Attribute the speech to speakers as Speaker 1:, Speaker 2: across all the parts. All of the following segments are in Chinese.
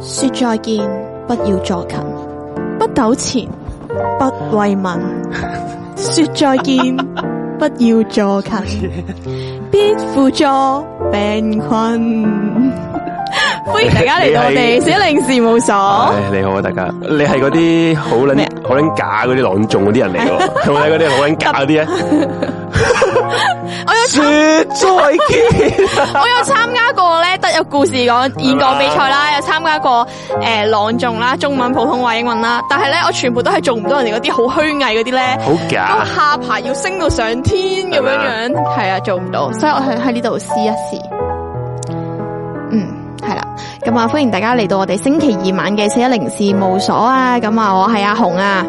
Speaker 1: 說再見，不要坐近，不糾纏，不慰 問。說再見，不要坐 近，必輔助病困。歡迎大家嚟到我哋四一零事務所。
Speaker 2: 唉，你好啊，大家，你係嗰啲好
Speaker 1: 哦咩
Speaker 2: 捻
Speaker 1: 啊
Speaker 2: 好捻假嗰啲朗誦嗰啲人嚟喎， 係咪嗰啲好捻假嗰啲啊咧？
Speaker 1: 我有
Speaker 2: 說再見，
Speaker 1: 我有參加過咧得有故事講演講比賽啦，有參加過誒、呃朗誦啦、中文、普通話、英文啦，但係咧我全部都係做唔到人哋嗰啲好虛偽嗰啲咧，
Speaker 2: 好假
Speaker 1: 個，下巴要升到上天咁樣樣，係啊，做唔到，所以我喺喺呢度試一試。嗯，係啦，咁啊，歡迎大家嚟到我哋星期二晚嘅四一零事務所啊，咁啊，我係阿紅啊。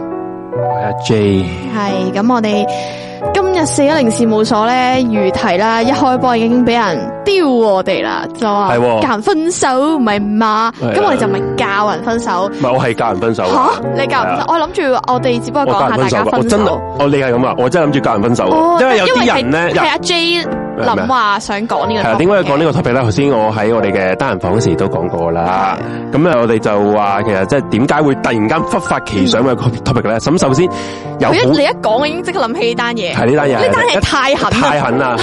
Speaker 2: 係啊 J，
Speaker 1: 系咁，我哋今日四一零事務所咧，如題啦，一開波已經俾人丟我哋啦，就話
Speaker 2: 係喎
Speaker 1: 教人分手唔係嘛，
Speaker 2: 係啊
Speaker 1: 咁我哋就咪教人分手
Speaker 2: 唔係我係教人分手
Speaker 1: 吓
Speaker 2: 啊，？
Speaker 1: 你教人分
Speaker 2: 係啊
Speaker 1: 手？我諗住我哋只不過
Speaker 2: 我
Speaker 1: 講下
Speaker 2: 教人
Speaker 1: 大
Speaker 2: 分手
Speaker 1: 家
Speaker 2: 㗎，我
Speaker 1: 分
Speaker 2: 真係
Speaker 1: 手。
Speaker 2: 我你係咁啊，我真係諗住教人分手
Speaker 1: 哦
Speaker 2: 㗎，因為有啲人
Speaker 1: 因為
Speaker 2: 咧，
Speaker 1: 係係阿 J
Speaker 2: 咩
Speaker 1: 林話想講呢個 topic 嘅，
Speaker 2: 係啊，點解要講呢個 topic 咧？頭先我喺我哋嘅單人房嗰時都講過啦。咁啊，我哋就話其實即係點解會突然間忽發奇想嘅 topic 咧？咁首先有
Speaker 1: 佢一
Speaker 2: 好
Speaker 1: 你一講，我已經即刻諗起呢單嘢。
Speaker 2: 係呢單嘢係
Speaker 1: 呢單嘢太狠啦
Speaker 2: 太狠啦！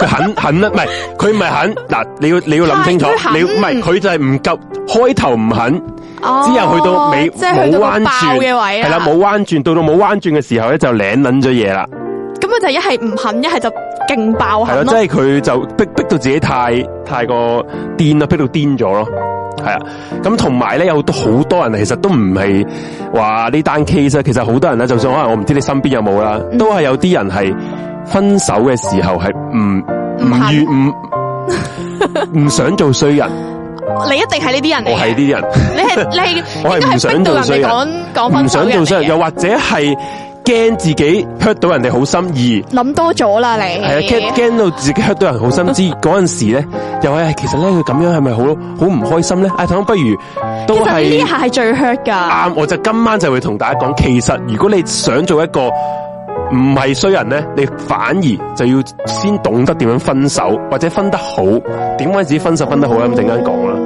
Speaker 2: 佢 狠狠啦，唔係佢唔係狠嗱，你要你要諗清楚
Speaker 1: 太，
Speaker 2: 你
Speaker 1: 佢狠
Speaker 2: 要唔係佢就係唔夠開頭唔狠，
Speaker 1: 哦
Speaker 2: 之後去到尾
Speaker 1: 即係去
Speaker 2: 冇
Speaker 1: 到個
Speaker 2: 彎
Speaker 1: 爆
Speaker 2: 轉
Speaker 1: 嘅位啊
Speaker 2: 係啦，冇彎轉，到到冇彎轉嘅時候咧就舐撚咗嘢啦，
Speaker 1: 咁佢就一係唔肯，一係就勁爆
Speaker 2: 係
Speaker 1: 狠
Speaker 2: 咯，即
Speaker 1: 咯。
Speaker 2: 係佢就逼逼到自己太太過癲啦，逼到癲咗咯。係啊，咁同埋咧有好多好多人其實都唔係話呢單 case 啊，其實好多人咧，就算可能我唔知你身邊有冇啦，
Speaker 1: 嗯
Speaker 2: 都係有啲人係分手嘅時候係唔唔
Speaker 1: 唔肯
Speaker 2: 願唔 唔想做衰人，
Speaker 1: 你一定係呢啲人嚟嘅
Speaker 2: 我係。呢啲人，
Speaker 1: 你係你係
Speaker 2: 我係
Speaker 1: 應該
Speaker 2: 唔
Speaker 1: 係
Speaker 2: 想
Speaker 1: 逼到
Speaker 2: 做
Speaker 1: 人
Speaker 2: 衰
Speaker 1: 哋
Speaker 2: 人
Speaker 1: 講講分
Speaker 2: 唔
Speaker 1: 手
Speaker 2: 想做衰
Speaker 1: 嘅
Speaker 2: 人，又
Speaker 1: 人嚟嘅，
Speaker 2: 或者係驚自己 hurt 到人哋好心而。
Speaker 1: 諗多咗啦你。
Speaker 2: 系啊，驚惊到自己 hurt 到人 好心知嗰阵时咧，又係其實咧佢咁樣係咪好好唔開心咧？唉，咁不如
Speaker 1: 其
Speaker 2: 都
Speaker 1: 實呢
Speaker 2: 係
Speaker 1: 一下係最 hurt 噶，
Speaker 2: 啱，我就今晚就會同大家講，其實如果你想做一個唔係衰人咧，你反而就要先懂得點樣分手，或者分得好，點解自己分手分得好咧？咁陣間講啦，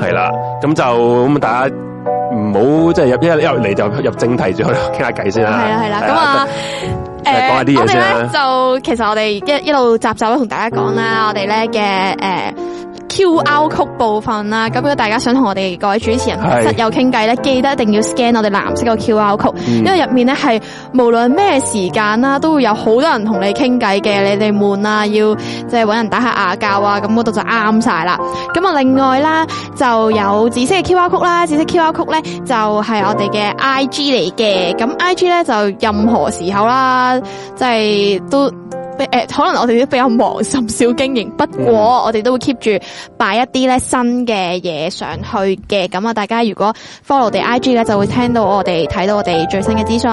Speaker 2: 係啦，咁就咁大家。唔好即係入一入嚟就入正題咗啦，傾下偈先啦。
Speaker 1: 係啦係啦，咁啊。誒
Speaker 2: 講下啲嘢
Speaker 1: 我哋
Speaker 2: 先啦
Speaker 1: 咧就其實我哋一一路集集都同大家講啦，我哋咧嘅誒 Q R 曲部分啦，咁如果大家想同我哋各位主持人
Speaker 2: 係
Speaker 1: 室友傾偈咧，記得一定要 scan 我哋藍色個 Q R 曲，
Speaker 2: 嗯
Speaker 1: 因為入面咧係無論咩時間啦，都會有好多人同你傾偈嘅，你哋悶啦，要即係揾人打下牙教啊，咁嗰度就啱晒啦。咁啊，另外啦就有紫色嘅 Q R 曲啦，紫色 Q R 曲咧就係我哋嘅 I G 嚟嘅，咁 I G 咧就任何時候啦。即系都。誒、可能我哋都比較忙，甚少經營。不過我哋都會 keep 住擺一啲咧新嘅嘢上去嘅。咁啊，大家如果 follow 我哋 IG 咧，就會聽到我哋睇到我哋最新嘅資訊。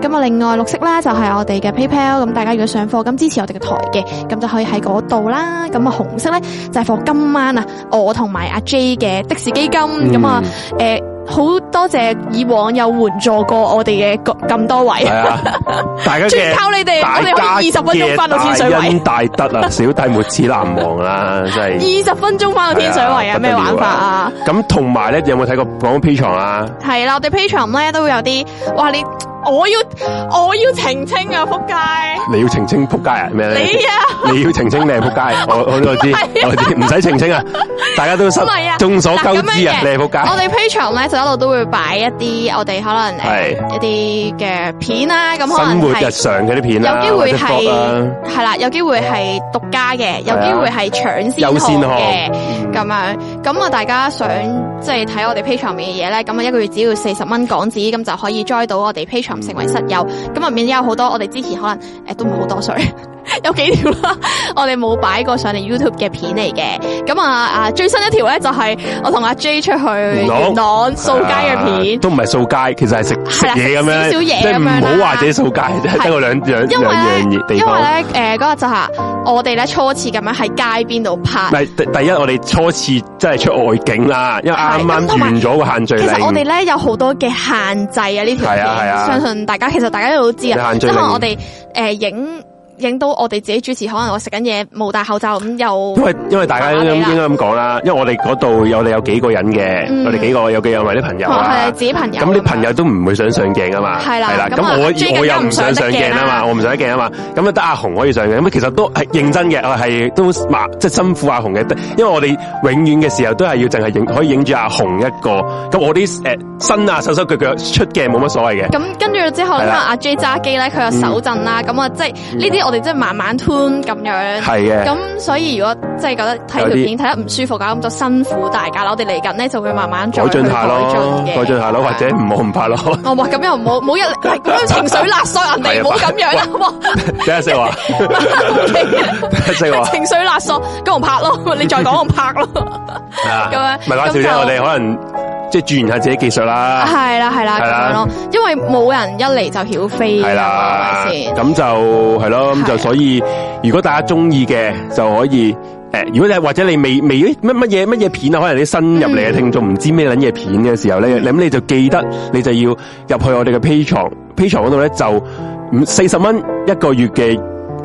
Speaker 1: 咁啊，另外綠色啦，就係我哋嘅 PayPal。咁大家如果上課咁支持我哋嘅台嘅，咁就可以喺嗰度啦。咁啊，紅色咧就係、課今晚啊，我同埋阿 J 嘅的士基金。
Speaker 2: 嗯
Speaker 1: 咁啊、誒好多謝以往有援助過我哋嘅各咁多位
Speaker 2: 系。 啊，大家
Speaker 1: 全
Speaker 2: 嘅
Speaker 1: 靠你哋，哎我哋可以二十分鐘翻到天水圍，
Speaker 2: 大恩大 德啊，小弟沒此難忘啦，真係。
Speaker 1: 二十分鐘翻到天水圍
Speaker 2: 係
Speaker 1: 啊！
Speaker 2: 啊
Speaker 1: 咩玩法啊？
Speaker 2: 咁同埋咧，有冇睇過講 P 床啊？
Speaker 1: 係啦，我哋 Patreon 咧都會有啲，哇！你我要我要澄清啊！仆街，
Speaker 2: 你要澄清扑街啊？咩
Speaker 1: 你啊！
Speaker 2: 你要澄清你係仆街，我 我我知
Speaker 1: 係啊
Speaker 2: 我知，唔使澄清啊！大家都 失
Speaker 1: 唔係啊，
Speaker 2: 眾所周
Speaker 1: 嗱咁
Speaker 2: 知
Speaker 1: 樣
Speaker 2: 啊，
Speaker 1: 嘅
Speaker 2: 你係仆
Speaker 1: 我
Speaker 2: 街，
Speaker 1: 哋 Patreon 咧就一路都會擺一啲我哋可能誒一啲嘅片啦，咁可
Speaker 2: 生
Speaker 1: 能
Speaker 2: 活日
Speaker 1: 係
Speaker 2: 常嗰啲片啦，
Speaker 1: 有機
Speaker 2: 或
Speaker 1: 會
Speaker 2: 者啊
Speaker 1: 係
Speaker 2: vlog 啦
Speaker 1: 係啦，有機會係獨家嘅，有機會係搶先
Speaker 2: 優先
Speaker 1: 看
Speaker 2: 項
Speaker 1: 嘅。
Speaker 2: 嗯
Speaker 1: 咁樣，咁啊，大家想即係睇我哋 Patreon 面嘅嘢咧，咁啊一個月只要四十蚊港紙，咁就可以 join 到我哋 Patreon 成為室友。咁入面有好多我哋之前可能诶、誒都唔係好多水， 有幾條啦， 我哋冇擺過上嚟 YouTube 嘅片嚟嘅。咁啊啊最新一條咧就係我同阿 J 出去元朗掃街嘅
Speaker 2: 嗯係啊
Speaker 1: 片。
Speaker 2: 都唔係掃街，其實係食食
Speaker 1: 係啦
Speaker 2: 嘢咁
Speaker 1: 食
Speaker 2: 樣，
Speaker 1: 少少嘢
Speaker 2: 即係唔
Speaker 1: 咁樣
Speaker 2: 好
Speaker 1: 啦
Speaker 2: 話自己掃街，
Speaker 1: 係
Speaker 2: 得個兩兩
Speaker 1: 因為
Speaker 2: 兩
Speaker 1: 咧
Speaker 2: 樣，地
Speaker 1: 因為
Speaker 2: 方。
Speaker 1: 咧，诶、嗰日就係我哋咧初次咁樣喺街邊度拍
Speaker 2: 第第第一，我哋初次真係出外景啦，因為啱
Speaker 1: 係咁同
Speaker 2: 啱
Speaker 1: 埋
Speaker 2: 完咗個限聚
Speaker 1: 其實我哋
Speaker 2: 令，
Speaker 1: 咧有好多嘅限制啊，呢條
Speaker 2: 係啊係啊
Speaker 1: 片相信大家其實大家都知啊，
Speaker 2: 限
Speaker 1: 即
Speaker 2: 聚
Speaker 1: 係可
Speaker 2: 令
Speaker 1: 能我哋诶影影到我哋自己主持，可能我食緊嘢冇戴口罩咁
Speaker 2: 因
Speaker 1: 又
Speaker 2: 為因為大家
Speaker 1: 麻麻
Speaker 2: 應
Speaker 1: 地啦
Speaker 2: 該應該咁講啦，因為我哋嗰度有我哋有幾個人嘅，
Speaker 1: 啊嗯哦
Speaker 2: 我哋幾個有幾有埋啲朋友啦
Speaker 1: 係。自己朋友啊
Speaker 2: 咁
Speaker 1: 樣
Speaker 2: 啲朋友都唔會想上鏡啊嘛，
Speaker 1: 係啦咁
Speaker 2: 咁
Speaker 1: 啊阿 J
Speaker 2: 我我
Speaker 1: 更
Speaker 2: 又
Speaker 1: 加唔
Speaker 2: 唔想上鏡啊
Speaker 1: 上得鏡啦
Speaker 2: 嘛，我唔上得鏡啊嘛，咁啊得阿紅可以上鏡，咁其實都係認真嘅，我係都麻即係辛苦阿紅嘅，得因為我哋永遠嘅時候都係要淨係影可以影住阿紅一個，咁我啲誒身啊手手腳腳出鏡冇乜所謂嘅，
Speaker 1: 咁跟住之後，
Speaker 2: 係
Speaker 1: 因
Speaker 2: 啦嗯
Speaker 1: 為阿 J 揸機咧，佢有手震啦，咁啊即係呢啲我哋即係慢慢 tune 咁樣。
Speaker 2: 係嘅。
Speaker 1: 咁所以如果即係覺得睇條
Speaker 2: 有啲
Speaker 1: 片睇得唔舒服㗎，咁就辛苦大家啦。我哋嚟緊咧就會慢慢再
Speaker 2: 改進下咯，
Speaker 1: 去
Speaker 2: 改進下咯，
Speaker 1: 啊
Speaker 2: 或者唔好唔拍咯。
Speaker 1: 哦，哇！咁又唔好，唔好一係咁樣情緒勒索人
Speaker 2: 啊
Speaker 1: 哋，唔好咁啊樣啦，好唔好？
Speaker 2: 睇下識話，睇下識話，
Speaker 1: 情緒勒索，咁我拍咯， 你再講我拍咯，
Speaker 2: 咁
Speaker 1: 咁樣
Speaker 2: 啊唔係講
Speaker 1: 咁
Speaker 2: 笑
Speaker 1: 就
Speaker 2: 啫，我哋可能即係鑽研下自己技術啦，
Speaker 1: 啊係啦係啦
Speaker 2: 係
Speaker 1: 咁
Speaker 2: 啦
Speaker 1: 樣咯，因為冇人一嚟就曉飛㗎啊嘛，
Speaker 2: 係啦
Speaker 1: 係咪，先？
Speaker 2: 咁就係咯，咁
Speaker 1: 係啊
Speaker 2: 就所以如果大家中意嘅就可以。誒，如果你或者你未未咦乜乜嘢乜嘢片啊，可能你新入嚟
Speaker 1: 嗯
Speaker 2: 嘅聽眾唔知咩撚嘢片嘅時候咧，你咁你就記得你就要入去我哋嘅 P 床 P 床嗰度咧，就五四十蚊一個月嘅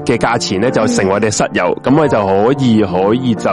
Speaker 2: 嘅價錢咧，
Speaker 1: 嗯
Speaker 2: 就成為我哋室友，咁我哋就可以可以就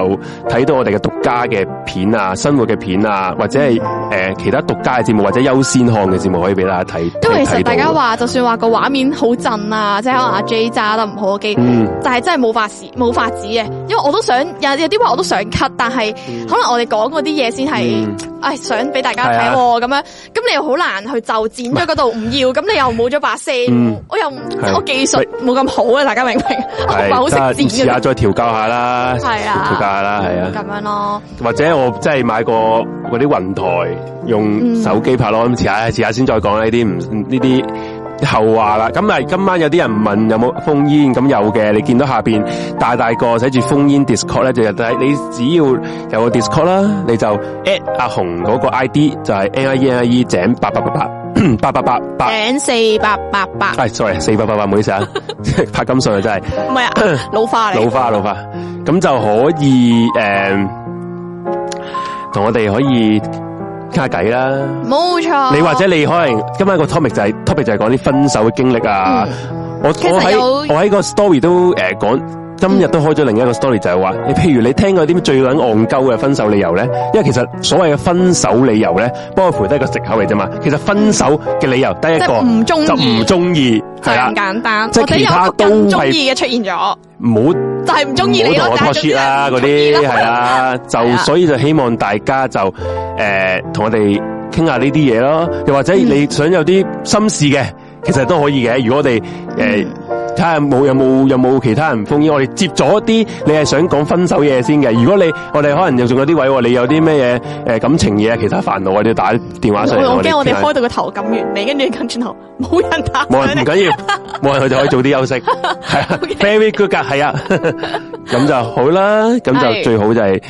Speaker 2: 睇到我哋嘅獨家嘅片啊，生活嘅片啊，或者係誒、呃其他獨家嘅節目或者優先看嘅節目可以俾大家睇。
Speaker 1: 因為其
Speaker 2: 睇
Speaker 1: 實
Speaker 2: 到
Speaker 1: 大家話，就算話個畫面好震啊，即係可能阿 J 揸得唔好嘅機，
Speaker 2: 嗯
Speaker 1: 但係真係冇法子冇法子嘅，因為我都想有有啲話我都想 cut，但係可能我哋講嗰啲嘢先係
Speaker 2: 嗯，
Speaker 1: 唉想俾大家
Speaker 2: 係
Speaker 1: 睇
Speaker 2: 啊
Speaker 1: 喎咁樣，咁你又好難去就剪咗嗰度唔 要，咁你又冇咗把聲
Speaker 2: 嗯，
Speaker 1: 我又唔即係
Speaker 2: 係
Speaker 1: 我技術冇咁好啊，大家明唔明？我唔
Speaker 2: 係
Speaker 1: 係好
Speaker 2: 真係
Speaker 1: 識
Speaker 2: 試
Speaker 1: 剪
Speaker 2: 下
Speaker 1: 嘅，
Speaker 2: 再調教下啦，
Speaker 1: 係啊
Speaker 2: 調教下啦，係啊。
Speaker 1: 咁樣咯。
Speaker 2: 或者我真係買個嗰啲雲台用手機拍咯，咁遲下遲下先再講啦呢啲唔呢啲後話啦。咁但係今晚有啲人問有冇烽煙，咁有嘅，你見到下邊大大個寫住烽煙 Discord 咧，就有睇你只要有個 Discord 啦，你就 at 阿紅嗰個 ID 就係 N I E N I E 井八八八八八八八八，
Speaker 1: 頂四八八八，
Speaker 2: 係 sorry 四八八八，唔好意思啊，拍金信啊真係。
Speaker 1: 唔係啊，老花嗯
Speaker 2: 老
Speaker 1: 嚟。
Speaker 2: 花老花，咁就可以诶，誒同、我哋可以傾下偈啦。
Speaker 1: 冇錯。
Speaker 2: 你或者你可
Speaker 1: 哦
Speaker 2: 能今晚個 topic 就係、topic 就係講啲分手嘅經歷啊。我我
Speaker 1: 嗯其實
Speaker 2: 喺
Speaker 1: 有嗯
Speaker 2: 我喺個 story 都诶講。今日都開咗另一個 story，就係話，你譬如你聽過啲最撚戇鳩嘅分手理由咧，因為其實所謂嘅分手理由咧，幫我陪得一個藉口嚟啫嘛。其實分手嘅理由得一
Speaker 1: 即
Speaker 2: 個
Speaker 1: 係，唔中
Speaker 2: 就
Speaker 1: 意
Speaker 2: 唔，中意，
Speaker 1: 就
Speaker 2: 係
Speaker 1: 係啊
Speaker 2: 啦
Speaker 1: 咁，簡單。
Speaker 2: 即係
Speaker 1: 或者
Speaker 2: 其
Speaker 1: 有
Speaker 2: 他
Speaker 1: 個更
Speaker 2: 都
Speaker 1: 中
Speaker 2: 係
Speaker 1: 意嘅出現咗，
Speaker 2: 唔好
Speaker 1: 就係唔中意你
Speaker 2: 唔好
Speaker 1: 咯。
Speaker 2: 同我
Speaker 1: 但係
Speaker 2: talk shit 啦，嗰
Speaker 1: 總之就
Speaker 2: 啲
Speaker 1: 唔中意
Speaker 2: 係啦，
Speaker 1: 係
Speaker 2: 就
Speaker 1: 啊
Speaker 2: 所以就希望大家就诶同、我哋傾下呢啲嘢咯，又或者
Speaker 1: 嗯
Speaker 2: 你想有啲心事嘅，其實都可以嘅。如果我哋
Speaker 1: 嗯
Speaker 2: 诶睇下有冇有冇有冇其他人封煙，我哋接咗啲你係想講分手嘢先嘅。如果你我哋可能又仲有啲位喎，你有啲咩嘢诶感情嘢、其他煩惱，我哋打電話上嚟。
Speaker 1: 我我驚我哋
Speaker 2: 傾下
Speaker 1: 開到個頭撳完你，跟住撳轉頭冇人打
Speaker 2: 冇人
Speaker 1: 嚟。
Speaker 2: 唔 緊要，冇人佢就可以早啲休息，係啊，very good 噶， 係啊，咁就好啦，咁
Speaker 1: 係
Speaker 2: 就最好就係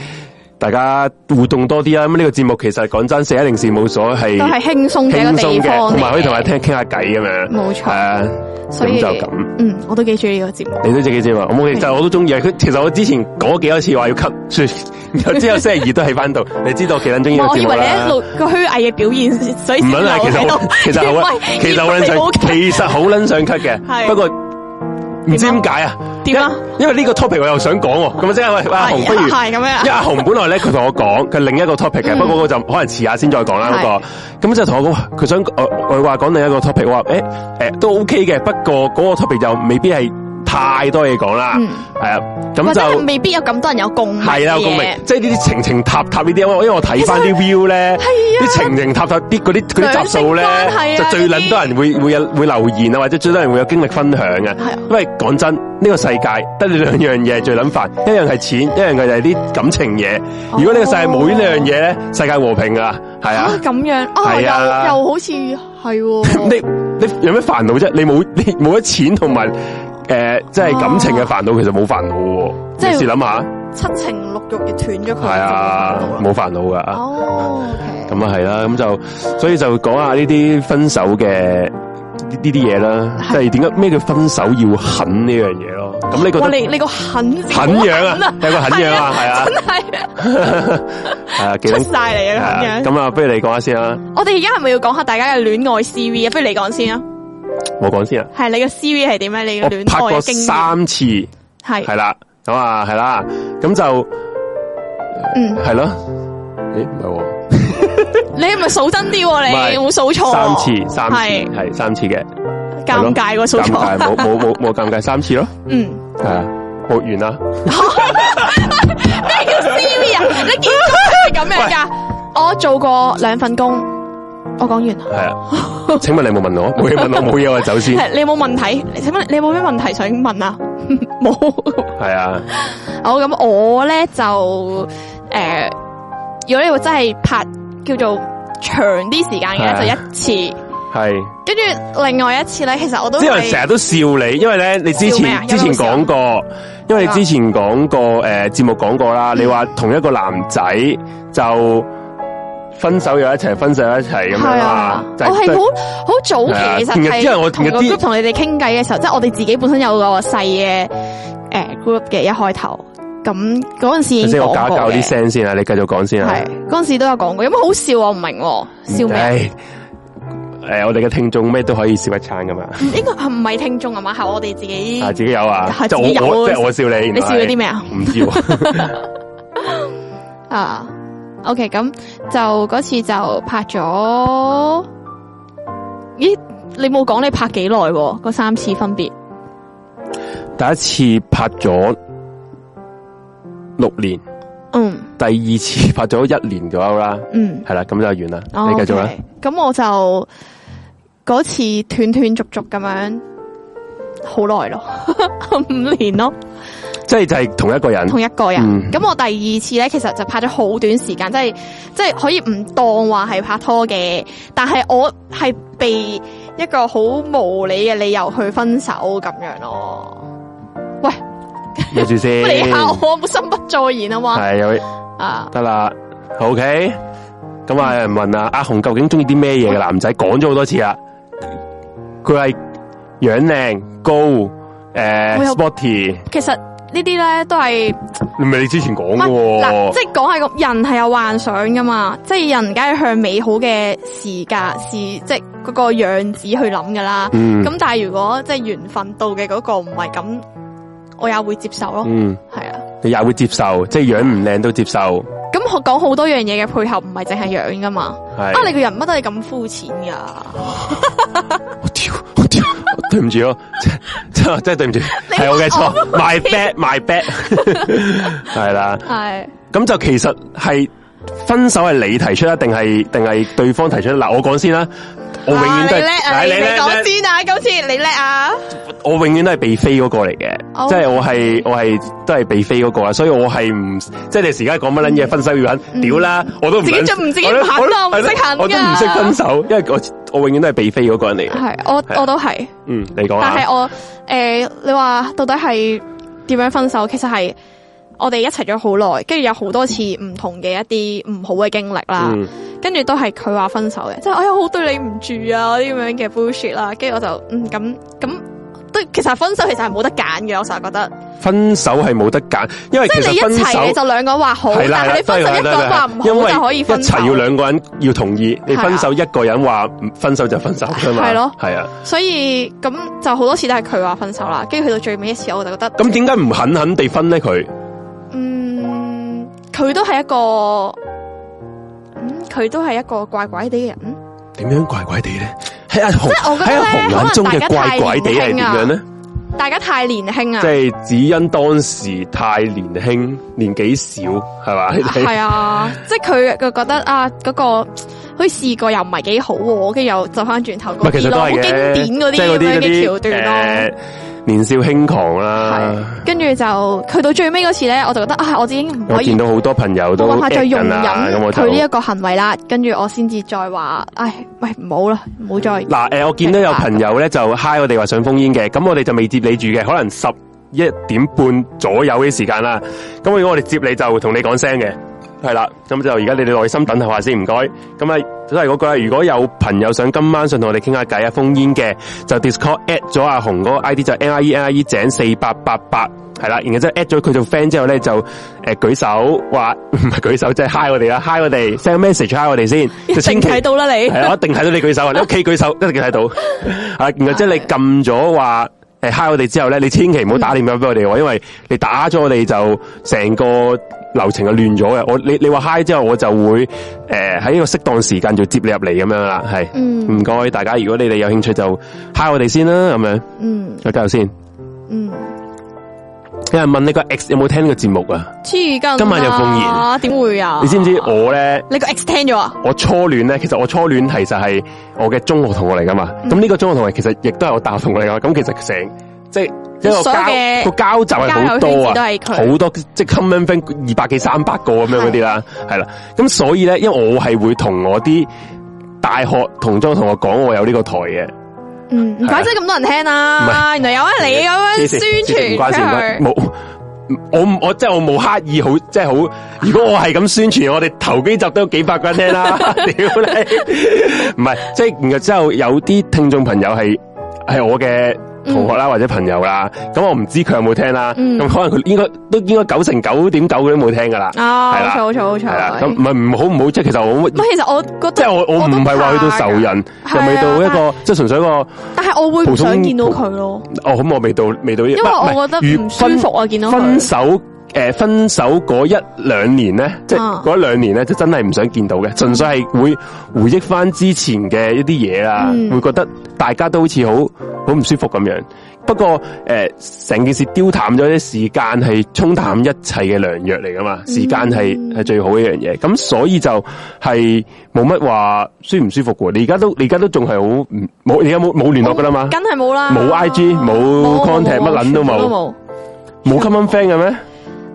Speaker 2: 大家互動多啲啦。啊咁呢個節目其實講真，四一零事務所係
Speaker 1: 都係輕鬆嘅一
Speaker 2: 輕
Speaker 1: 個地
Speaker 2: 鬆嘅，
Speaker 1: 方嚟
Speaker 2: 同埋可以
Speaker 1: 嘅
Speaker 2: 同埋聽傾下偈咁樣，
Speaker 1: 冇錯
Speaker 2: 係啊，
Speaker 1: 所以
Speaker 2: 咁就咁。
Speaker 1: 嗯，我都幾中意呢個節目。
Speaker 2: 你都自己知嘛？我冇，其實我都中意。佢其實我之前講幾多次話要 cut，所以 之後星期二都喺翻度。你知道我幾撚中意呢
Speaker 1: 哇
Speaker 2: 個
Speaker 1: 我
Speaker 2: 節
Speaker 1: 以
Speaker 2: 目
Speaker 1: 為你
Speaker 2: 啦
Speaker 1: 一。路個虛偽嘅表現，所以
Speaker 2: 唔撚係，其
Speaker 1: 先
Speaker 2: 實
Speaker 1: 留
Speaker 2: 好
Speaker 1: 喺度，
Speaker 2: 其實好
Speaker 1: 因為 因
Speaker 2: 撚，其實好撚
Speaker 1: 為
Speaker 2: 想
Speaker 1: 冇，
Speaker 2: 其實好撚想 cut 嘅，
Speaker 1: 係
Speaker 2: 不過唔知點解啊，
Speaker 1: 點啊？
Speaker 2: 因因為呢個 topic 我又想講喎，咁啊即係喂，阿紅不如，
Speaker 1: 係係咁樣啊
Speaker 2: 因為阿紅本來咧佢同我講佢另一個 topic
Speaker 1: 嗯
Speaker 2: 嘅，不過我就可能遲下先再講啦嗰個。咁啊就同我講，哇佢想我我話講另一個 topic，我話誒誒都 OK 嘅，不過嗰個 topic 就未必係太多嘢講啦
Speaker 1: 嗯，
Speaker 2: 係啊，咁
Speaker 1: 或者係
Speaker 2: 就。
Speaker 1: 未必有咁多人有共鳴
Speaker 2: 系啦，
Speaker 1: 嘅
Speaker 2: 我共
Speaker 1: 嘢
Speaker 2: 鸣，即系呢啲情情塔塔呢啲，因為因為我睇翻啲 view 咧，
Speaker 1: 係啊
Speaker 2: 啲情情塔塔啲嗰啲嗰啲集數咧
Speaker 1: 兩性關係，啊
Speaker 2: 就最撚多人會會有會留言啊，或者最多人會有經歷分享嘅
Speaker 1: 啊。
Speaker 2: 因為講真，呢個世界得你兩樣嘢最撚煩，一樣係錢，一樣係啲感情嘢。
Speaker 1: 哦
Speaker 2: 如果呢個世界冇呢兩樣嘢咧，世界和平噶，係啊
Speaker 1: 啊。咁樣哦，
Speaker 2: 係啊
Speaker 1: 又又好似係喎。
Speaker 2: 你你有咩煩惱啫？你冇你冇咗錢同埋诶，即係感情嘅煩惱，其實冇煩惱喎。
Speaker 1: 哦即係哦
Speaker 2: 你試諗下，
Speaker 1: 七情六欲嘅斷咗佢，
Speaker 2: 係啊
Speaker 1: 就冇，
Speaker 2: 冇煩惱噶。
Speaker 1: 哦，OK，
Speaker 2: 咁啊係啦，咁就所以就講下呢啲分手嘅呢呢啲嘢啦，即係點解咩叫分手要狠呢樣嘢咯？咁你覺
Speaker 1: 哇！
Speaker 2: 得
Speaker 1: 你你個狠字
Speaker 2: 狠 樣啊
Speaker 1: 好狠
Speaker 2: 有個狠樣啊係啊
Speaker 1: 真係
Speaker 2: 係啊 幾
Speaker 1: 出
Speaker 2: 撚
Speaker 1: 晒嚟
Speaker 2: 係
Speaker 1: 啊！
Speaker 2: 啊
Speaker 1: 咁樣，
Speaker 2: 咁啊，不如你講下先啦，
Speaker 1: 我哋而家係咪要講下大家嘅戀愛 CV 啊？不如你講先啊，
Speaker 2: 我講先啊，
Speaker 1: 係你嘅 CV 係點咧？你嘅
Speaker 2: 我
Speaker 1: 戀
Speaker 2: 拍
Speaker 1: 愛
Speaker 2: 過
Speaker 1: 嘅經驗
Speaker 2: 三次，係
Speaker 1: 係
Speaker 2: 啦，咁啊係啦，咁就
Speaker 1: 嗯，
Speaker 2: 係咯，诶唔係喎。
Speaker 1: 你係咪數真啲
Speaker 2: 唔係
Speaker 1: 喎？你有冇數錯？
Speaker 2: 三次，三次
Speaker 1: 係
Speaker 2: 係三次嘅，
Speaker 1: 尷尬喎，數
Speaker 2: 尷尬
Speaker 1: 錯。
Speaker 2: 冇冇冇冇尷尬三次咯，
Speaker 1: 嗯，
Speaker 2: 係啊，冇完啦。
Speaker 1: 咩叫 CV 啊？你見到係咁樣㗎？我做過兩份工，我講完。
Speaker 2: 系啊，请问你有冇问 我？冇嘢问我，冇嘢我走先。
Speaker 1: 哦係你有冇問題？你請問你有冇咩問題想問啊？ 冇。
Speaker 2: 系啊，
Speaker 1: 好，咁我咧就诶、呃如果你話真係拍叫做長啲時間
Speaker 2: 係啊
Speaker 1: 嘅，就一次。
Speaker 2: 系。
Speaker 1: 跟住另外一次咧，其實我都
Speaker 2: 之人成
Speaker 1: 係
Speaker 2: 日都笑你，因為咧你之
Speaker 1: 笑咩啊
Speaker 2: 前之前講過，因為你之前講過诶节目講過啦，
Speaker 1: 嗯
Speaker 2: 你話同一個男仔就分手又一齊，分手又一齊咁
Speaker 1: 係
Speaker 2: 樣嘛
Speaker 1: 啊，，
Speaker 2: 就
Speaker 1: 我
Speaker 2: 係
Speaker 1: 係
Speaker 2: 就
Speaker 1: 好好早
Speaker 2: 係啊
Speaker 1: 期，其
Speaker 2: 因
Speaker 1: 實
Speaker 2: 為因為我
Speaker 1: 係同個
Speaker 2: 有啲
Speaker 1: group 同你哋傾偈嘅時候，即係我哋自己本身有個細嘅诶 group 嘅一開頭。咁嗰陣時已
Speaker 2: 即
Speaker 1: 經
Speaker 2: 係
Speaker 1: 講
Speaker 2: 我搞一
Speaker 1: 過
Speaker 2: 搞
Speaker 1: 嘅，
Speaker 2: 啲聲先啊，你繼續講先啊。
Speaker 1: 係嗰陣時都有講過，有乜好笑啊我唔明喎，笑咩啊？
Speaker 2: 唉？诶，我哋嘅聽眾咩都可以笑一餐噶嘛，
Speaker 1: 應該係唔係聽眾啊嘛？係我哋自己
Speaker 2: 啊自己有啊，
Speaker 1: 係
Speaker 2: 就我
Speaker 1: 自己有
Speaker 2: 我即係我笑你，
Speaker 1: 你笑咗啲咩啊？
Speaker 2: 唔知喎，
Speaker 1: 啊，OK，咁就嗰次就拍咗，咦？你冇講你拍幾耐喎？嗰三次分別
Speaker 2: 第一次拍咗六年。
Speaker 1: 嗯
Speaker 2: 第二次拍咗一年左右啦，
Speaker 1: 嗯，
Speaker 2: 系啦，咁就完啦。
Speaker 1: 哦
Speaker 2: 你繼續啊啦，
Speaker 1: OK，咁我就嗰次斷斷續續咁樣，好耐咯， 五年咯，
Speaker 2: 即係就係同一個人，
Speaker 1: 同一個
Speaker 2: 嗯
Speaker 1: 人。咁、我第二次咧，其實就拍咗好短時間，即係即係可以唔當話係拍拖嘅，但係我係被一個好無理嘅理由去分手咁樣咯。喂，
Speaker 2: 記
Speaker 1: 不
Speaker 2: 住
Speaker 1: 如 你
Speaker 2: 先，
Speaker 1: 嚇我，我心不在焉啊嘛，
Speaker 2: 係有
Speaker 1: 啊，
Speaker 2: 得啦，OK。咁啊，有人問啊，阿紅究竟中意啲咩嘢嘅男仔？講咗好多次啦，佢係樣靚、高、诶
Speaker 1: 我有
Speaker 2: sporty，
Speaker 1: 其實呢啲咧都係。
Speaker 2: 唔係你之前講
Speaker 1: 唔
Speaker 2: 嘅
Speaker 1: 係嗱，即
Speaker 2: 喎，
Speaker 1: 系讲系咁，人係有幻想噶嘛，即系人梗係向美好嘅時間、時即系嗰個樣子去諗噶啦。
Speaker 2: 嗯
Speaker 1: 咁、但係如果即系緣分到嘅嗰個唔係咁，我也會接受咯。
Speaker 2: 嗯，
Speaker 1: 係啊，
Speaker 2: 你也會接受，即係樣唔靚都接受，
Speaker 1: 咁我講好多樣嘢嘅配合，唔係淨係樣噶嘛。
Speaker 2: 係。
Speaker 1: 啊，你個人乜都係咁膚淺噶，
Speaker 2: 我屌，我屌，對唔住咯，真真真係對唔住，係我嘅錯，my bad，my bad，係啦。
Speaker 1: 係
Speaker 2: 咁就其實係分手係你提出啊，定係定係對方提出？嗱，我講先啦，我永
Speaker 1: 啊
Speaker 2: 遠都
Speaker 1: 你叻啊！
Speaker 2: 係
Speaker 1: 你
Speaker 2: 你叻
Speaker 1: 講
Speaker 2: 叻，
Speaker 1: 先啊，今次你叻啊！
Speaker 2: 我永遠都係被飛嗰個嚟嘅，
Speaker 1: 哦
Speaker 2: 即係我係我係都係被飛嗰個啦，啊所以我係唔即係你時而家講乜撚嘢分手要肯，屌啦，我都唔
Speaker 1: 嗯自己
Speaker 2: 撚
Speaker 1: 做唔自己
Speaker 2: 我都
Speaker 1: 唔肯啦
Speaker 2: 我都
Speaker 1: 唔識肯㗎
Speaker 2: 我都唔識分手，因為我我永遠都係被飛嗰個人嚟嘅。
Speaker 1: 係我
Speaker 2: 係啊
Speaker 1: 我都係。
Speaker 2: 嗯，你講
Speaker 1: 但
Speaker 2: 啊，
Speaker 1: 係我诶、呃你話到底係點樣分手？其實係我哋一齊咗好耐，跟住有好多次唔同嘅一啲唔好嘅經歷啦，
Speaker 2: 嗯
Speaker 1: 跟住都係佢話分手嘅，即係哎呀好對你唔住啊嗰啲咁樣嘅 bullshit 啦，跟住我就嗯咁咁。都得其實分手其實係冇得揀嘅，我成日覺得，
Speaker 2: 分手係冇得揀，因為
Speaker 1: 即
Speaker 2: 其
Speaker 1: 係你
Speaker 2: 實
Speaker 1: 一
Speaker 2: 分
Speaker 1: 齊你
Speaker 2: 手
Speaker 1: 就兩個話好，
Speaker 2: 係啦，
Speaker 1: 但係你分手
Speaker 2: 係啦
Speaker 1: 一個話唔
Speaker 2: 因
Speaker 1: 好
Speaker 2: 為
Speaker 1: 就可以分
Speaker 2: 一
Speaker 1: 手
Speaker 2: 齊。要兩個人要同意，你
Speaker 1: 係啊
Speaker 2: 分手一個人話唔分手就分手㗎嘛，
Speaker 1: 係咯
Speaker 2: 係啊。
Speaker 1: 所以咁就好多次都係佢話分手啦，跟住去到最尾一次我就覺得，
Speaker 2: 咁點解唔狠狠地分咧？佢
Speaker 1: 嗯，佢都係一個，嗯，佢都係一個怪怪地嘅人。
Speaker 2: 點樣怪怪地啊咧？喺阿
Speaker 1: 即
Speaker 2: 紅
Speaker 1: 係我覺得
Speaker 2: 喺
Speaker 1: 咧
Speaker 2: 阿紅眼中嘅怪怪地係點樣
Speaker 1: 可能大家太年輕大家太年輕
Speaker 2: 咧？即
Speaker 1: 啊，
Speaker 2: 係只因當時太年輕，年紀少係嘛？
Speaker 1: 係啊，即係佢佢覺得啊嗰、個好似試過又唔係幾好喎，跟住又走翻轉頭
Speaker 2: 唔
Speaker 1: 嗰
Speaker 2: 係其實
Speaker 1: 啲
Speaker 2: 都
Speaker 1: 咯，好
Speaker 2: 係
Speaker 1: 經
Speaker 2: 嘅，
Speaker 1: 典嗰
Speaker 2: 即係
Speaker 1: 啲咁樣嘅
Speaker 2: 嗰啲
Speaker 1: 橋段咯。
Speaker 2: 誒年少輕狂
Speaker 1: 係
Speaker 2: 啦，，
Speaker 1: 跟住就去到最尾嗰次咧，我就覺得啊，我已經唔
Speaker 2: 我
Speaker 1: 可以
Speaker 2: 見到好多朋友都
Speaker 1: 冇辦法再
Speaker 2: at
Speaker 1: 容
Speaker 2: 緊
Speaker 1: 忍
Speaker 2: 啦，咁我就
Speaker 1: 佢呢一個行為啦，跟住我先至再話，唉，喂，唔好啦，唔好再
Speaker 2: 嗱，诶、我見到有朋友咧就嗨我哋話上封煙嘅，咁我哋就未接你住嘅，可能十一點半左右嘅時間啦。咁如果我哋接你就同你講聲嘅，係啦。咁就而家你哋耐心等候下先，唔該。咁啊，都係嗰句啦。如果有朋友想今晚想同我哋傾下偈啊，封煙嘅就 Discord at 咗阿紅嗰個 ID 就 N I E N I E 井四八八八。係啦，然後即係 at 咗佢做 friend 之後咧，就誒、呃、舉手話唔係舉手，即係 hi 我哋啦，hi 我哋 send message hi 我哋先，
Speaker 1: 一
Speaker 2: 就
Speaker 1: 定
Speaker 2: 千祈
Speaker 1: 睇到啦你
Speaker 2: 系。我一定睇到你舉手啊！你屋企 舉手一定睇到啊！然後即係你撳咗話诶嗨我哋之後咧，你千祈唔好打電話俾我哋喎，因為你打咗我哋就成個流程就亂咗嘅。我你你话嗨之後，我就會诶喺呢個適當時間就接你入嚟咁樣啦。係
Speaker 1: 嗯
Speaker 2: 唔該大家，如果你哋有興趣就嗨我哋先啦，咁樣
Speaker 1: 嗯
Speaker 2: 再繼續先。
Speaker 1: 嗯，
Speaker 2: 有人問你個 X 有冇聽呢個節目啊？
Speaker 1: 黐筋啊。
Speaker 2: 今晚有奉言
Speaker 1: 點會啊？
Speaker 2: 你知唔知我咧？
Speaker 1: 你個 X 聽咗啊？
Speaker 2: 我初戀咧，其實我初戀其實係我嘅中學同學嚟噶嘛。
Speaker 1: 嗯
Speaker 2: 咁呢、個中學同學其實亦都係我大學同學嚟噶嘛。咁其實成即係一個
Speaker 1: 所有嘅
Speaker 2: 交個交集係好
Speaker 1: 交友圈
Speaker 2: 多
Speaker 1: 子
Speaker 2: 啊
Speaker 1: 都係，佢
Speaker 2: 好多即係 common friend 二百幾三百個咁樣嗰啲啦，係啦。咁所以咧，因為我係會同我啲大學同中學同學講我有呢個台嘅，
Speaker 1: 嗯，唔怪之咁多人聽啦，原來有啊你咁樣
Speaker 2: 黐線黐線
Speaker 1: 宣傳
Speaker 2: 唔關事唔關
Speaker 1: 佢，
Speaker 2: 冇。我唔我即係我冇刻意好，即係好。如果我係咁宣傳，我哋頭幾集都有幾百個人聽 啦。屌你，唔係即係然後之後有啲聽眾朋友係係我嘅同學啦，或者朋友啦。咁我唔知佢有冇聽啦。咁、
Speaker 1: 嗯
Speaker 2: 可能佢應該都應該九成九點九佢都冇聽噶啦。
Speaker 1: 啊，
Speaker 2: 係啦
Speaker 1: 好彩好彩
Speaker 2: 係啦
Speaker 1: 好，彩。
Speaker 2: 咁唔係唔好唔好，即係其實我
Speaker 1: 唔係，其實我覺得
Speaker 2: 即係我我唔係話去到仇
Speaker 1: 我都
Speaker 2: 人，
Speaker 1: 怕
Speaker 2: 又
Speaker 1: 㗎
Speaker 2: 未到一
Speaker 1: 係
Speaker 2: 個即係純粹一個。
Speaker 1: 怕㗎，但係我會唔想見到佢咯。
Speaker 2: 哦，咁我未到未到呢，因
Speaker 1: 為我覺得唔舒服啊見到佢
Speaker 2: 分手。诶、分手嗰一兩年咧，即係
Speaker 1: 啊
Speaker 2: 嗰一兩年咧，就真係唔想見到嘅，純粹係會回憶翻之前嘅一啲嘢啦，
Speaker 1: 嗯
Speaker 2: 會覺得大家都好似好好唔舒服咁樣。不過诶，成、件事丟淡咗啲時間係沖淡一切嘅良藥嚟噶嘛，時間係
Speaker 1: 嗯
Speaker 2: 係最好嘅一樣嘢。咁所以就係冇乜話舒唔舒服嘅。你而家都你而家都仲係好唔冇，你而家冇冇聯絡噶啦嘛？
Speaker 1: 梗係冇啦，
Speaker 2: 啊冇 IG 冇
Speaker 1: 冇
Speaker 2: contact，乜撚都冇
Speaker 1: 全部都冇。
Speaker 2: 冇 common friend 嘅咩？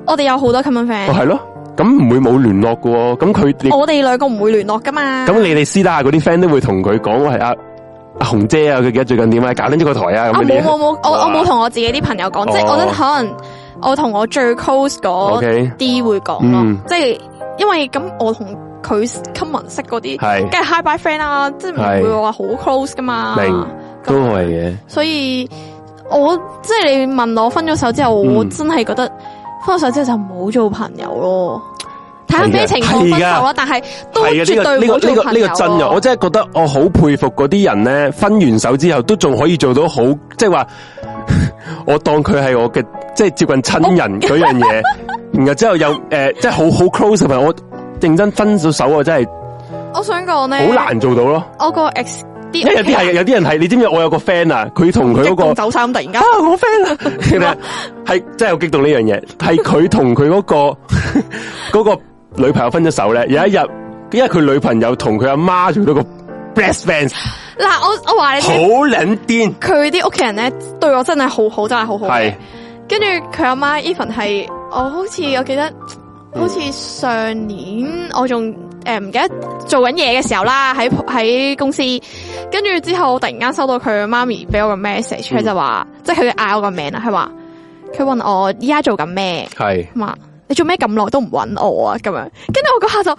Speaker 1: 我哋有好多 common
Speaker 2: 哦，
Speaker 1: friend，
Speaker 2: 系咯，咁唔會冇聯絡嘅喎，咁佢哋，
Speaker 1: 我哋兩個唔會聯絡噶嘛。
Speaker 2: 咁你哋私底下嗰啲 friend 都會同佢講，喂阿阿紅姐啊，佢而家最近點啊，搞緊呢個台啊，
Speaker 1: 啊
Speaker 2: 咁
Speaker 1: 冇冇
Speaker 2: 嗰啲
Speaker 1: 冇，我
Speaker 2: 哇
Speaker 1: 我冇同我自己啲朋友講，即係
Speaker 2: 哦
Speaker 1: 我覺得可能我同我最 close 嗰
Speaker 2: OK
Speaker 1: 啲會講
Speaker 2: 嗯
Speaker 1: 咯，即係因為咁我同佢 common 識嗰啲，
Speaker 2: 係
Speaker 1: 梗係 hi bye friend 啦，即係
Speaker 2: 係
Speaker 1: 唔會話好 close 噶嘛。
Speaker 2: 明都係嘅，
Speaker 1: 所以我即係你問我分咗手之後，
Speaker 2: 嗯
Speaker 1: 我真係覺得分咗手之後就唔好做朋友咯。睇下咩情況
Speaker 2: 係㗎
Speaker 1: 分手啦，但係都
Speaker 2: 係啊
Speaker 1: 絕
Speaker 2: 嘅，呢個
Speaker 1: 對
Speaker 2: 呢
Speaker 1: 唔好
Speaker 2: 個
Speaker 1: 做
Speaker 2: 呢個
Speaker 1: 朋
Speaker 2: 呢
Speaker 1: 友啊
Speaker 2: 個真嘅，我
Speaker 1: 咯。
Speaker 2: 真係覺得我好佩服嗰啲人咧，分完手之後都仲可以做到好，即係話 我當佢係我嘅，即係接近親
Speaker 1: 哦
Speaker 2: 人嗰樣嘢， 然後之後又诶，即係好好 close 嘅朋友，我認真分咗手，我真係
Speaker 1: 我想講咧，
Speaker 2: 好難做到咯。
Speaker 1: 我個 ex 啲
Speaker 2: 因為有啲係有啲人係，你知唔知我有個 friend 啊，佢同佢
Speaker 1: 激
Speaker 2: 嗰個
Speaker 1: 動走晒咁，突然間
Speaker 2: 啊，我 friend 啊，其實係真係好激動呢樣嘢，係佢同佢嗰個 嗰個女朋友分咗手咧，有一日，因為佢女朋友同佢阿媽做咗個 best friends，
Speaker 1: 嗱，我我話你
Speaker 2: 好
Speaker 1: 聽，
Speaker 2: 撚癲，
Speaker 1: 佢啲屋企人咧對我真係好好，真係好好嘅
Speaker 2: 係。
Speaker 1: 跟住佢阿媽 even 係，我好似我記得，
Speaker 2: 嗯
Speaker 1: 好似上年我仲誒唔記得做緊嘢嘅時候啦，喺喺公司，跟住之後突然間收到佢媽咪俾我個 message，佢、就話，即係佢嗌我個名啦，佢話佢問我依家做緊咩，
Speaker 2: 係
Speaker 1: 咁啊你做咩咁耐都唔揾我啊咁樣，跟住我嗰下就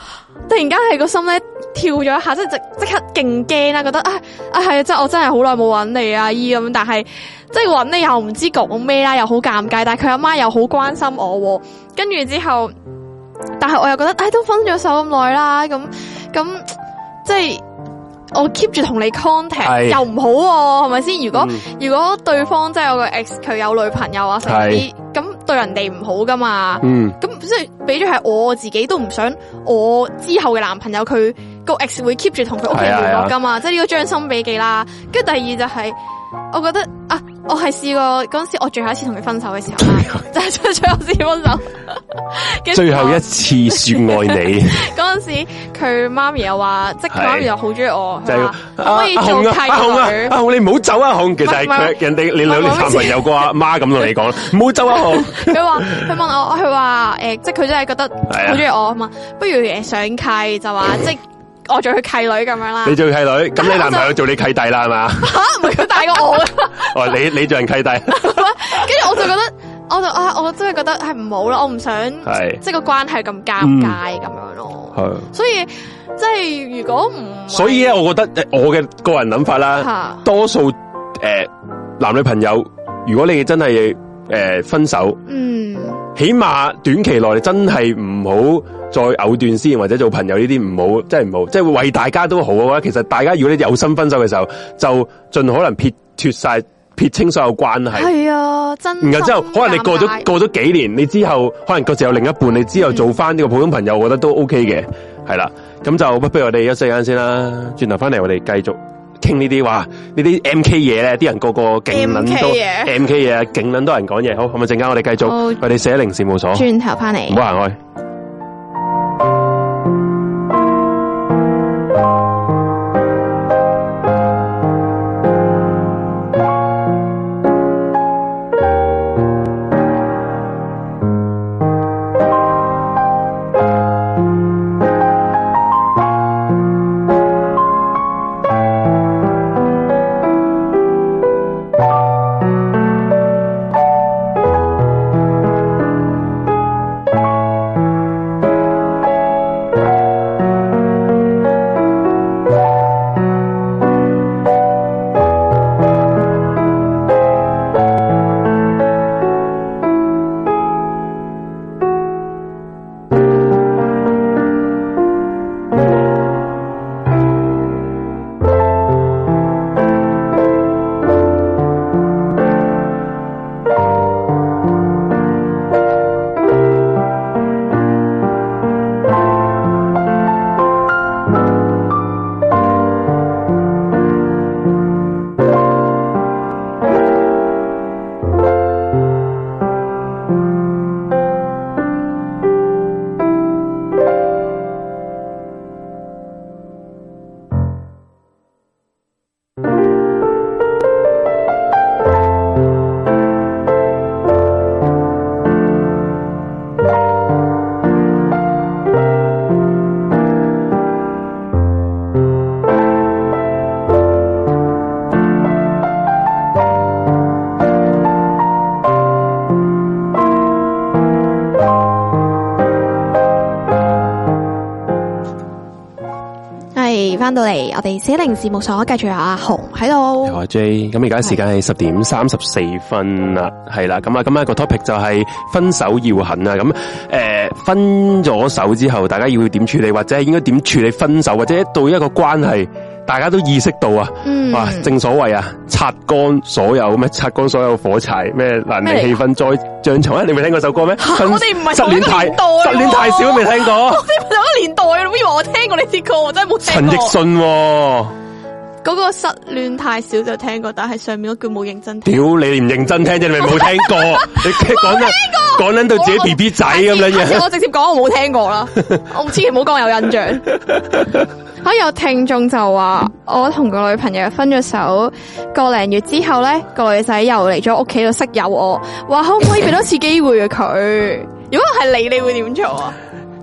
Speaker 1: 突然間係個心咧跳咗一下，即係即即刻勁驚啦，覺得啊啊係，即係我真係好耐冇揾你啊姨咁，但係即係揾你又唔知講咩啦，又好尷尬，但係佢阿媽又好關心我、喎。跟住之後，但係我又覺得，唉、都分咗手咁耐啦，咁咁即係我 keep 住同你 contact
Speaker 2: 係
Speaker 1: 又唔好喎、係咪先？如果、
Speaker 2: 嗯
Speaker 1: 如果對方即係有個 ex 佢有女朋友啊，成啲咁對人哋唔好噶嘛。
Speaker 2: 嗯，
Speaker 1: 咁即係俾咗係我自己都唔想我之後嘅男朋友佢個 ex 會 keep 住同佢屋企
Speaker 2: 係
Speaker 1: 聯
Speaker 2: 啊係啊
Speaker 1: 絡噶嘛，即係呢個將心比己啦。跟住第二就係、我覺得啊，我係試過嗰陣時，我最後一次同佢分手嘅時候啦， 就係最最後一次分手。跟住
Speaker 2: 最後
Speaker 1: 我
Speaker 2: 一次说愛 你，
Speaker 1: 嗰陣時，佢媽咪又話，即係佢
Speaker 2: 係
Speaker 1: 媽咪又好中意我，
Speaker 2: 就
Speaker 1: 佢
Speaker 2: 係
Speaker 1: 話可唔可以
Speaker 2: 阿
Speaker 1: 做
Speaker 2: 紅
Speaker 1: 契
Speaker 2: 啊，阿紅啊，阿
Speaker 1: 女？
Speaker 2: 紅你唔好走啊，紅其實係
Speaker 1: 唔係唔係
Speaker 2: 佢人哋你兩
Speaker 1: 唔係唔
Speaker 2: 年
Speaker 1: 係
Speaker 2: 男朋友個阿媽咁 同你講，唔好走啊，紅，
Speaker 1: 佢話佢問我，佢話誒，即係佢真係覺得
Speaker 2: 係啊
Speaker 1: 好中意我啊嘛，不如誒上契就話即係我做佢契女咁樣啦
Speaker 2: 你。做契女，咁你男朋友做你契弟啦係嘛？
Speaker 1: 吓，唔係佢大過我嘅，
Speaker 2: 哦，你你做人契弟，
Speaker 1: 跟住我就覺得，我就啊，我真係覺得係唔好啦，我唔想
Speaker 2: 係
Speaker 1: 即係個關係咁尷尬咁樣咯。
Speaker 2: 係。
Speaker 1: 所以即係如果唔，
Speaker 2: 嗯
Speaker 1: 啊
Speaker 2: 所以咧，我覺得呃我嘅個人諗法啦，
Speaker 1: 吓
Speaker 2: 多數诶、呃男女朋友，如果你真係诶、呃分手，
Speaker 1: 嗯
Speaker 2: 起碼短期內真係唔好再藕斷絲連或者做朋友呢啲唔好，真係唔好，即係為大家都好啊。其實大家如果你有心分手嘅時候，就盡可能撇脱晒、撇清所有關係。
Speaker 1: 係啊，真心尷尬。
Speaker 2: 然後之後，可能你過咗過咗幾年，你之後可能各自有另一半，你之後做翻呢個普通朋友，我覺得都 OK 嘅，係啦。咁就不不如我哋休息一陣先啦，轉頭翻嚟我哋繼續傾呢啲話呢啲 MK 嘢咧，啲人個個勁撚多
Speaker 1: MK 嘢
Speaker 2: MK 嘢，勁撚多人講嘢。好，咁啊陣間我哋繼續
Speaker 1: 好
Speaker 2: 我哋寫零事務所，唔
Speaker 1: 轉頭翻嚟
Speaker 2: 好。行開。
Speaker 1: 係翻到嚟，我哋寫零事務所繼續有阿紅喺度。
Speaker 2: 有啊 J，咁而家時間係十點三十四分啦，係啦，咁啊，今日個 topic 就係分手要狠啊，咁诶、呃分咗手之後，大家要點處理，或者應該點處理分手，或者到一個關係，大家都意識到啊，
Speaker 1: 嗯
Speaker 2: 哇，正所謂啊，擦乾所有咩，擦乾所有火柴咩，難
Speaker 1: 咩嚟㗎
Speaker 2: 離氣氛再像從啊，你未聽過首歌咩？分
Speaker 1: 我哋唔係
Speaker 2: 失
Speaker 1: 同一
Speaker 2: 戀
Speaker 1: 個
Speaker 2: 太
Speaker 1: 年代喎
Speaker 2: 失戀太少都未 聽過，
Speaker 1: 你咪有一年代咯，以為我聽過呢支歌，我真係冇
Speaker 2: 陳
Speaker 1: 聽過。
Speaker 2: 奕迅、喎，
Speaker 1: 嗰個失戀太少就聽過，但係上面嗰句冇認真聽。
Speaker 2: 屌你唔認真聽啫，你咪冇聽 過，你講緊講緊到自己 B B 仔 咁樣
Speaker 1: 下次
Speaker 2: 嘢。
Speaker 1: 啊我直接講我冇聽過啦， 我唔千祈唔好講有印 象。嚇有聽眾就話，我同個女朋友分咗手個零月之後咧，個女仔又嚟咗屋企度識友我，話可唔可以俾多次機會佢？ 如果係你，你會點做 啊？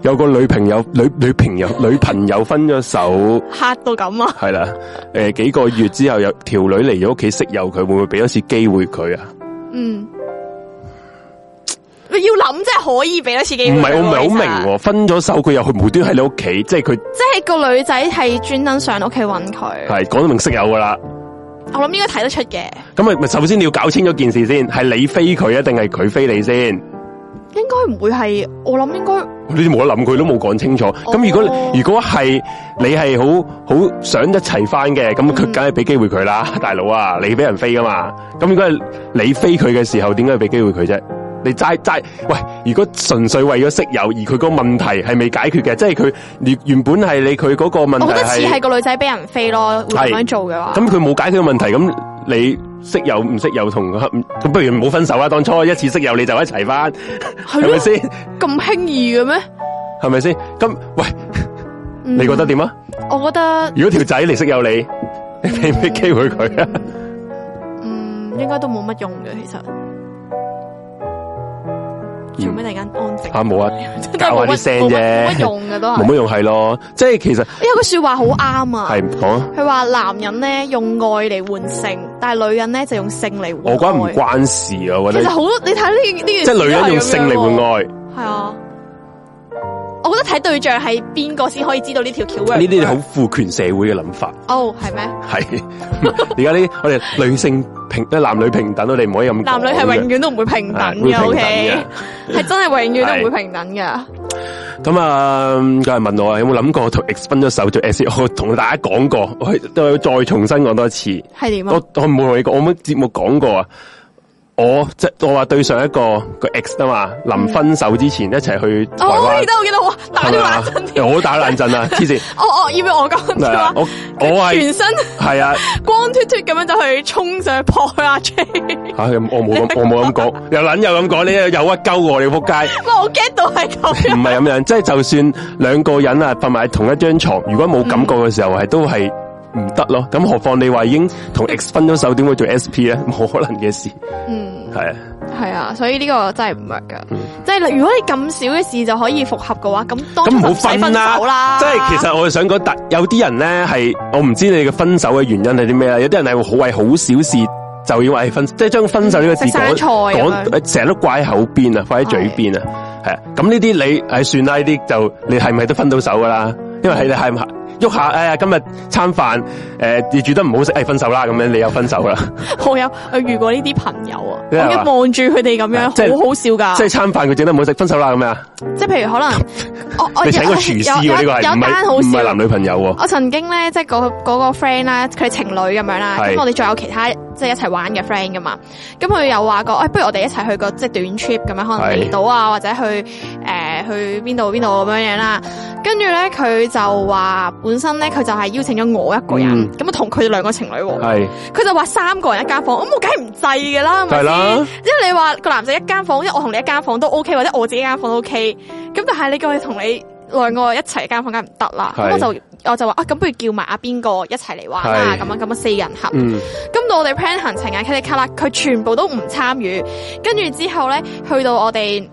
Speaker 2: 有個女朋友女女朋友女朋友分咗手，
Speaker 1: 嚇到咁啊！
Speaker 2: 係啦，诶、幾個月之後有條女嚟咗屋企識友，佢會唔會俾一次機會佢啊？
Speaker 1: 嗯，你嗯要諗真係可以俾多次機
Speaker 2: 唔
Speaker 1: 會佢
Speaker 2: 係
Speaker 1: 喎。
Speaker 2: 我唔係好明
Speaker 1: 其實
Speaker 2: 喎，分咗手佢又去無端喺你屋企，即係佢
Speaker 1: 即係個女仔係專登上屋企揾佢，
Speaker 2: 係講到明識友噶啦。
Speaker 1: 我諗應該睇得出嘅，
Speaker 2: 咁咪咪首先你要搞清咗件事先，係你飛佢啊，定係佢飛你先？
Speaker 1: 應該唔會係，我諗應該
Speaker 2: 呢啲冇得諗，佢都冇講清楚。咁、如
Speaker 1: 哦
Speaker 2: 果如果係你係好好想一齊翻嘅，咁
Speaker 1: 嗯
Speaker 2: 佢梗係俾機會佢啦， 大佬啊，你俾人飛噶嘛？咁如果係你飛佢嘅時候，點解要俾機會佢啫？你齋齋喂，如果純粹為咗識友，而佢個問題係未解決嘅，即係佢原原本係你佢嗰個問題
Speaker 1: 我覺得似係
Speaker 2: 係，
Speaker 1: 個女仔俾人飛咯，會咁樣做嘅話，
Speaker 2: 咁佢冇解決嘅問題，咁你識友唔識友同咁不如唔好分手啦。啊當初一次識友你就一齊翻，
Speaker 1: 係
Speaker 2: 係咪
Speaker 1: 咯，
Speaker 2: 先？
Speaker 1: 咁輕易嘅咩？
Speaker 2: 係咪先？咁喂，
Speaker 1: 嗯
Speaker 2: 你覺得？點啊？
Speaker 1: 我覺得
Speaker 2: 如果條仔嚟識有你， 你俾唔俾機會佢啊？
Speaker 1: 嗯，應該都冇乜用嘅，其實做咩突然間安靜？
Speaker 2: 啊冇啊，
Speaker 1: 真係
Speaker 2: 搞嗯下
Speaker 1: 冇乜
Speaker 2: 啲聲
Speaker 1: 冇乜冇乜
Speaker 2: 啫，
Speaker 1: 用嘅都
Speaker 2: 冇
Speaker 1: 係。
Speaker 2: 乜用係咯。即係其實
Speaker 1: 有句说話好啱啊，
Speaker 2: 係講啊，
Speaker 1: 佢話男人咧用愛嚟換性，但係女人咧就用性嚟
Speaker 2: 我
Speaker 1: 換
Speaker 2: 覺得唔
Speaker 1: 愛。
Speaker 2: 關事啊，我
Speaker 1: 其
Speaker 2: 覺
Speaker 1: 實
Speaker 2: 得
Speaker 1: 好多，你睇呢呢件
Speaker 2: 即係女人用性嚟換
Speaker 1: 愛，
Speaker 2: 愛，
Speaker 1: 係啊。我覺得睇對象係邊個先可以知道呢條橋
Speaker 2: 呢啲好父權社會嘅諗法
Speaker 1: 哦，係咩？
Speaker 2: 係。 而家呢，我哋女性平男女平等，我哋唔可以咁講嘅。
Speaker 1: 男女係永遠都唔會平等
Speaker 2: 係會平
Speaker 1: 嘅
Speaker 2: 等
Speaker 1: ，OK，係真係永遠都唔
Speaker 2: 係
Speaker 1: 會平等嘅。
Speaker 2: 咁啊，嗯有人問我啊有冇諗過同 X 分咗手做 S？我同大家講過，我都再重新講多一次。
Speaker 1: 係點啊
Speaker 2: 我？我冇同你講，我冇節目講過啊。我即係我話對上一個個 ex 啊嘛，臨分手之前一齊去台
Speaker 1: 嗯哦，我
Speaker 2: 灣
Speaker 1: 記，得，我記得，哇，打咗冷震
Speaker 2: 係
Speaker 1: 添。
Speaker 2: 嘛我都打冷震啊，黐 線！
Speaker 1: 哦哦，以為我講
Speaker 2: 係
Speaker 1: 嘅
Speaker 2: 啊
Speaker 1: 話，
Speaker 2: 我我
Speaker 1: 全
Speaker 2: 係
Speaker 1: 身
Speaker 2: 係啊，
Speaker 1: 光脱脱咁樣就去衝上去破阿 J，
Speaker 2: 吓我冇啊咁我冇咁講， 又撚又咁講，你又屈鳩我你仆街，
Speaker 1: 哇！我 get 到係咁樣，
Speaker 2: 唔係咁樣，即係就算兩個人啊瞓埋同一張床，如果冇感覺嘅時候係都係唔得咯。咁何況你話已經同 ex 分咗手，點會做 SP 咧？冇可能嘅事，
Speaker 1: 嗯，
Speaker 2: 係啊。
Speaker 1: 係啊，所以呢個真係唔係
Speaker 2: 嗯
Speaker 1: 噶，即係如果你咁少嘅事就可以復合嘅話，咁當
Speaker 2: 咁
Speaker 1: 初
Speaker 2: 唔好
Speaker 1: 哦就使
Speaker 2: 分
Speaker 1: 分
Speaker 2: 啦
Speaker 1: 手啦。
Speaker 2: 即係其實我想講，但有啲人咧係我唔知你嘅分手嘅原因係啲咩啦。有啲人係會好為好小事就要為分，即係將分手呢個字
Speaker 1: 食生
Speaker 2: 講
Speaker 1: 菜咁樣
Speaker 2: 講，成日都掛喺口邊啊，掛喺嘴邊啊。係啊，咁呢啲你係算啦，呢啲就你係咪都分到手噶啦？因為係你係唔係喐下，哎呀，今日餐飯誒你煮得唔好食，哎分手啦，咁樣你又分手啦。
Speaker 1: 我有我遇過呢啲朋友啊，我
Speaker 2: 即係
Speaker 1: 一
Speaker 2: 話
Speaker 1: 望住佢哋咁樣，
Speaker 2: 即係
Speaker 1: 好好笑㗎。
Speaker 2: 即係餐飯佢整得唔好食，分手啦咁樣啊。
Speaker 1: 即係譬如可能我我
Speaker 2: 你請個廚師
Speaker 1: 哦有
Speaker 2: 喎，呢個
Speaker 1: 有
Speaker 2: 係
Speaker 1: 有
Speaker 2: 唔
Speaker 1: 單
Speaker 2: 係
Speaker 1: 好
Speaker 2: 唔係
Speaker 1: 笑
Speaker 2: 男。女朋友喎？
Speaker 1: 我曾經咧，即係嗰嗰個 friend 啦，佢哋情侶咁樣啦，
Speaker 2: 係
Speaker 1: 咁我哋仲有其他即係一齊玩嘅 friend 噶嘛，咁佢又話過，誒、不如我哋一齊去個即係短 trip 咁樣，可能
Speaker 2: 係
Speaker 1: 離島啊，或者去誒、呃去邊度邊度咁樣樣啦。跟住咧，佢就話本身咧，佢就係邀請咗我一個人
Speaker 2: 嗯，
Speaker 1: 咁啊同佢哋兩個情侶喎，
Speaker 2: 係
Speaker 1: 佢就話三個人一間房，咁我梗係唔制㗎啦，係咪
Speaker 2: 係啦
Speaker 1: 先？即係你話個男仔一間房，因為我同你一間房都 OK，或者我自己一間房都 OK。咁但係你叫我同你兩個一齊一間房，梗係唔得啦。咁
Speaker 2: 係
Speaker 1: 我就我就話啊，咁不如叫埋阿邊個一齊嚟玩啦，
Speaker 2: 係
Speaker 1: 咁樣咁樣四人合。
Speaker 2: 嗯。
Speaker 1: 咁到我哋 plan 行程啊，卡里卡啦，佢全部都唔參與。跟住之後咧，去到我哋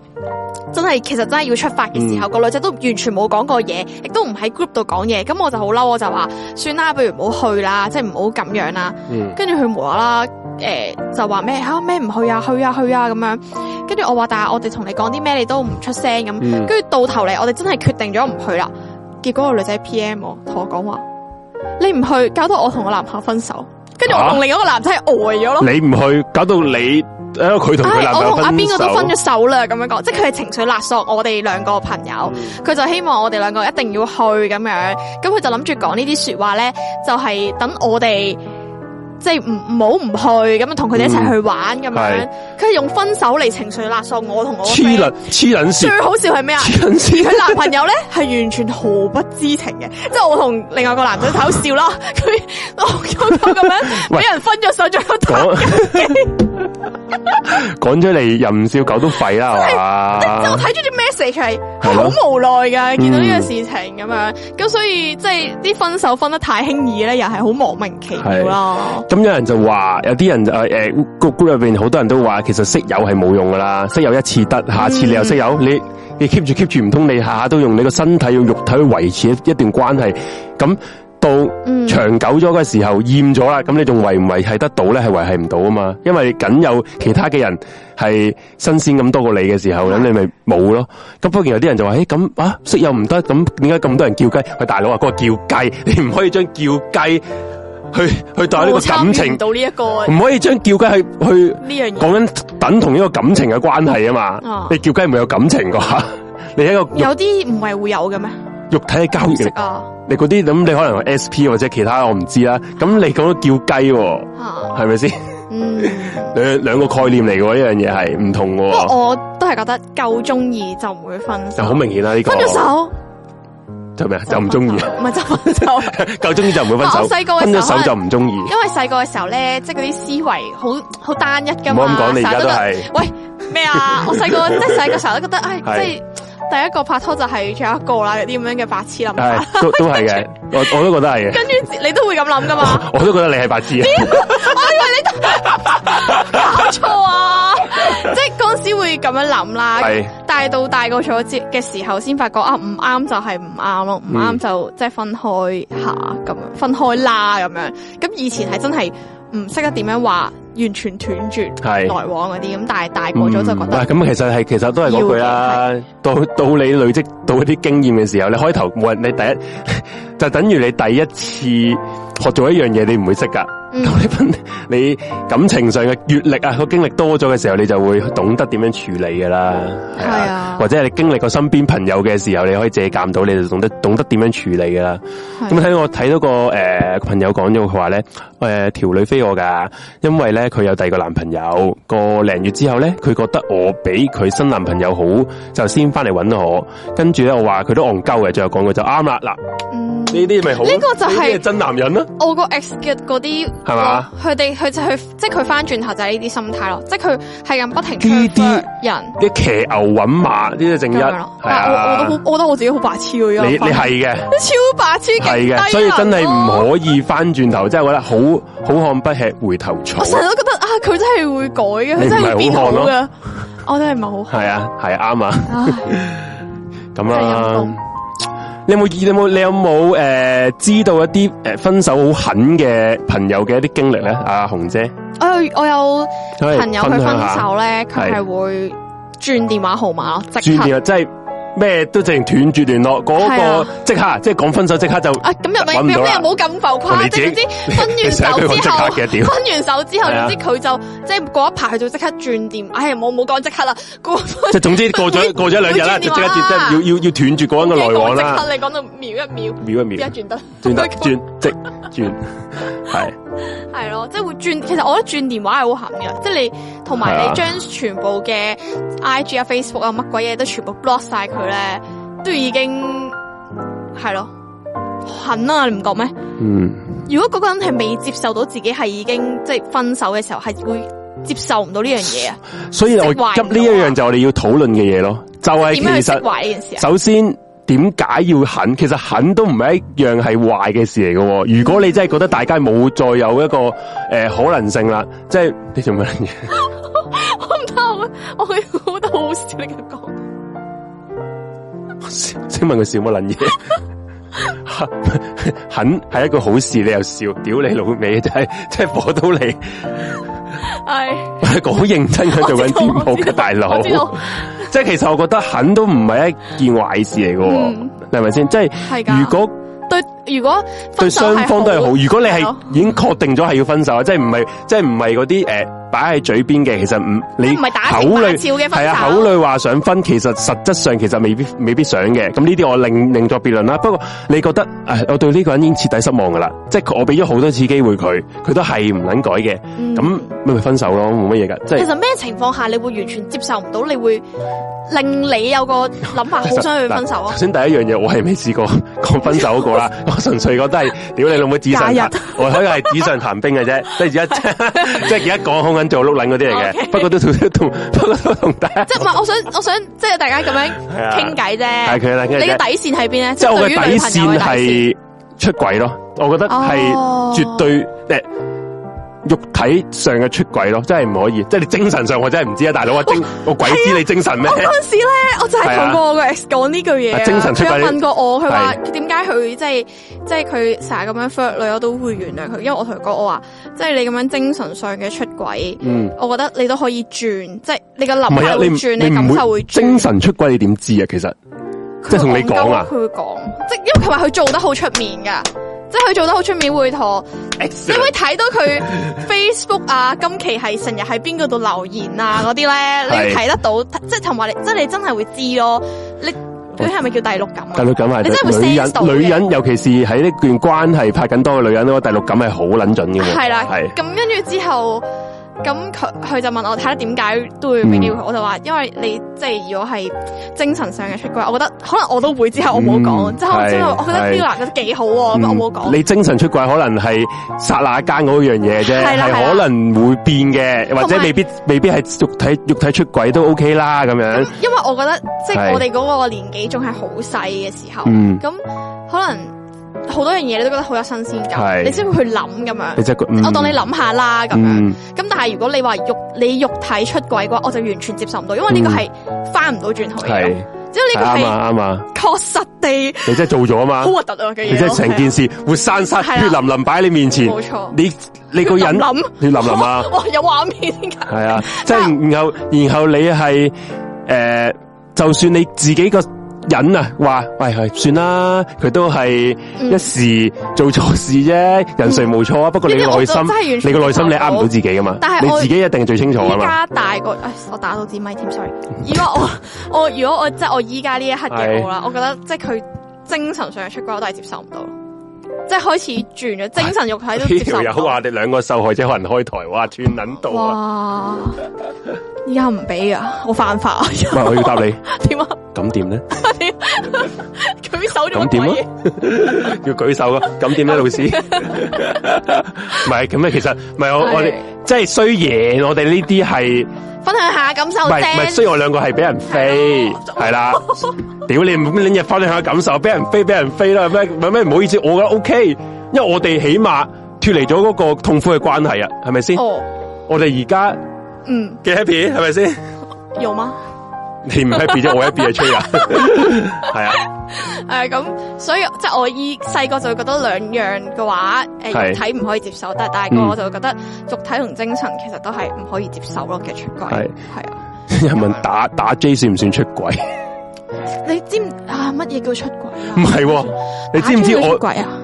Speaker 1: 真係其實真係要出發嘅
Speaker 2: 嗯
Speaker 1: 時候，個女仔都完全冇講過嘢，亦都唔喺 group 度講嘢。咁我就好嬲，我就話算啦，不如唔好去啦，即係唔好咁樣啦。
Speaker 2: 嗯
Speaker 1: 跟住佢無啦啦，誒、就話咩嚇咩唔去啊，去啊去啊咁樣。跟住我話，但係我哋同你講啲咩，你都唔出聲咁。
Speaker 2: 嗯
Speaker 1: 跟住、到頭嚟，我哋真係決定咗唔去啦。結果個女仔 P.M 我，同我講話：你唔去，搞到我同我男朋友分手。跟住我
Speaker 2: 啊
Speaker 1: 同另一個男仔係呆咗咯。
Speaker 2: 你唔去，搞到你，因為佢同佢
Speaker 1: 唉
Speaker 2: 男
Speaker 1: 哦哎我
Speaker 2: 朋友
Speaker 1: 同阿
Speaker 2: 分
Speaker 1: 邊個
Speaker 2: 手，
Speaker 1: 都分咗手啦，咁樣講，即係佢係情緒勒索我哋兩個朋友，
Speaker 2: 嗯
Speaker 1: 佢、就希望我哋兩個一定要去咁樣，咁佢就諗住講呢啲说話咧，就係等我哋即係唔唔好唔去，咁啊同佢哋一齊去玩咁、樣
Speaker 2: 嗯係，
Speaker 1: 佢係用分手嚟情緒勒索我同我個
Speaker 2: 黐
Speaker 1: friend
Speaker 2: 撚黐撚線，
Speaker 1: 最好笑係咩啊？
Speaker 2: 黐撚線
Speaker 1: 佢男朋友咧係完全毫不知情嘅，即係我同另外個男仔睇好笑啦，佢我咁樣俾人分咗手，仲有打
Speaker 2: 講講出嚟又唔笑狗都廢啦，係
Speaker 1: 即係我
Speaker 2: 嘛？
Speaker 1: 睇住啲 message 係
Speaker 2: 係咯嗯
Speaker 1: 好無奈噶，見到呢個事情咁樣，咁所以即係啲分手分得太輕易咧，又係好莫名其妙咯。
Speaker 2: 咁有人就話，有啲人就誒誒個 group 入邊好多人都話，其實識友係冇用噶啦，識友一次得，下次你又識友，你你 keep 住 keep 住，唔通你下下都用你個身體用肉體去維持一一段關係，咁到
Speaker 1: 嗯
Speaker 2: 長久咗嘅時候厭咗啦，咁你仲維唔維係得到咧？係維係唔到啊嘛，因為僅有其他嘅人係新鮮咁多過你嘅時候，咁你咪冇咯。咁不過有啲人就話：，誒咁啊，色又唔得，咁點解咁多人叫雞？喂，大佬啊，嗰、個叫雞，你唔可以將叫雞去去代呢個感情，嗯
Speaker 1: 到呢一個
Speaker 2: 唔可以將叫雞去去
Speaker 1: 呢樣嘢，
Speaker 2: 講緊等同一個感情嘅關係啊嘛。
Speaker 1: 啊
Speaker 2: 你叫雞唔會有感情啩？ 你係一個肉
Speaker 1: 有啲唔係會有嘅咩？
Speaker 2: 肉體嘅交易嚟
Speaker 1: 食啊
Speaker 2: 你嗰啲咁，你可能 S P 或者其他我唔知啦。咁你講到叫雞喎，
Speaker 1: 啊，
Speaker 2: 係咪先？
Speaker 1: 嗯，
Speaker 2: 兩兩個概念嚟嘅喎，呢樣嘢係唔同嘅
Speaker 1: 不過
Speaker 2: 喎，
Speaker 1: 我都係覺得夠中意就唔會分手
Speaker 2: 就，好明顯啦。呢個
Speaker 1: 分咗手
Speaker 2: 就咩啊？就唔 中意
Speaker 1: 分，手唔係就分手。
Speaker 2: 夠中意就唔會分
Speaker 1: 我
Speaker 2: 手。
Speaker 1: 細個嘅時候
Speaker 2: 分咗手就 唔中意，
Speaker 1: 因為細個嘅時候咧，即係嗰啲思維好好單一噶
Speaker 2: 唔
Speaker 1: 嘛，
Speaker 2: 好咁講。你而
Speaker 1: 成日
Speaker 2: 家都
Speaker 1: 覺得
Speaker 2: 係
Speaker 1: 喂咩 啊？我細個即係細個時候都覺得，唉，
Speaker 2: 係
Speaker 1: 即係第一個拍拖就係最後一個啦，有啲咁樣嘅白痴諗法。
Speaker 2: 係都都係嘅，我我都覺得 係嘅，
Speaker 1: 跟住你都會咁諗噶 嘛？
Speaker 2: 我都覺得你係白痴啊。
Speaker 1: 搞錯啊！即係嗰陣時會咁樣諗啦。
Speaker 2: 係
Speaker 1: 但係到大個咗之嘅時候，先發覺啊，唔啱就係唔啱咯，唔啱
Speaker 2: 嗯
Speaker 1: 就即係分開下咁樣，分開啦咁樣。咁以前係真係唔識得點樣話完全斷絕
Speaker 2: 係
Speaker 1: 來往嗰啲，咁但係大個咗就覺
Speaker 2: 嗯
Speaker 1: 得
Speaker 2: 啊咁其實係其實都係嗰句啦。到到你累積到啲經驗嘅時候，你開頭冇人，你第一 就等於你第一次學做一樣嘢，你唔會識噶。
Speaker 1: 嗯
Speaker 2: 咁你分你感情上嘅閱歷啊，個經歷多咗嘅時候，你就會懂得點樣處理噶啦。
Speaker 1: 係啊
Speaker 2: 或者係你經歷過身邊朋友嘅時候，你可以借鑑到，你就懂得懂得點樣處理噶啦。
Speaker 1: 係
Speaker 2: 咁睇到我睇到個誒、呃朋友講咗佢話咧，誒、條呃女飛我噶，因為咧佢有第二個男朋友，個零月之後咧，佢覺得我比佢新男朋友好，就先翻嚟揾我。跟住咧我話佢都戇鳩嘅，最後講佢就啱啦。嗱，呢
Speaker 1: 嗯
Speaker 2: 啲咪好咯，
Speaker 1: 呢個就係
Speaker 2: 呢啲真男人啦。
Speaker 1: 我個 ex 嘅嗰啲
Speaker 2: 係嘛
Speaker 1: 佢哋佢就去即係佢翻轉頭就係呢啲心態咯，即係佢係咁不停
Speaker 2: 呢啲
Speaker 1: prefer 人
Speaker 2: 啲騎牛揾馬呢啲正一
Speaker 1: 咁樣咯。
Speaker 2: 係
Speaker 1: 但係我
Speaker 2: 啊
Speaker 1: 我都好，，啊我覺得我自己好白痴喎，而家
Speaker 2: 你你
Speaker 1: 諗返
Speaker 2: 係嘅。
Speaker 1: 超白痴，
Speaker 2: 係
Speaker 1: 勁低
Speaker 2: 嘅，所以真
Speaker 1: 能
Speaker 2: 係
Speaker 1: 咯
Speaker 2: 唔可以翻轉頭，真係覺得好好漢不吃回頭草
Speaker 1: 我。成日都覺得啊，佢真係會改嘅，
Speaker 2: 你
Speaker 1: 佢真
Speaker 2: 唔係
Speaker 1: 係會變
Speaker 2: 好
Speaker 1: 好
Speaker 2: 漢咯
Speaker 1: 嘅。我真係唔係好
Speaker 2: 係啊，係啊啱啊，
Speaker 1: 唉， 真係啊
Speaker 2: 咁
Speaker 1: 陰
Speaker 2: 啦
Speaker 1: 公。
Speaker 2: 你有冇你有冇你有冇诶、呃知道一啲诶、呃分手好狠嘅朋友嘅一啲經歷咧？阿、紅姐，
Speaker 1: 我有哎我有
Speaker 2: 可以
Speaker 1: 朋友佢
Speaker 2: 分
Speaker 1: 分
Speaker 2: 享下，
Speaker 1: 手咧，佢係
Speaker 2: 係
Speaker 1: 會轉電話號碼咯，即
Speaker 2: 轉
Speaker 1: 刻
Speaker 2: 電話即係咩都直情斷絕聯絡，嗰、
Speaker 1: 係啊
Speaker 2: 個即刻即係講分手即刻就
Speaker 1: 啊，咁又咪
Speaker 2: 嗯搵
Speaker 1: 咁
Speaker 2: 唔
Speaker 1: 你
Speaker 2: 到啦
Speaker 1: 又冇咁浮誇，
Speaker 2: 你
Speaker 1: 即
Speaker 2: 自
Speaker 1: 係
Speaker 2: 己
Speaker 1: 總之分
Speaker 2: 你成日都
Speaker 1: 完手之
Speaker 2: 講即
Speaker 1: 後
Speaker 2: 刻。嘅屌，
Speaker 1: 分完手之後，
Speaker 2: 係啊
Speaker 1: 總之佢就即係過一排，佢就即刻轉電，唉，冇冇講即刻啦， 過
Speaker 2: 即係總之 過
Speaker 1: 會
Speaker 2: 咗過咗兩日啦，
Speaker 1: 會轉
Speaker 2: 就
Speaker 1: 電
Speaker 2: 即
Speaker 1: 話
Speaker 2: 刻
Speaker 1: 啦
Speaker 2: 即係要要要斷絕嗰個人嘅來往
Speaker 1: 即
Speaker 2: 啦，
Speaker 1: 刻你講到秒一秒，
Speaker 2: 秒一
Speaker 1: 一
Speaker 2: 秒。
Speaker 1: 轉得
Speaker 2: 转得转即转，系
Speaker 1: 係咯，即係會轉。其實我覺得轉電話係好痕嘅，即係你同
Speaker 2: 係
Speaker 1: 埋
Speaker 2: 啊
Speaker 1: 你將全部嘅 I G 啊、Facebook 啊、乜鬼嘢都全部 block 晒佢咧，都已經係咯，痕啊！你唔覺咩？
Speaker 2: 嗯
Speaker 1: 如果嗰個人係未接受到自己係已經即係分手嘅時候，係會接受唔到呢樣嘢啊？，
Speaker 2: 所以我
Speaker 1: 釋懷
Speaker 2: 急呢一樣就我哋要討論嘅嘢咯，就係
Speaker 1: 點樣去
Speaker 2: 其
Speaker 1: 釋
Speaker 2: 實
Speaker 1: 懷呢件事啊？
Speaker 2: 首先點解要狠？其實狠都唔係一樣係壞嘅事嚟嘅喎。如果你真係覺得大家冇再有一個诶、呃可能性啦，即係你做乜嘢？
Speaker 1: 我唔得，我 我我覺得好笑你咁講。
Speaker 2: 请問佢笑乜撚嘢？ 狠係一個好事，你又笑，屌你老味，真係真係火到你！
Speaker 1: 唉，
Speaker 2: 好認真佢做緊節目
Speaker 1: 我知
Speaker 2: 嘅
Speaker 1: 道
Speaker 2: 大佬
Speaker 1: 我。知道
Speaker 2: 即係其實我覺得狠都唔係一件壞事嚟嘅喎，
Speaker 1: 嗯
Speaker 2: 係咪先？即係
Speaker 1: 係㗎。
Speaker 2: 如果
Speaker 1: 對，如果
Speaker 2: 對
Speaker 1: 分手
Speaker 2: 雙方都係好，如果你
Speaker 1: 係
Speaker 2: 係
Speaker 1: 咯
Speaker 2: 已經確定咗係要分手，啊即係唔係即係唔係嗰啲诶擺喺嘴邊嘅，其實唔你
Speaker 1: 即係唔係打
Speaker 2: 口
Speaker 1: 情罵
Speaker 2: 裏
Speaker 1: 俏嘅分手
Speaker 2: 係啊口裏話想分，其實實質上其實未必未必想嘅。咁呢啲我另另作別論啦。不過你覺得诶我對呢個人已經徹底失望噶啦，即係我俾咗好多次機會佢，佢都係唔撚改嘅，
Speaker 1: 嗯
Speaker 2: 咁咪咪分手咯，冇乜嘢㗎。即
Speaker 1: 其
Speaker 2: 係
Speaker 1: 實咩情況下你會完全接受唔到，你會令你有個諗法，好想去分手啊
Speaker 2: 首？先第一樣嘢，我係未試過 講分手嗰 個啦，我純粹覺得係屌你老母紙上
Speaker 1: 假
Speaker 2: 談
Speaker 1: 日，
Speaker 2: 我可以係紙上談兵嘅啫，即 係而家即係而家講空緊做碌撚嗰啲嚟
Speaker 1: OK
Speaker 2: 嘅，不過都同同不過都同大家
Speaker 1: 即係唔係？我想我想即係大家咁樣
Speaker 2: 係啊
Speaker 1: 傾偈
Speaker 2: 係
Speaker 1: 啫。
Speaker 2: 佢啦，
Speaker 1: 你
Speaker 2: 跟住
Speaker 1: 嘅
Speaker 2: 啫
Speaker 1: 底線喺邊咧？
Speaker 2: 即係
Speaker 1: 係
Speaker 2: 我嘅
Speaker 1: 對於女
Speaker 2: 底
Speaker 1: 朋友
Speaker 2: 線
Speaker 1: 嘅底線
Speaker 2: 係出軌咯，我覺得係
Speaker 1: 哦
Speaker 2: 絕對誒肉體上嘅出軌咯，真係唔可以。即係你精神上我真係唔知啊，大佬啊，精我鬼知你精神咩
Speaker 1: 我？嗰阵时咧，我就係同過我個 ex 講呢句嘢啊
Speaker 2: 啊精神出軌
Speaker 1: 佢有問過我，佢話
Speaker 2: 係
Speaker 1: 點解佢即係即係佢成日咁樣 flirt 女，我都會原諒佢，因為我同佢講我話，即係你咁樣精神上嘅出軌，
Speaker 2: 嗯，
Speaker 1: 我覺得你都可以轉，即係你嘅
Speaker 2: 唔
Speaker 1: 諗
Speaker 2: 係
Speaker 1: 法
Speaker 2: 啊，
Speaker 1: 會轉，
Speaker 2: 你
Speaker 1: 你
Speaker 2: 唔
Speaker 1: 感受
Speaker 2: 唔
Speaker 1: 會
Speaker 2: 會
Speaker 1: 轉。
Speaker 2: 精神出軌，你點知啊？其實即係同你講啊
Speaker 1: 佢會講，即係因為佢話佢做得好出面㗎，即係佢做得好出面會同我。你會睇到 佢 Facebook 啊，今期係成日喺邊個度留言啊嗰啲咧，你會睇得到，即係同埋你，即係你真係會知咯。你佢係咪叫第六感啊？
Speaker 2: 第六感係
Speaker 1: 你真係會
Speaker 2: 女
Speaker 1: sense 到嘅
Speaker 2: 人，女人尤其是喺呢段關係拍緊多嘅女人咧，第六感係好撚準嘅喎。
Speaker 1: 係啦，
Speaker 2: 係
Speaker 1: 咁跟住之後，咁佢佢就問我睇下點解都會俾機會
Speaker 2: 嗯
Speaker 1: 佢，我就話因為你即係如果係精神上嘅出軌，我覺得可能我都會之後我冇講，
Speaker 2: 嗯
Speaker 1: 之後之後
Speaker 2: 係
Speaker 1: 我覺得
Speaker 2: 係
Speaker 1: 呢個男嘅幾好喎，咁我冇
Speaker 2: 嗯
Speaker 1: 講。
Speaker 2: 你精神出軌可能係剎那間嗰樣嘢啫，
Speaker 1: 係啦係
Speaker 2: 係
Speaker 1: 啦
Speaker 2: 可能會變嘅，或
Speaker 1: 同
Speaker 2: 者
Speaker 1: 埋
Speaker 2: 未必未必係肉體肉體出軌都 OK 啦咁樣。
Speaker 1: 因為我覺得即係
Speaker 2: 係
Speaker 1: 我哋嗰個年紀仲係好細嘅時候，咁、
Speaker 2: 嗯
Speaker 1: 可能好多樣嘢你都覺得好有新鮮感，
Speaker 2: 係
Speaker 1: 你先會去諗咁
Speaker 2: 你
Speaker 1: 樣。
Speaker 2: 真係覺嗯
Speaker 1: 我當你諗下啦咁樣，咁、
Speaker 2: 嗯
Speaker 1: 但係如果你話肉你肉體出軌嘅話，我就完全接受唔到，因為呢個係翻唔到轉頭嘅嘢
Speaker 2: 嗯係
Speaker 1: 咯，即係
Speaker 2: 係啱
Speaker 1: 呢
Speaker 2: 啊啱啊，
Speaker 1: 個係確實地
Speaker 2: 你真係做咗啊嘛
Speaker 1: 好，核突啊嘅嘢咯。
Speaker 2: 你真係成件事活生生
Speaker 1: 係
Speaker 2: 血
Speaker 1: 啊
Speaker 2: 淋淋擺喺你面前，
Speaker 1: 冇錯
Speaker 2: 你你個人
Speaker 1: 血淋淋
Speaker 2: 血淋淋 啊！
Speaker 1: 哇有畫面㗎
Speaker 2: 系 啊，即系然后然后你系诶、呃就算你自己个人啊，话喂系算啦，佢都系一時做錯事啫，人誰無錯啊？不過你
Speaker 1: 呢啲嗯我
Speaker 2: 內
Speaker 1: 就
Speaker 2: 心
Speaker 1: 真係完，全
Speaker 2: 你個內心你呃唔到自己噶嘛
Speaker 1: 但係，
Speaker 2: 你
Speaker 1: 我
Speaker 2: 自己一定係最清楚噶
Speaker 1: 依
Speaker 2: 啊嘛。
Speaker 1: 家大個，唉，我打到支咪添，sorry。如果我我如果我即係我依家呢一刻嘅我啦，我覺得即係佢精神上嘅出軌我都係接受唔到，即係開始轉咗精神肉體都
Speaker 2: 呢
Speaker 1: 接受
Speaker 2: 條友
Speaker 1: 唔到
Speaker 2: 話。你兩個受害者可能開台， 哇斷撚到
Speaker 1: 哇！
Speaker 2: 啊！
Speaker 1: 依家唔俾啊，我犯法啊！
Speaker 2: 喂，我要答你，
Speaker 1: 點啊？
Speaker 2: 咁點咧？
Speaker 1: 舉手做乜
Speaker 2: 咁點啊
Speaker 1: 鬼？？
Speaker 2: 要舉手啊！咁點咧，老 師？唔係咁咧，其實唔係我我哋
Speaker 1: 係
Speaker 2: 即係雖然我哋呢啲係。
Speaker 1: 分享下感受
Speaker 2: 唔係唔係，
Speaker 1: 啫。
Speaker 2: 雖然我兩個係俾人飛，係啦，屌你唔拎日翻享下感受，俾人飛俾人飛啦，有咩有咩唔好意思，我覺得 OK，因為我哋起碼脱離咗嗰個痛苦嘅關係啊，係咪先？
Speaker 1: 哦，
Speaker 2: 我哋而家
Speaker 1: 嗯，
Speaker 2: 嘅 happy 係咪先？
Speaker 1: 有嗎？
Speaker 2: 你唔 happy 啫，我 happy 啊，吹 啊，係啊，
Speaker 1: 诶，咁、所以即系我依細個就會覺得兩樣嘅話，诶、
Speaker 2: 係
Speaker 1: 肉體唔可以接受，但係大個
Speaker 2: 嗯
Speaker 1: 我就會覺得肉體同精神其實都係唔可以接受咯嘅出軌。
Speaker 2: 係
Speaker 1: 係啊，
Speaker 2: 有人問打打 J 算唔算出軌？
Speaker 1: 你知唔啊乜嘢叫出軌啊？
Speaker 2: 唔係喎，你知唔知
Speaker 1: 打出
Speaker 2: 我
Speaker 1: 出軌啊？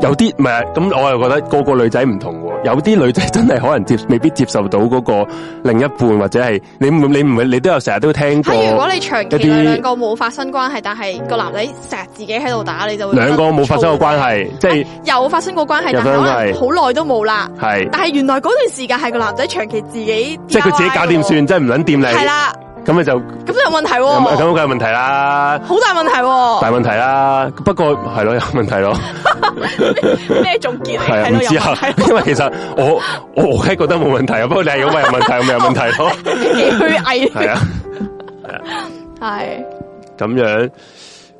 Speaker 2: 有啲唔係咁，我又覺得個個女仔唔同喎，有啲女仔真係可能接未必接受到嗰個另一半，或者係你唔你唔你都有成日都聽過。
Speaker 1: 喺如果你長期
Speaker 2: 一啲
Speaker 1: 你兩個冇發生關係，但係個男仔成日自己喺度打，你就會覺得
Speaker 2: 兩個冇發生過關
Speaker 1: 燥
Speaker 2: 係，即係
Speaker 1: 有發生過關係，
Speaker 2: 有
Speaker 1: 但係
Speaker 2: 發生
Speaker 1: 可
Speaker 2: 關係
Speaker 1: 能好耐都冇啦。
Speaker 2: 係，
Speaker 1: 但係原來嗰段時間係個男仔長期自己
Speaker 2: 即係佢自己搞掂算，真係唔撚掂
Speaker 1: 係
Speaker 2: 你，
Speaker 1: 啦，
Speaker 2: 咁你就
Speaker 1: 咁就有問題喎、
Speaker 2: 咁咁梗係問題啦，
Speaker 1: 好大問題喎、
Speaker 2: 大問題啦。不過係咯，有問 題咯，
Speaker 1: 咩總結嚟？
Speaker 2: 係啊，
Speaker 1: 睇
Speaker 2: 唔
Speaker 1: 到
Speaker 2: 知啊， 因為其實我我我係覺得冇問題啊，不過你係有咪有問題，我咪有 問題咯，
Speaker 1: 有問題，
Speaker 2: 係啊，
Speaker 1: 係
Speaker 2: 咁樣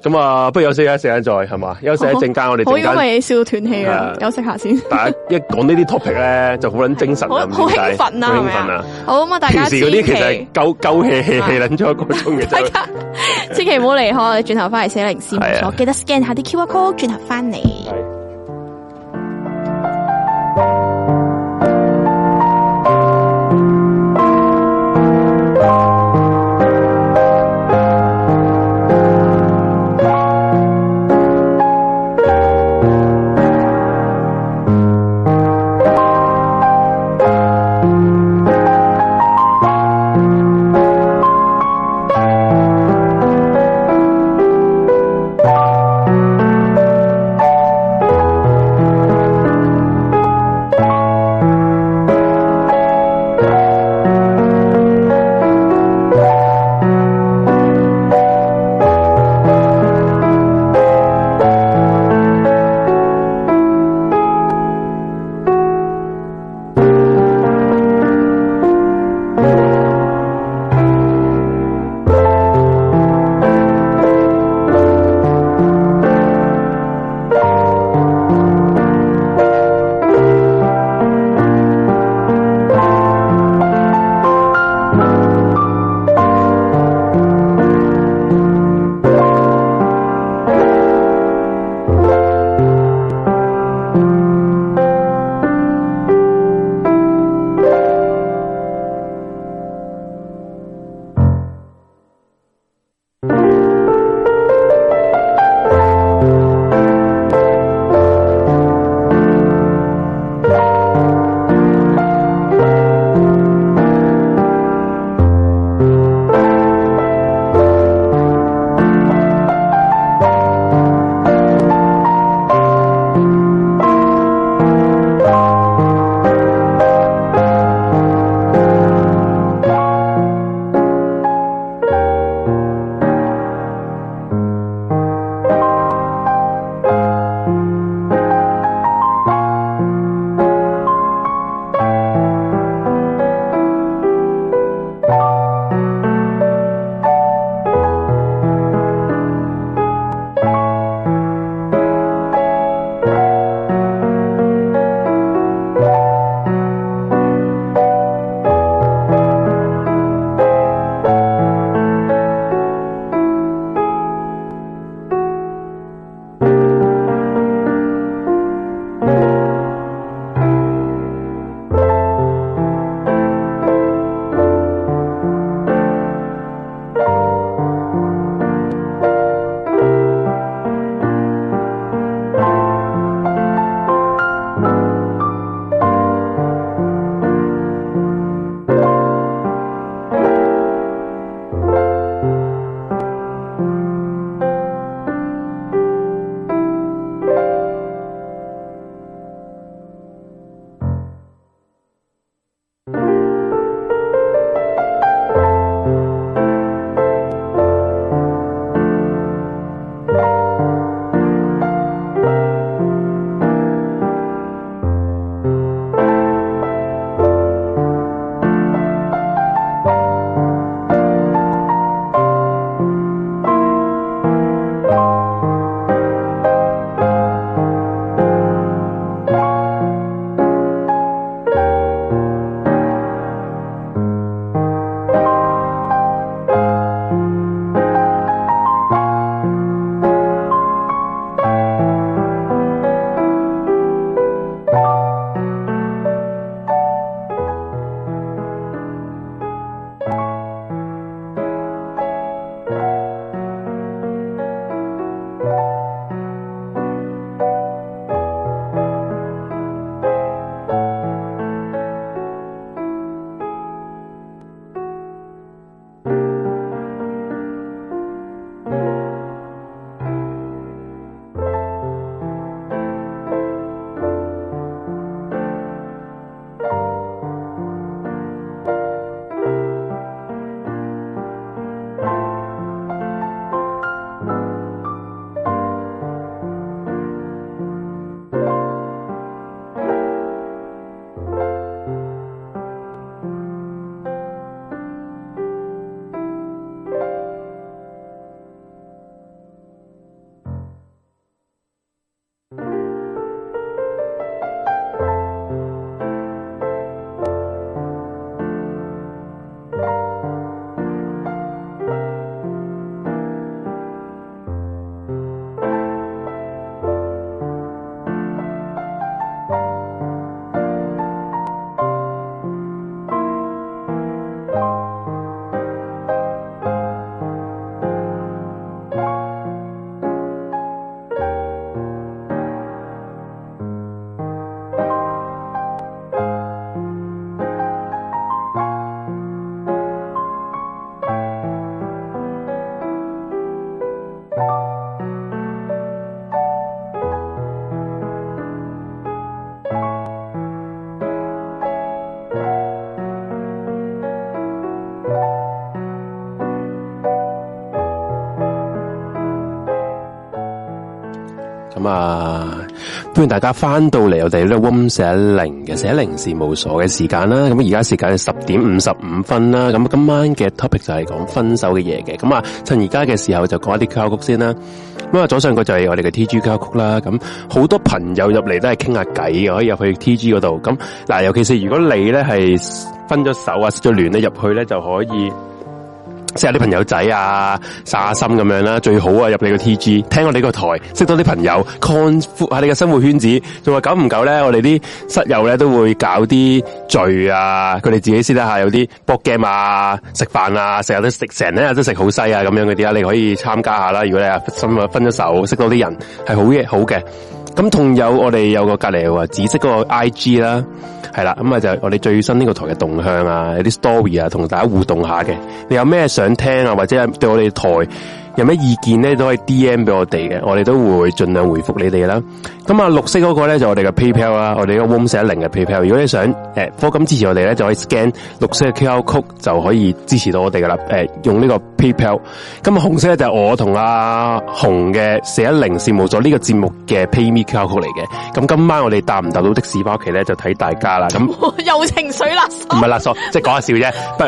Speaker 2: 咁啊，不如休息一陣間再係嘛，休息一陣間我哋
Speaker 1: 好，
Speaker 2: 陣
Speaker 1: 因
Speaker 2: 間。
Speaker 1: 為笑到斷氣啦
Speaker 2: 係啊，
Speaker 1: 休息下先。
Speaker 2: 大家一講呢啲 topic 咧，就好撚精神
Speaker 1: 好
Speaker 2: 啊！
Speaker 1: 好
Speaker 2: 唔
Speaker 1: 興
Speaker 2: 知點解
Speaker 1: 奮啊，
Speaker 2: 好
Speaker 1: 係
Speaker 2: 興
Speaker 1: 咪
Speaker 2: 奮啊
Speaker 1: 啊！？好咁啊，大
Speaker 2: 平
Speaker 1: 家
Speaker 2: 時
Speaker 1: 千
Speaker 2: 嗰啲其實係
Speaker 1: 祈
Speaker 2: 鳩鳩氣氣
Speaker 1: 係
Speaker 2: 氣撚咗一個鐘嘅
Speaker 1: 大
Speaker 2: 啫。
Speaker 1: 家千祈唔好離開，我哋轉頭翻嚟寫零事務
Speaker 2: 係
Speaker 1: 所，
Speaker 2: 啊
Speaker 1: 記得 scan 下啲 QR code，轉頭翻 嚟。
Speaker 2: 係咁啊，歡迎大家翻到嚟我哋呢個 room 四一零嘅四一零事務所嘅時間啦。咁而家時間係十點五十五分啦。咁啊今晚嘅 topic 就係講分手嘅嘢嘅。咁啊，趁而家嘅時候就講一啲交曲先啦。咁啊，左上角就係我哋嘅 T G 交曲啦。咁好多朋友入嚟都係傾下偈嘅，可以入去 T G 嗰度。咁嗱，尤其是如果你咧係分咗手啊、失咗戀咧，入去咧就可以。識下啲朋友仔啊，耍下心咁樣啦，最好啊入你個 T G，聽我哋個台，識多啲朋友，擴闊下你嘅生活圈子。仲話久唔久咧，我哋啲室友咧都會搞啲聚啊，佢哋自己私底下有啲 board game 啊，食飯啊，成日都食，成日都食好西啊咁樣嗰啲啊，你可以參加下啦。如果你啊心啊分咗手，識多啲人係好嘅，好嘅。咁仲有我哋有個隔籬話紫色嗰個 I G 啦，係啦，咁啊就係我哋最新呢個台嘅動向啊，有啲 story 啊，同大家互動下嘅。你有咩想聽啊，或者對我哋台有咩意見咧，都可以 D M 俾我哋嘅，我哋都會盡量回覆你哋啦。咁啊，綠色嗰個咧就我哋嘅 PayPal 啦，啊我哋個 Room 四一零嘅 PayPal。如果你想誒呃科金支持我哋咧，就可以 scan 綠色嘅 QR code 就可以支持到我哋噶啦。誒、用呢個 PayPal。咁啊，紅色咧就係我同阿紅嘅四一零事務所呢個節目嘅 PayMe QR code 嚟嘅。咁今晚我哋搭唔搭到的士翻屋企咧，就睇大家啦。咁
Speaker 1: 有情緒勒索
Speaker 2: 唔係勒索，即係講下笑啫。不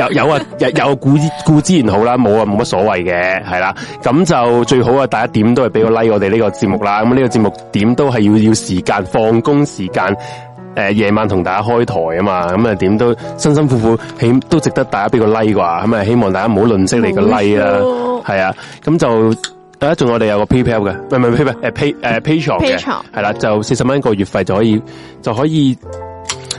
Speaker 2: 有有啊，有有固之固之然好啦，冇啊冇乜所謂嘅，係啦。咁就最好啊，大家點都係俾個 like 我哋呢個節目啦。咁呢個節目點都係要要時間放工時間。誒、夜晚同大家開台啊嘛，咁啊點都辛辛苦苦，起都值得大家俾個 like 啩，咁啊希望大家唔好吝嗇你個 like 啦
Speaker 1: 冇錯，
Speaker 2: 係啊，咁就誒仲、我哋有個 PayPal 嘅，唔係唔係 PayPal，誒 Pay 誒 Patreon 嘅
Speaker 1: Patreon
Speaker 2: 係啦，就四十蚊一個月費就可以就可以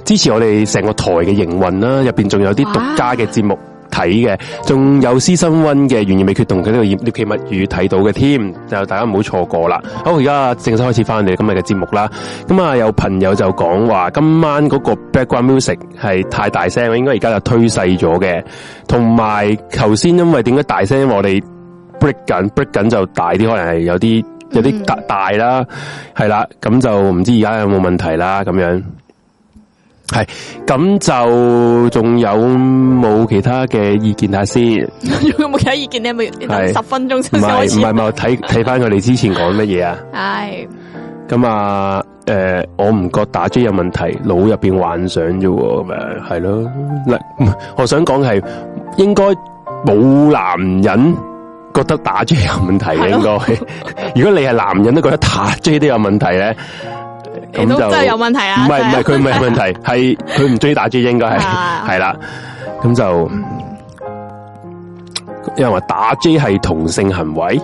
Speaker 2: 支持我哋成個台嘅營運啦，入邊仲有啲獨家嘅節目睇嘅，仲有私生温嘅懸而未決同佢呢個獵奇物語睇到嘅添，就大家唔好錯過啦。好，而家正式開始翻我哋今日嘅節目啦。咁啊，有朋友就講話今晚嗰個 background music 係太大聲，應該而家就推細咗嘅。同埋頭先因為點解大聲，我哋 break 緊 break 緊就大啲，可能係有啲有啲大大啦，係啦，咁就唔知而家有冇問題啦，咁樣。 系，咁就仲有冇其他嘅意見睇下先？唔
Speaker 1: 有冇其他意見？你係咪要等
Speaker 2: 係
Speaker 1: 十分鐘先
Speaker 2: 係
Speaker 1: 開
Speaker 2: 唔
Speaker 1: 始？
Speaker 2: 係，唔係我睇睇翻佢哋之前講乜嘢啊？
Speaker 1: 唉，
Speaker 2: 咁啊，诶、我唔覺打 J 有問題，腦入边幻想啫喎，咁樣係咯。嗱，唔係我想講係應該冇男人覺得打 J 有問題嘅，
Speaker 1: 係
Speaker 2: 應該。 如果你係男人都覺得打 J 都有問題 咧，
Speaker 1: 你
Speaker 2: 咁
Speaker 1: 都
Speaker 2: 就
Speaker 1: 真係有問題
Speaker 2: 唔
Speaker 1: 啊！
Speaker 2: 係唔係，佢
Speaker 1: 真
Speaker 2: 唔
Speaker 1: 係
Speaker 2: 係問題，係佢唔中意打 J，應該係
Speaker 1: 啊
Speaker 2: 係啦。咁就有人話打 J 係同性行為、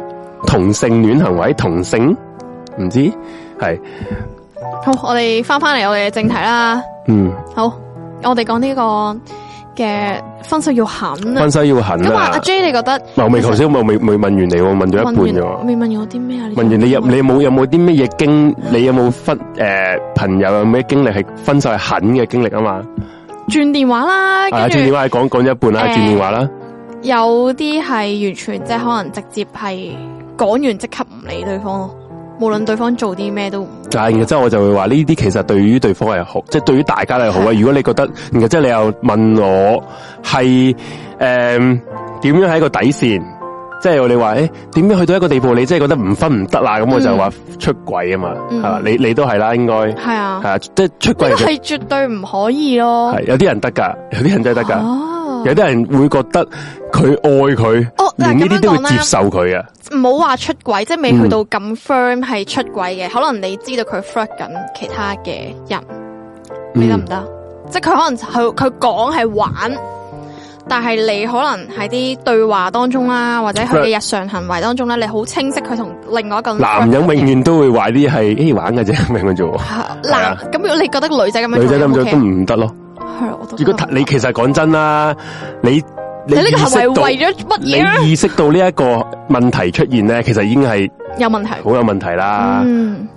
Speaker 2: 同性戀行為、同性，唔知係
Speaker 1: 好，我哋翻翻嚟我哋嘅正題啦。
Speaker 2: 嗯，
Speaker 1: 好，我哋講呢個嘅分手要狠啊
Speaker 2: 分。手要狠
Speaker 1: 咁啊，
Speaker 2: 啊
Speaker 1: 阿！J 你覺得
Speaker 2: 嗱，我未頭先我未未問完你喎，我問咗一半
Speaker 1: 問完
Speaker 2: 啫喎。
Speaker 1: 未問完我啲咩啊？
Speaker 2: 問完你有你有冇有冇啲乜嘢經？你有冇分诶、朋友有咩經歷係分手係狠嘅經歷啊嘛？
Speaker 1: 轉電話啦，
Speaker 2: 啊，
Speaker 1: 跟
Speaker 2: 轉電
Speaker 1: 住
Speaker 2: 話講講咗一半啦，
Speaker 1: 誒
Speaker 2: 轉電話啦，
Speaker 1: 有啲係完全即係可能直接係講完即刻唔理對方咯，無論對方做啲咩都唔
Speaker 2: 但係然後之後我就會話呢啲其實對於對方係好，即係對於大家都係好啊。如果你覺得，然後即係你又問我係诶點樣係一個底線，即係我哋話诶點樣去到一個地步，你真係覺得唔分唔得啦，咁我就話出軌啊嘛，係
Speaker 1: 嗯
Speaker 2: 嘛、你你都係啦，應該係
Speaker 1: 係啊，
Speaker 2: 啊，即係出
Speaker 1: 呢
Speaker 2: 軌
Speaker 1: 個
Speaker 2: 其實
Speaker 1: 係絕對唔可以咯。
Speaker 2: 系有啲人得噶，有啲人真係得噶，
Speaker 1: 哦
Speaker 2: 有啲人會覺得佢愛佢，
Speaker 1: 哦，嗱
Speaker 2: 連呢
Speaker 1: 咁
Speaker 2: 啲
Speaker 1: 樣
Speaker 2: 都會
Speaker 1: 講
Speaker 2: 接
Speaker 1: 啦，嗯
Speaker 2: 受佢啊。
Speaker 1: 唔好話出軌，即係未
Speaker 2: 嗯
Speaker 1: 去到咁 firm 係出軌嘅，可能你知道佢 flirt 緊其他嘅人，你得唔
Speaker 2: 嗯，
Speaker 1: 得？即係佢可能佢佢講係玩，但係你可能喺啲對話當中啦，或者佢
Speaker 2: Flirt
Speaker 1: 嘅日常行為當中咧，你好清晰佢同另外一個人
Speaker 2: 男
Speaker 1: flirt
Speaker 2: 人永遠都會話啲係诶玩嘅啫，明唔明啫喎？
Speaker 1: 啊
Speaker 2: 係啊
Speaker 1: 男咁，如果你覺得女仔咁樣
Speaker 2: 女仔咁
Speaker 1: 做
Speaker 2: 樣
Speaker 1: 係
Speaker 2: 都唔得咯。
Speaker 1: 咯，我都
Speaker 2: 如果
Speaker 1: 覺得
Speaker 2: 你其實講真啦，你
Speaker 1: 哦你
Speaker 2: 你
Speaker 1: 呢個
Speaker 2: 意識
Speaker 1: 行為
Speaker 2: 到
Speaker 1: 為咗乜嘢啊
Speaker 2: 你意識到呢一個問題出現咧，其實已經係
Speaker 1: 有問題？
Speaker 2: 好有問題啦。
Speaker 1: 嗯，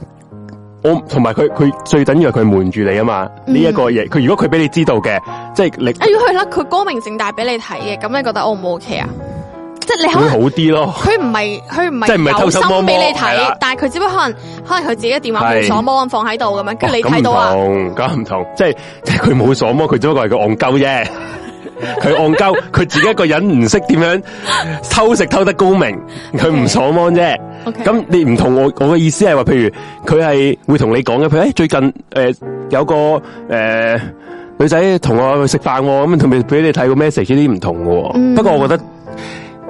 Speaker 2: 我同埋佢佢最緊要係佢瞞住你啊嘛。呢
Speaker 1: 嗯
Speaker 2: 一個嘢，佢如果佢俾你知道嘅，即係你
Speaker 1: 啊如果佢啦，佢光明正大俾你睇嘅，咁你覺得 O 唔 O K 啊？即係你可
Speaker 2: 會
Speaker 1: 能
Speaker 2: 好啲咯。
Speaker 1: 佢唔係佢唔
Speaker 2: 即係唔係
Speaker 1: 係
Speaker 2: 偷
Speaker 1: 有
Speaker 2: 偷摸摸
Speaker 1: 心俾你
Speaker 2: 係啦
Speaker 1: 睇，但係佢只不過可能可能佢自己嘅電話
Speaker 2: 係
Speaker 1: 冇鎖芒放喺度咁樣， 跟住你
Speaker 2: 哦咁
Speaker 1: 睇到啊，
Speaker 2: 唔同，咁唔同，即系即系佢冇所摸，佢只不過係佢戇鳩 啫。佢戇
Speaker 1: 嗯
Speaker 2: 鳩，佢自己一個人唔識點樣偷食偷得高明，佢唔所摸啫。
Speaker 1: OK
Speaker 2: 咁你唔同我，我嘅意思係話，譬如佢係會同你講嘅，譬如、欸、最近诶、有個诶、女仔同我去食飯喎，咁同佢俾你睇個 message 呢啲唔同嘅喎。
Speaker 1: 嗯
Speaker 2: 不過我覺得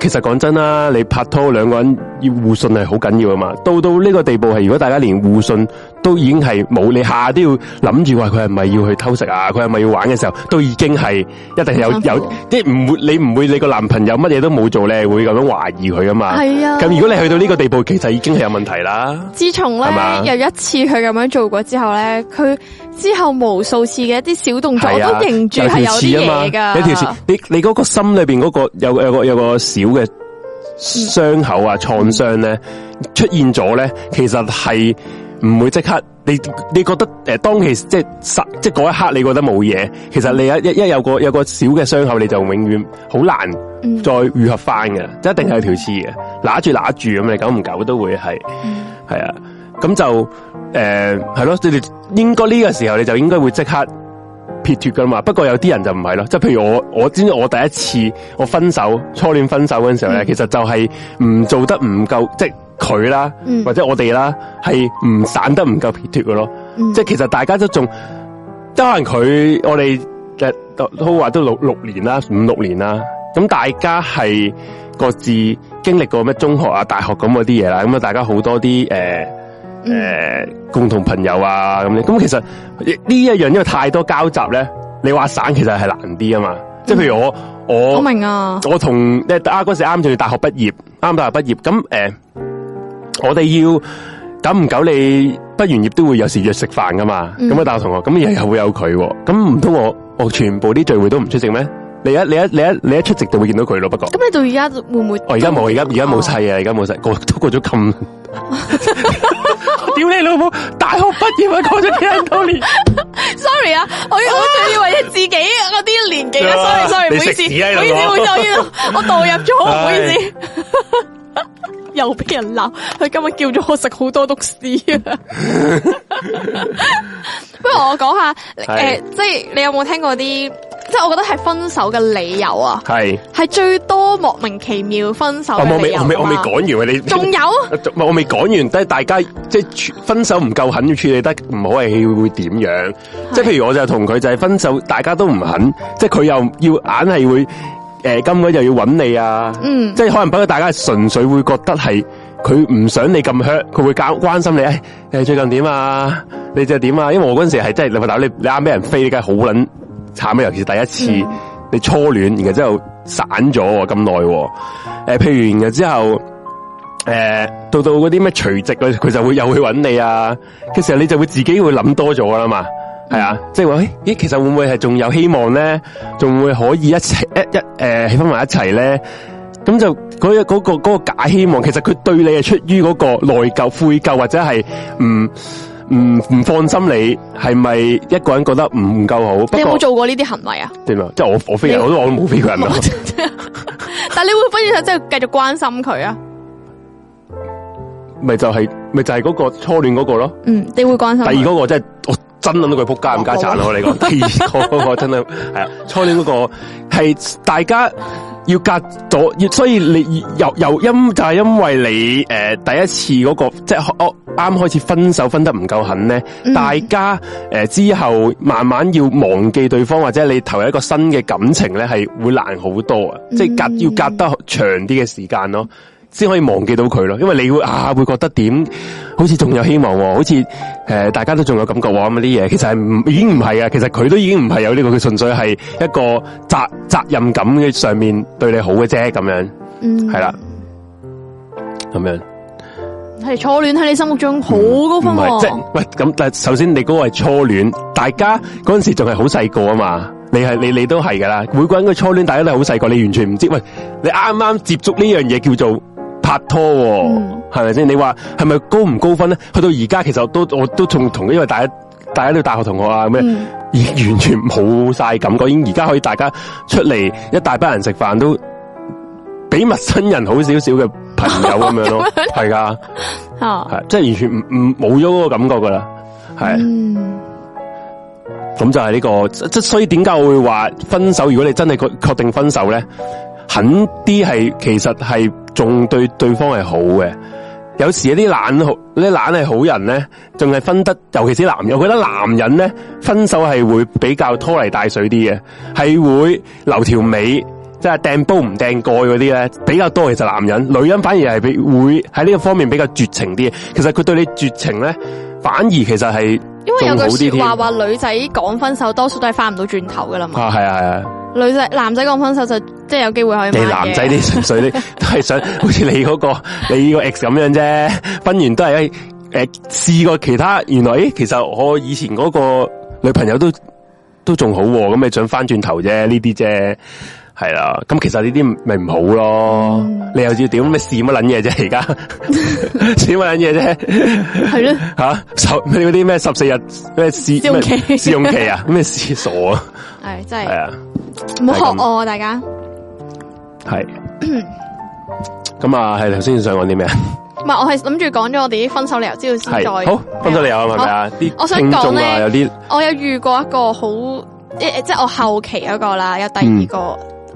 Speaker 2: 其實講真啦，你拍拖兩個人要互信係好緊要啊嘛。到到呢個地步係，如果大家連互信都已經係冇，你下都要諗住話佢係咪要去偷食啊，佢係咪要玩嘅時候，都已經係一定有
Speaker 1: 辛苦
Speaker 2: 有，即係唔會你唔會你個男朋友乜嘢都冇做，你係會咁樣懷疑佢噶嘛。
Speaker 1: 係啊
Speaker 2: 咁如果你去到呢個地步，其實已經係有問題啦。
Speaker 1: 自從咧
Speaker 2: 係嘛
Speaker 1: 有一次佢咁樣做過之後咧，佢之後無數次嘅一啲小動作，我
Speaker 2: 係啊，
Speaker 1: 都認住係有
Speaker 2: 條
Speaker 1: 啲
Speaker 2: 刺啊嘛，
Speaker 1: 嘢噶。
Speaker 2: 有條刺，你你嗰個心裏边嗰個有有個有個小嘅傷口啊創傷咧出現咗咧，其實係唔會即刻。你你覺得诶、呃，当其即係實即係嗰一刻，你覺得冇嘢，其實你一一一有個有個小嘅傷口，你就永遠好難
Speaker 1: 嗯
Speaker 2: 再愈合翻嘅，一定係有條刺嘅，揦住揦住咁，你久唔久都會係。
Speaker 1: 嗯
Speaker 2: 系啊，咁就诶系咯，你哋應該呢個時候你就應該會即刻撇脱噶嘛。不過有啲人就唔係咯，即係譬如我我知唔知我第一次我分手初戀分手嗰阵时候咧，
Speaker 1: 嗯
Speaker 2: 其實就係唔做得唔夠，即係佢啦，
Speaker 1: 嗯
Speaker 2: 或者我哋啦，係唔散得唔夠撇脱嘅咯。
Speaker 1: 嗯
Speaker 2: 即係其實大家都仲，即係可能佢我哋诶都話都六六年啦，五六年啦，咁大家係各自經歷過咩中學啊、大學咁嗰啲嘢啦，咁啊大家好多啲诶诶共同朋友啊咁樣，咁其實呢一樣因為太多交集咧，你話散其實係難啲啊嘛，即係譬如我我
Speaker 1: 我明啊，
Speaker 2: 我同即係啊嗰時啱仲要大學畢業，啱大學畢業，咁诶、呃我哋要久唔久你畢完業都會有時約食飯噶嘛，
Speaker 1: 嗯
Speaker 2: 咁啊、大學同學，咁又又會有佢喎，咁唔通我我全部啲聚會都唔出席咩？你一你一你一你一出席就會見到佢咯，不過。
Speaker 1: 咁你哦到而家會唔會？
Speaker 2: 我哦而家冇，而家而家冇砌啊，而家冇砌，過都過 咗咁。屌你老母！大學畢業啊，過咗幾多 年？
Speaker 1: Sorry 啊，我我仲以為自己嗰啲年 紀啊，sorry
Speaker 2: 啊
Speaker 1: sorry，唔
Speaker 2: 你
Speaker 1: 好意思，
Speaker 2: 食屎啊
Speaker 1: 唔好意思，唔
Speaker 2: 你老
Speaker 1: 好
Speaker 2: 母
Speaker 1: 意思，我 代入咗，唔好意思
Speaker 2: 唉。
Speaker 1: 又俾人鬧，佢今日叫咗我食好多督屎啊！ 不如我講下，诶、即係你有冇聽過啲，即係我覺得係分手嘅理由啊，
Speaker 2: 係，哦
Speaker 1: 係最多莫名其妙分手
Speaker 2: 我
Speaker 1: 嘅
Speaker 2: 我
Speaker 1: 理
Speaker 2: 未
Speaker 1: 由
Speaker 2: 我未我未
Speaker 1: 啊嘛
Speaker 2: 講完啊，你你
Speaker 1: 仲有
Speaker 2: 唔係我未講完，但係大家即係處分手唔夠狠，要處理得唔好係會點樣？即係譬如我就同佢就係分手，大家都唔肯，即係佢又要硬係會诶、呃今個月又要揾你啊，
Speaker 1: 嗯
Speaker 2: 即係可能不過大家係純粹會覺得係佢唔想你咁 hurt，佢會關關心你，诶、你最近點啊？你最近點啊？因為我嗰阵时系真係你咪打你你啱俾人飛，你梗係好撚慘啊！尤其是第一次、
Speaker 1: 嗯
Speaker 2: 你初戀，然後之後散咗喎咁耐喎，诶、譬如然後之後。诶、呃到到嗰啲咩除夕佢佢就會又去揾你啊嘅時候，你就會自己會諗多咗啦嘛，係啊，即係話，咦咦，其實會唔會係仲有希望咧？仲會可以一齊一一诶，起翻埋一齊咧？咁就嗰、嗰個嗰、個假希望，其實佢對你係出於嗰個內疚、悔疚，或者係唔唔唔放心你係咪一個人覺得唔夠好？不
Speaker 1: 你有冇
Speaker 2: 過
Speaker 1: 做過呢啲行為啊？
Speaker 2: 點啊？即係我我飛
Speaker 1: 你
Speaker 2: 人，我都我都冇飛過人啊！
Speaker 1: 但你會唔會即係繼續關心佢啊？
Speaker 2: 咪就係、咪就係嗰個初戀嗰個咯。
Speaker 1: 嗯，你會關心佢。
Speaker 2: 第二嗰個真係我真諗到佢仆街咁家產咯，我哋 講第二個嗰個真係係啊，初戀嗰個係大家要隔咗，要所以你又又因就係因為你诶、呃第一次嗰、個即係我啱開始分手分得唔夠狠咧，
Speaker 1: 嗯
Speaker 2: 大家诶、呃之後慢慢要忘記對方或者你投入一個新嘅感情咧，係會難好多啊，即係隔要隔得長啲嘅時間咯。先可以忘記到佢咯，因為你會啊會覺得點，好似仲有希望喎、好似誒、呃大家都仲有感覺喎、咁啲嘢，其實係唔已經唔係啊，其實佢都已經唔係有呢、個，佢純粹係一個責責任感嘅上面對你好嘅啫，咁樣
Speaker 1: 嗯
Speaker 2: 係啦，咁樣
Speaker 1: 系初戀喺你心目中好高
Speaker 2: 唔
Speaker 1: 分
Speaker 2: 係即係
Speaker 1: 喎，
Speaker 2: 喂咁，但係首先你嗰個係初戀，大家嗰陣時仲係好細個啊嘛。你係你你都係噶啦，每個人嘅初戀大家都係好細個，你完全唔知。喂，你啱啱接觸呢樣嘢叫做拍拖、喎。
Speaker 1: 嗯
Speaker 2: 係咪先？你話係咪高唔高分咧？去到而家其實都我都仲同，因為大家大家都大學同學啊咩，
Speaker 1: 嗯
Speaker 2: 已完全冇晒感覺。已經而家可以大家出嚟一大班人食飯都比陌生人好少少嘅朋友咁 樣咯，係噶，
Speaker 1: 啊，
Speaker 2: 係即係完全唔唔冇咗嗰個感覺噶啦，係。
Speaker 1: 嗯
Speaker 2: 咁就係呢、個，即即所以點解我會話分手？如果你真係確確定分手咧，狠啲係其實係仲對對方係好嘅。有時一啲懶好，呢啲懶係好人咧，仲係分得，尤其是男人，我覺得男人咧分手係會比較拖泥帶水啲嘅，係會留條尾，即係掟煲唔掟蓋嗰啲咧比較多。其實男人，女人反而係比會喺呢個方面比較絕情啲。其實佢對你絕情咧，反而其實係
Speaker 1: 因為
Speaker 2: 仲好
Speaker 1: 有
Speaker 2: 啲
Speaker 1: 句
Speaker 2: 添
Speaker 1: 说話話女仔講分手，多數都係翻唔到轉頭噶啦嘛。
Speaker 2: 啊，係啊係啊。
Speaker 1: 女仔男仔講分手就即係有機會可以
Speaker 2: 你
Speaker 1: 慢嘅
Speaker 2: 男仔啲純粹 啲都係想好似你嗰、個你個 ex 咁樣啫，分完都係誒試過其他，原來哎咦其實我以前嗰個女朋友都都仲好喎、咁你想翻轉頭啫，呢啲啫。係啦，咁其實呢啲咪唔好咯，
Speaker 1: 嗯
Speaker 2: 你又要點咩試乜撚嘢啫？而 家試乜撚嘢啫？
Speaker 1: 係 咯，
Speaker 2: 吓十咩嗰啲咩十四日咩試
Speaker 1: 試用期
Speaker 2: 咩試用期 啊？咩試傻啊？
Speaker 1: 係真
Speaker 2: 係
Speaker 1: 係
Speaker 2: 啊。
Speaker 1: 唔好
Speaker 2: 係
Speaker 1: 學
Speaker 2: 咁
Speaker 1: 我啊，大家。
Speaker 2: 系。咁啊，系头先想講啲咩啊？
Speaker 1: 唔係，我係諗住講咗我哋啲分手理由之後先
Speaker 2: 系
Speaker 1: 再。
Speaker 2: 好，分咗你啊，係咪啊？
Speaker 1: 我
Speaker 2: 啲
Speaker 1: 想
Speaker 2: 聽眾
Speaker 1: 講
Speaker 2: 啊，
Speaker 1: 呢
Speaker 2: 有啲
Speaker 1: 我有遇過一個好，即即係我後期嗰個啦，有第
Speaker 2: 嗯
Speaker 1: 二個，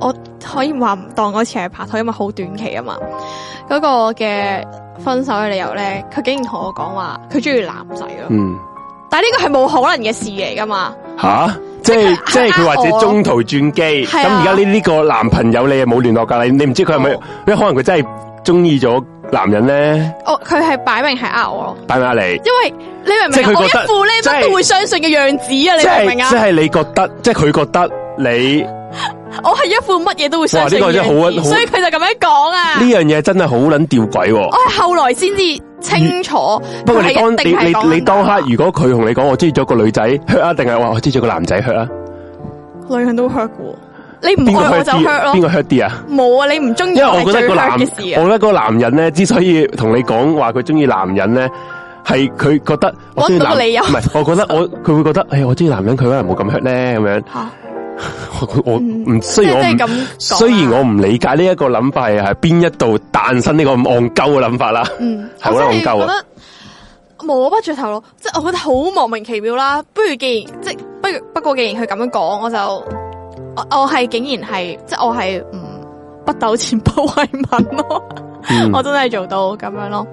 Speaker 1: 我可以話唔當嗰次係拍拖，因為好短期啊嘛。嗰、個嘅分手嘅理由咧，佢竟然同我講話佢中意男仔咯，
Speaker 2: 嗯
Speaker 1: 但係呢個係冇可能嘅事嚟噶嘛。
Speaker 2: 吓，即係
Speaker 1: 即
Speaker 2: 即
Speaker 1: 係
Speaker 2: 係佢
Speaker 1: 呃
Speaker 2: 或者
Speaker 1: 我
Speaker 2: 中途轉機，咁
Speaker 1: 係啊
Speaker 2: 而家呢呢個男朋友你又冇聯絡㗎，你你唔知佢係咪，
Speaker 1: 哦
Speaker 2: 因為可能佢真係中意咗男人咧，
Speaker 1: 我佢係擺明係呃我咯，
Speaker 2: 擺埋你。
Speaker 1: 因為你明唔
Speaker 2: 即係
Speaker 1: 明啊？
Speaker 2: 佢
Speaker 1: 我一
Speaker 2: 覺得
Speaker 1: 副咧
Speaker 2: 即係
Speaker 1: 乜都會相信嘅樣子啊！
Speaker 2: 即
Speaker 1: 你明唔明
Speaker 2: 係即
Speaker 1: 啊？
Speaker 2: 係你覺得，即係佢覺得你呢
Speaker 1: 我係一副乜嘢都會相信
Speaker 2: 哇
Speaker 1: 嘅
Speaker 2: 呢個真係
Speaker 1: 樣
Speaker 2: 好啊
Speaker 1: 子，
Speaker 2: 好
Speaker 1: 所以佢就咁樣講啊。
Speaker 2: 樣嘢真係好撚吊鬼喎。
Speaker 1: 我係後來先至清楚，
Speaker 2: 嗯不過
Speaker 1: 哦佢係啊
Speaker 2: 你
Speaker 1: 一
Speaker 2: 當
Speaker 1: 定係
Speaker 2: 你
Speaker 1: 講
Speaker 2: 你
Speaker 1: 緊
Speaker 2: 你
Speaker 1: 啊
Speaker 2: 當
Speaker 1: 大
Speaker 2: 刻，如果佢同你講我中意咗個女仔 hurt 啊，定係話我中意咗個男仔 hurt 啊？
Speaker 1: 女人都 hurt 嘅喎，你
Speaker 2: 邊
Speaker 1: 唔
Speaker 2: 個
Speaker 1: 愛我
Speaker 2: hurt
Speaker 1: 就
Speaker 2: 啲
Speaker 1: hurt
Speaker 2: 啊？邊個
Speaker 1: 咯，
Speaker 2: hurt 啲啊？
Speaker 1: 冇啊！你唔中意
Speaker 2: 因為
Speaker 1: 我
Speaker 2: 我
Speaker 1: 係
Speaker 2: 覺得
Speaker 1: 最
Speaker 2: 個男，
Speaker 1: hurt
Speaker 2: 我
Speaker 1: 嘅事
Speaker 2: 覺
Speaker 1: 啊！
Speaker 2: 得個男人咧，之所以同你講話佢中意男人咧，係佢覺得我中意
Speaker 1: 搵到
Speaker 2: 男，
Speaker 1: 個理由
Speaker 2: 唔係，我覺 得我佢會覺得，哎呀，我中意男人，佢可能冇咁 hurt 咧，咁樣。
Speaker 1: 嚇
Speaker 2: 我我唔，雖
Speaker 1: 即
Speaker 2: 然我
Speaker 1: 係
Speaker 2: 唔
Speaker 1: 即係咁講啊，
Speaker 2: 雖然我唔理解呢一個諗法係係邊一度誕生呢個咁戇鳩嘅 諗法啦，
Speaker 1: 嗯，
Speaker 2: 係
Speaker 1: 我
Speaker 2: 好
Speaker 1: 真
Speaker 2: 戇
Speaker 1: 係
Speaker 2: 鳩
Speaker 1: 覺
Speaker 2: 啊！
Speaker 1: 得摸不着頭腦，即係我覺得好莫名其妙啦。不如既然即係不如不過既然佢咁樣講，我就我我係竟然係即係我係唔不糾纏不慰問咯，
Speaker 2: 嗯
Speaker 1: 我真係做到咁樣咯，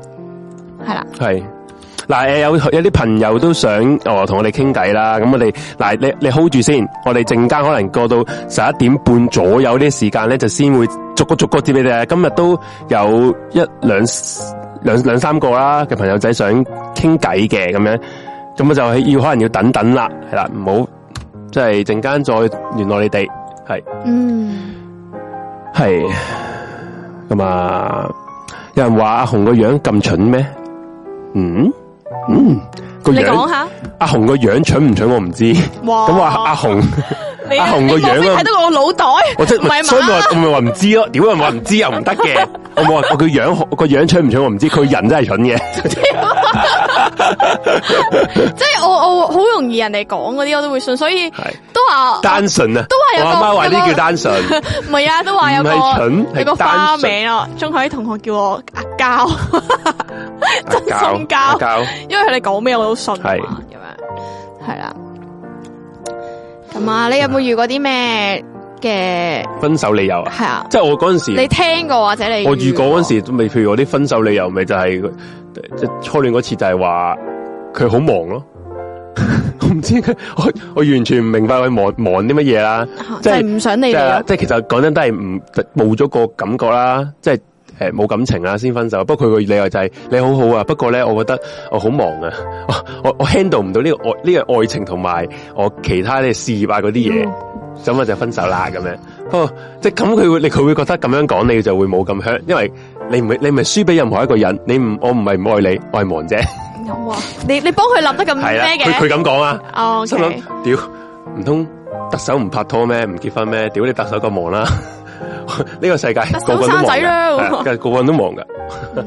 Speaker 1: 係啦。
Speaker 2: 係嗱，誒有有啲朋友都想哦同我哋傾偈啦，咁我哋嗱你你 hold 住先，我哋陣間可能過到十一點半左右呢啲時間咧，就先會逐個逐個接你哋。啊今日都有一兩兩兩三個啦嘅朋友仔想傾偈嘅咁樣，咁我就係要可能要等等啦，係啦，唔好即係陣間再聯絡你哋，係。
Speaker 1: 嗯，
Speaker 2: 系咁啊！有人话阿红个样咁蠢咩？嗯嗯，个
Speaker 1: 你講啊
Speaker 2: 样
Speaker 1: 下，
Speaker 2: 阿红个样蠢唔蠢我唔知。咁
Speaker 1: 哇！
Speaker 2: 话阿红，
Speaker 1: 你
Speaker 2: 阿紅個
Speaker 1: 你莫非
Speaker 2: 樣啊
Speaker 1: 睇到我腦袋，
Speaker 2: 我真
Speaker 1: 唔係嘛
Speaker 2: 所以我話我咪话唔知咯。屌人话唔知又唔 得嘅，我冇话我个样个样蠢唔蠢我唔知，佢人真系蠢嘅。
Speaker 1: 即係我我好容易人哋講嗰啲我都會信，所以
Speaker 2: 係
Speaker 1: 都話
Speaker 2: 单纯啊，
Speaker 1: 都話有
Speaker 2: 我
Speaker 1: 個
Speaker 2: 阿妈话呢
Speaker 1: 有個
Speaker 2: 叫单纯，
Speaker 1: 唔係啊，都話有個
Speaker 2: 唔係蠢係
Speaker 1: 有個
Speaker 2: 單
Speaker 1: 花
Speaker 2: 純
Speaker 1: 名啊，中學啲同學叫我阿膠， 真心膠
Speaker 2: 教教
Speaker 1: 因為佢哋講咩我都信啊
Speaker 2: 係
Speaker 1: 嘛，咁樣係啦。咁啊，你有冇遇過啲咩嘅
Speaker 2: 分手理由啊！
Speaker 1: 係啊？
Speaker 2: 即系我嗰阵时
Speaker 1: 你聽過或者你
Speaker 2: 我遇過嗰陣
Speaker 1: 時，
Speaker 2: 時都未，譬如我啲分手理由咪就係佢即係初戀嗰次就係話佢好忙 咯。 我唔知佢，我我完全唔明白佢忙忙啲乜嘢啦。即
Speaker 1: 啊即
Speaker 2: 係
Speaker 1: 係唔想
Speaker 2: 即
Speaker 1: 理你
Speaker 2: 係
Speaker 1: 咯。
Speaker 2: 即係其實講真都係唔冇咗個感覺啦，即係誒冇感情啦先分手。不過佢個理由就係、你好好啊，不過咧我覺得我好忙啊， 我我我 handle 唔到呢個愛呢、個愛情同埋我其他嘅事業啊嗰啲嘢，咁我就分手啦咁樣。不過即係咁佢會你佢會覺得咁樣講你就會冇咁 hurt，因為你唔係你唔係輸俾任何一個人，你唔我唔係唔愛你，我係忙啫，
Speaker 1: 哇！啊你你幫佢諗得咁
Speaker 2: 係啦，
Speaker 1: 嗯咩
Speaker 2: 佢佢
Speaker 1: 嘅？
Speaker 2: 咁講啊。
Speaker 1: 哦，
Speaker 2: 心諗
Speaker 1: OK
Speaker 2: 屌唔通特首唔拍拖咩？唔結婚咩？屌你特首咁忙啦！ 呢個世界
Speaker 1: 首
Speaker 2: 個個都忙
Speaker 1: 生仔
Speaker 2: 㗎
Speaker 1: 啦
Speaker 2: 係啊，個個人都忙噶。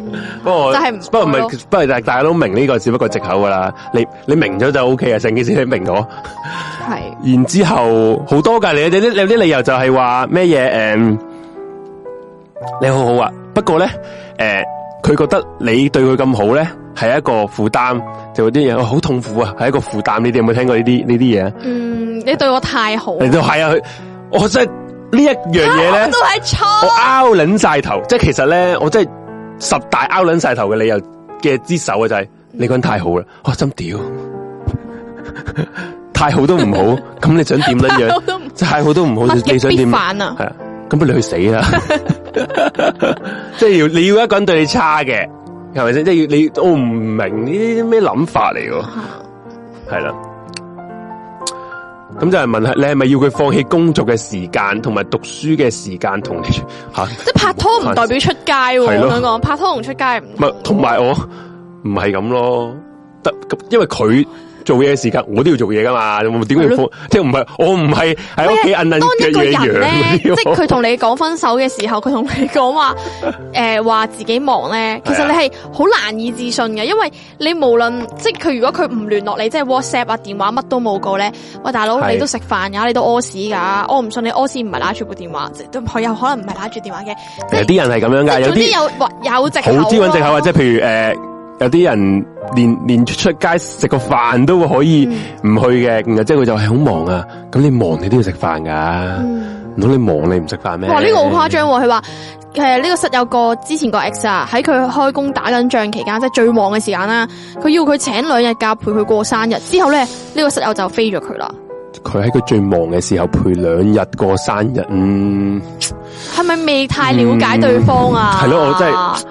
Speaker 2: 不過
Speaker 1: 真係唔
Speaker 2: 不過唔
Speaker 1: 開
Speaker 2: 係
Speaker 1: 咯，
Speaker 2: 不過大大家都明呢個只不過藉口噶啦。你你明咗就 O K 啊，成件事你明咗。
Speaker 1: 係
Speaker 2: 然之後好多㗎，你有啲有啲理由就係話咩嘢诶，誒嗯你好好啊，不過咧诶，誒佢、覺得你對佢咁好咧係一個負擔，就有啲嘢哦好痛苦啊，係一個負擔。你哋有冇聽過呢啲呢啲嘢啊？
Speaker 1: 嗯，你對我太好，
Speaker 2: 你都係啊！佢我真係呢一樣嘢
Speaker 1: 啊
Speaker 2: 咧
Speaker 1: 我，都係錯
Speaker 2: 我拗捻晒頭。即係其實咧，我真係十大拗捻晒頭嘅理由嘅之首啊嘅就係你個人太好啦，哇真屌， 太好都唔好， 咁你想點
Speaker 1: 太
Speaker 2: 樣
Speaker 1: 好都唔好
Speaker 2: 樣？太好都唔好，
Speaker 1: 物極
Speaker 2: 你想點？
Speaker 1: 必反啊
Speaker 2: 係啊，咁不如你去死啦！ 即係要你要一個人對你差嘅，係咪先？即係要你，我唔明呢啲咩諗法嚟喎。系啦。咁就係問下你係咪要佢放棄工作嘅時間同埋讀書嘅時間同你 吓？
Speaker 1: 即系拍拖唔代表出街
Speaker 2: 係
Speaker 1: 喎，
Speaker 2: 咯
Speaker 1: 我想讲拍拖同出街唔
Speaker 2: 唔係同埋我唔係咁咯，得咁因為佢做嘢嘅時間，我都要做嘢噶嘛，咁點解要
Speaker 1: 係
Speaker 2: 放？即係唔係我唔係喺屋企
Speaker 1: 咩
Speaker 2: 摁摁
Speaker 1: 當一
Speaker 2: 腳
Speaker 1: 個
Speaker 2: 嘢
Speaker 1: 人
Speaker 2: 養
Speaker 1: 咧，即係
Speaker 2: 嗰啲
Speaker 1: 佢同你講分手嘅時候，佢同你講 話诶话自己忙咧，其實
Speaker 2: 係啊
Speaker 1: 你係好難以置信嘅，因為你無論即係佢如果佢唔聯絡你，即係 WhatsApp 啊、電話乜都冇過咧，喂大佬
Speaker 2: 係
Speaker 1: 你都食飯㗎，你都屙屎㗎，我唔信你屙屎唔係拿住部電話，即係都佢有可能唔係拿住電話嘅，即
Speaker 2: 喎。
Speaker 1: 係
Speaker 2: 有啲人係咁樣
Speaker 1: 即
Speaker 2: 㗎，
Speaker 1: 係
Speaker 2: 有
Speaker 1: 總之
Speaker 2: 啲
Speaker 1: 有有藉
Speaker 2: 好
Speaker 1: 口啊
Speaker 2: 啲揾藉口，
Speaker 1: 咯
Speaker 2: 或者譬如诶、呃有啲人連連出街食個飯都可以唔
Speaker 1: 嗯
Speaker 2: 去嘅，然後即係佢就係好忙啊。咁你忙你都要食飯㗎。
Speaker 1: 嗯
Speaker 2: 唔通你忙你唔食飯咩？
Speaker 1: 哇！呢、個好誇張
Speaker 2: 嗯
Speaker 1: 喎，佢話誒呢個室友個之前個 ex 啊，喺佢開工打緊仗期間，即係最忙嘅時間啦，佢要佢請兩日假陪佢過生日，之後咧呢、呢個室友就飛咗佢啦。
Speaker 2: 佢喺佢最忙嘅時候陪兩日過生日，嗯，
Speaker 1: 係咪未太了解對方啊？
Speaker 2: 嗯係咯我真係
Speaker 1: 係，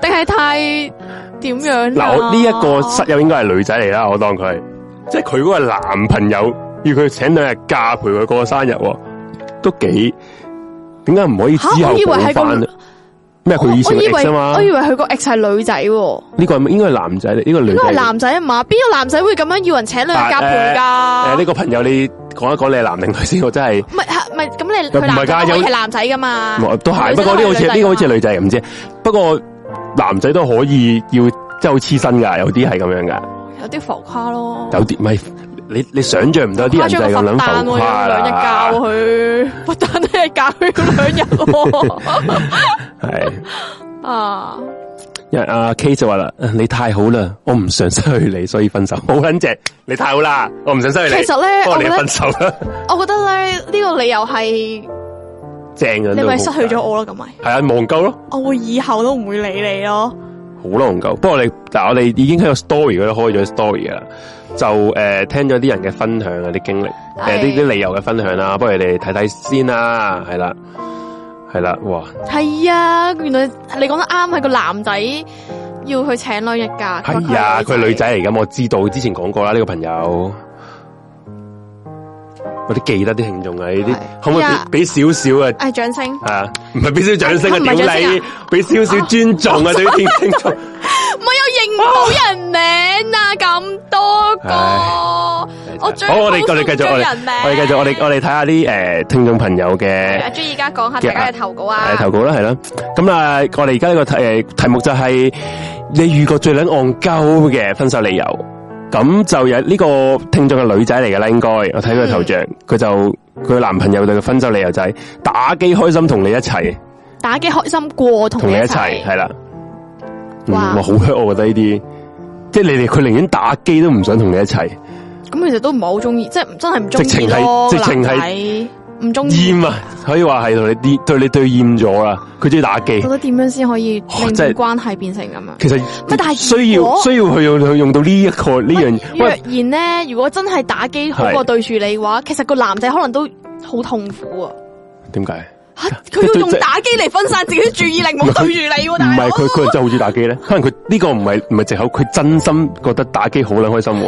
Speaker 1: 定係太點樣啊？
Speaker 2: 嗱，我呢一個室友應該係女仔嚟啦，我當佢係，即係佢嗰個男朋友要佢請兩日假陪佢過生日喎，都幾點解唔可以之
Speaker 1: 嚇
Speaker 2: 後
Speaker 1: 我以為
Speaker 2: 補
Speaker 1: 係個
Speaker 2: 翻啊咩？
Speaker 1: 我
Speaker 2: 佢以前
Speaker 1: 我以為
Speaker 2: ex 啊嘛
Speaker 1: 我，以為佢個 ex 係女仔喎，
Speaker 2: 呢個係咪應該係男仔嚟，呢個女
Speaker 1: 應該
Speaker 2: 仔
Speaker 1: 係
Speaker 2: 嚟。
Speaker 1: 男仔啊嘛？邊個男仔會咁樣要人請兩日假陪㗎？
Speaker 2: 誒呢個朋友，你講一講你係男定女先，我真係。
Speaker 1: 唔係係咪咁你
Speaker 2: 唔係
Speaker 1: 佢男仔
Speaker 2: 㗎有
Speaker 1: 係男仔㗎嘛？
Speaker 2: 我都系，
Speaker 1: 女
Speaker 2: 不
Speaker 1: 仔
Speaker 2: 過呢個好似
Speaker 1: 啊係女仔㗎嘛
Speaker 2: 呢個好似係女仔唔知。不過男仔都可以要即係好黐身㗎，有啲係咁樣㗎，
Speaker 1: 有啲浮誇咯。
Speaker 2: 有啲咪你你想象唔到有啲人就係咁諗浮誇
Speaker 1: 兩日
Speaker 2: 啦
Speaker 1: 教，佢，佛誕都係教佢兩日 喎。
Speaker 2: 係
Speaker 1: 啊，
Speaker 2: 因為阿 K 就話啦，你太好啦，我唔想失去你，所以分手。好撚正，你太好啦，我唔想失去你。
Speaker 1: 其實呢
Speaker 2: 不過
Speaker 1: 我
Speaker 2: 你
Speaker 1: 覺得
Speaker 2: 分手啦，
Speaker 1: 我覺得咧呢個理由係
Speaker 2: 正嘅。
Speaker 1: 你咪失去咗。我咯，咁咪
Speaker 2: 係啊，忘鳩咯，
Speaker 1: 我會以後都唔會理你咯。
Speaker 2: 好啦，忘鳩。不過我哋嗱，我哋已經喺個 story 嗰度開咗 story 㗎啦，就誒、呃、聽咗啲人嘅分享啊，啲經歷。誒
Speaker 1: 係
Speaker 2: 啲啲理由嘅分享啦，不如你哋睇睇先啦，係啦，係啦，哇，
Speaker 1: 係啊，原來你講得啱，係個男仔要去請兩日假。
Speaker 2: 係啊，佢係女仔。嚟咁，我知道之前講過啦，呢、個朋友，我啲記得啲聽眾啊，呢啲
Speaker 1: 係哎
Speaker 2: 可唔可以
Speaker 1: 呀
Speaker 2: 俾俾少少啊？
Speaker 1: 誒，哎掌聲！
Speaker 2: 係啊，唔係俾少少掌聲
Speaker 1: 啊
Speaker 2: 啊，
Speaker 1: 唔係
Speaker 2: 屌
Speaker 1: 掌聲
Speaker 2: 你
Speaker 1: 啊，
Speaker 2: 俾少少尊 重啊，對啲聽眾，
Speaker 1: 我有認唔到人名啊，咁多個。我最
Speaker 2: 好，我哋
Speaker 1: 好
Speaker 2: 我哋繼續，
Speaker 1: 送
Speaker 2: 我哋
Speaker 1: 張人名
Speaker 2: 我哋繼續，我哋我哋睇下啲誒聽眾朋友嘅
Speaker 1: 阿。J 而家講下大家嘅投稿啊
Speaker 2: 诶，。投稿啦，系啦。咁啊，我哋而家呢个题诶题目就系你遇过最捻戇鳩嘅呃分手理由。咁就有呢个听众嘅女仔嚟嘅啦，应该我睇佢頭像，
Speaker 1: 嗯
Speaker 2: 佢、就佢男朋友對佢分手理由就係打機開心同你一齊，
Speaker 1: 打機開心過，同
Speaker 2: 同
Speaker 1: 你
Speaker 2: 你
Speaker 1: 一
Speaker 2: 一
Speaker 1: 齊
Speaker 2: 齊。係啦。嗯
Speaker 1: 哇
Speaker 2: 哇，好 hurt 我覺得呢啲，即係你哋佢寧願打機都唔想同你一齊，
Speaker 1: 咁其實都唔係好中意，即係真係唔中
Speaker 2: 直
Speaker 1: 意
Speaker 2: 情係
Speaker 1: 咯。
Speaker 2: 直情係
Speaker 1: 男仔唔中意，
Speaker 2: 厭啊，可以話係同你啲對你對厭咗啦，佢中意打機
Speaker 1: 覺。得點樣先可以
Speaker 2: 哇
Speaker 1: 令到
Speaker 2: 哦真係
Speaker 1: 關係變成咁啊樣？
Speaker 2: 其實
Speaker 1: 但係
Speaker 2: 需
Speaker 1: 如
Speaker 2: 要
Speaker 1: 果
Speaker 2: 需要去用去用到呢、一個呢樣
Speaker 1: 若
Speaker 2: 喂。
Speaker 1: 然咧，如果真係打機好過對住你嘅話，其實個男仔可能都好痛苦啊！
Speaker 2: 点解？
Speaker 1: 嚇佢要用
Speaker 2: 即係
Speaker 1: 打機嚟分散自己啲注意力，冇對住你喎，
Speaker 2: 唔
Speaker 1: 大佬
Speaker 2: 係佢佢人真係好中意打機咧，可能佢呢個唔係唔係藉口，佢真心覺得打機好撚開心喎，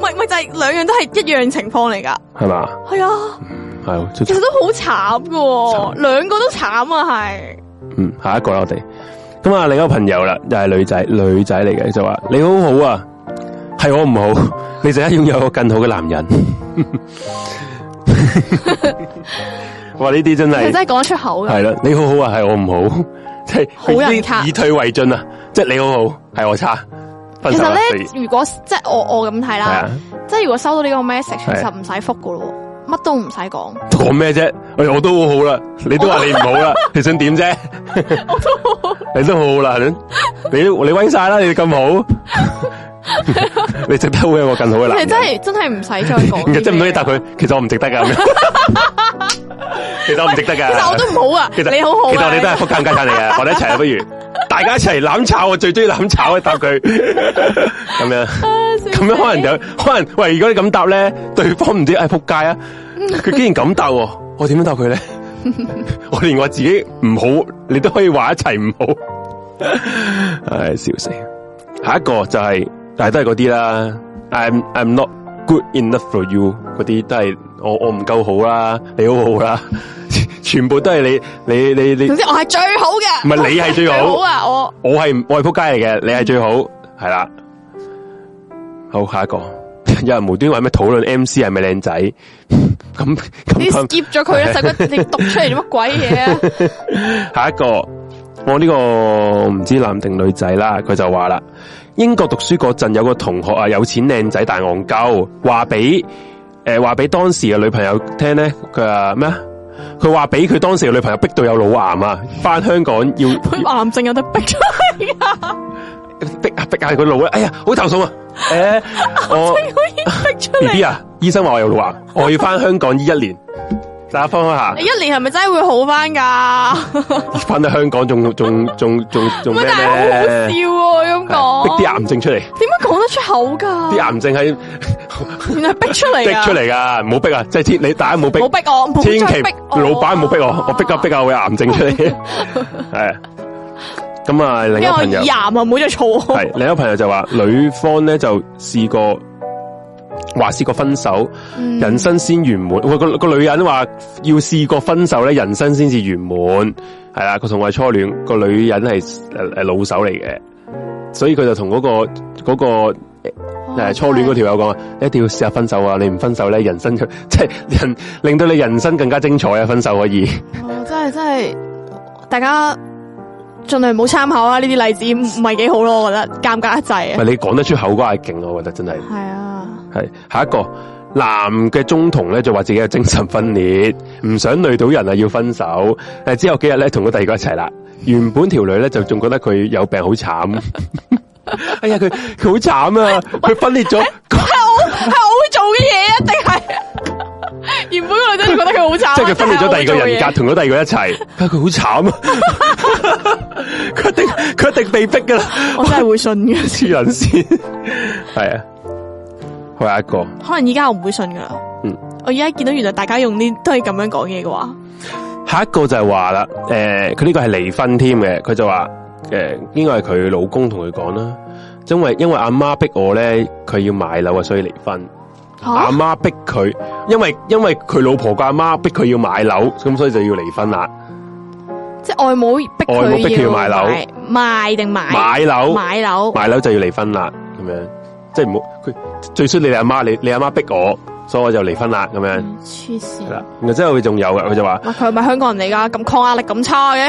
Speaker 1: 咪咪就係兩樣都係一樣情況嚟㗎。
Speaker 2: 係嘛？
Speaker 1: 係啊，
Speaker 2: 係出
Speaker 1: 其實都好慘㗎喎，兩個都慘啊，係。
Speaker 2: 嗯，下一個啦，我哋咁啊，另一個朋友啦，又係女仔，女仔嚟嘅，就話你好好啊，係我唔好， 你就一擁有一個更好嘅 男人。哇！呢啲真
Speaker 1: 佢
Speaker 2: 係
Speaker 1: 真係講得出口㗎。
Speaker 2: 係啦，你好好啊，係我唔好，即係
Speaker 1: 好人
Speaker 2: 呢啲
Speaker 1: 卡
Speaker 2: 以退為進啊，即係你好好，係我差。分
Speaker 1: 其
Speaker 2: 手
Speaker 1: 實
Speaker 2: 啦
Speaker 1: 咧
Speaker 2: 四，
Speaker 1: 如果即係我我咁睇
Speaker 2: 啊係
Speaker 1: 啦
Speaker 2: 啊。
Speaker 1: 即系如果收到呢個 message，其
Speaker 2: 係
Speaker 1: 實唔使覆噶咯喎，乜都唔使講，
Speaker 2: 講咩啫？我我都好好啦，你都話你唔好啦，你想點啫？我都好，你都好好啦，你都你威晒啦，你咁 好，你值得好有個更好嘅男
Speaker 1: 你
Speaker 2: 人。
Speaker 1: 真係真係唔使再講啲
Speaker 2: 其
Speaker 1: 咩。
Speaker 2: 實真唔可以答佢，其實我唔值得 噶，咁樣其實我唔值得噶。
Speaker 1: 其實我都唔好啊，
Speaker 2: 其實
Speaker 1: 你好好啊，
Speaker 2: 其實我哋都係福尷家產嚟嘅，我哋一齊啦，不如大家一齊攬炒，我最中意攬炒啊！答佢 咁
Speaker 1: 啊
Speaker 2: 樣，咁樣可能有可能喂，如果你咁答咧，對方唔知唉仆街啊！佢竟然咁答喎，我點樣答 佢咧？我連我自己唔好，你都可以話一齊唔好， 唉笑死！下一個就係、但係都係嗰啲啦，I'm I'm not good enough for you 嗰啲都係我我唔夠好啦，你好好啦， 全部都係你你你你
Speaker 1: 总之我系最好嘅，
Speaker 2: 唔係你係最好
Speaker 1: 好啊！我
Speaker 2: 我系我系扑街嚟嘅，你系最好，系啦。好，下一个， 有人无端话咩讨论 M C 系咪靓仔？咁
Speaker 1: 你
Speaker 2: 咁
Speaker 1: skip 咗佢啦，使乜你讀出嚟做乜鬼嘢 啊？
Speaker 2: 下一個，我呢、個唔知男定女仔啦，佢就話啦，英國讀書嗰陣有個同學啊，有錢靚仔但戇鳩，話俾诶話俾當時嘅女朋友聽咧，佢話咩啊？佢話俾佢當時嘅女朋友逼到有腦癌啊，翻香港要
Speaker 1: 佢癌症有得逼出去噶，
Speaker 2: 逼啊逼下佢腦啊，哎呀好頭痛啊！诶、我
Speaker 1: 佢已經逼出
Speaker 2: B B
Speaker 1: 嚟。
Speaker 2: 啊，醫生話我有腦癌，我要翻香港醫一年，大家放開下
Speaker 1: 你，一年係咪真係會好翻噶？
Speaker 2: 翻到香港仲仲仲仲仲
Speaker 1: 咁啊
Speaker 2: 咩
Speaker 1: 但係好好笑
Speaker 2: 咧？
Speaker 1: 喎，咁
Speaker 2: 係
Speaker 1: 講
Speaker 2: 逼啲癌症出嚟。
Speaker 1: 點解講得出口㗎？
Speaker 2: 啲癌症哦係啊
Speaker 1: 原來逼出嚟
Speaker 2: 逼
Speaker 1: 㗎，
Speaker 2: 出嚟噶，唔好逼啊！即係千你大家唔好逼
Speaker 1: 冇，逼我，冇
Speaker 2: 千
Speaker 1: 再
Speaker 2: 祈
Speaker 1: 逼我
Speaker 2: 老闆唔好逼哦我，我逼急逼啊會有癌症出嚟。 係啊咁啊，另
Speaker 1: 因
Speaker 2: 一
Speaker 1: 為
Speaker 2: 個
Speaker 1: 我
Speaker 2: 朋友
Speaker 1: 耳癌啊，唔好再嘈我。
Speaker 2: 係另一個朋友就話，女方咧就試過話試過分手，人生先圓滿。喂，個個女人話要試過分手咧，人生先至圓滿。係啦，佢同我係初戀，個女人係诶诶老手嚟嘅，所以佢就同嗰、個嗰、個。诶，
Speaker 1: 哦
Speaker 2: 初戀嗰條友講啊，你一定要試下分手啊！你唔分手咧，人生就 即係人令到你人生更加精彩啊！分手可以
Speaker 1: 哦，真係真係，大家盡量唔好參考啊！呢啲例子唔唔係幾好咯，我覺得尷尬一滯
Speaker 2: 唔
Speaker 1: 啊。
Speaker 2: 你講得出口嗰下勁，我覺得真係
Speaker 1: 係啊。
Speaker 2: 係下一個男嘅中童咧就話自己有精神分裂，唔想累到人啊，要分手。诶，之後幾日咧同咗第二個一齊啦。原本條女咧就仲覺得佢有病好慘，哎呀佢佢好慘啊！佢分裂咗，
Speaker 1: 系我系我会做嘅嘢啊，定系原本個女仔就覺得佢好慘，
Speaker 2: 即係佢分裂咗第二個人格，
Speaker 1: 格。
Speaker 2: 同咗第二個 一齊，啊佢好慘啊！ 佢一定佢一定被逼噶啦，
Speaker 1: 我真係會信嘅，
Speaker 2: 黐人線，係啊，好下一個，
Speaker 1: 可能而家我唔會信噶啦。
Speaker 2: 嗯，
Speaker 1: 我而家見到原來大家用啲都係咁樣講嘢嘅話，
Speaker 2: 下一個就係話啦，诶、佢呢個係離婚添嘅，佢就話诶、誒應該係佢老公同佢講啦，因為因為阿媽逼我咧，佢要買樓啊，所以離婚。阿
Speaker 1: 吓
Speaker 2: 媽逼佢，因為因為佢老婆個阿媽逼佢要買樓，咁所以就要離婚啦。
Speaker 1: 即係外母逼
Speaker 2: 外母逼佢
Speaker 1: 佢
Speaker 2: 要買樓
Speaker 1: 買賣定買
Speaker 2: 買樓。
Speaker 1: 買樓，
Speaker 2: 買樓就要離婚啦，咁樣即係唔好佢最衰你哋阿媽，你你阿媽逼我，所以我就離婚啦，咁樣
Speaker 1: 黐線
Speaker 2: 係！啦。然後之後佢仲有嘅，佢就話
Speaker 1: 嗯哇，佢係咪香港人嚟㗎？咁抗壓力咁差 嘅，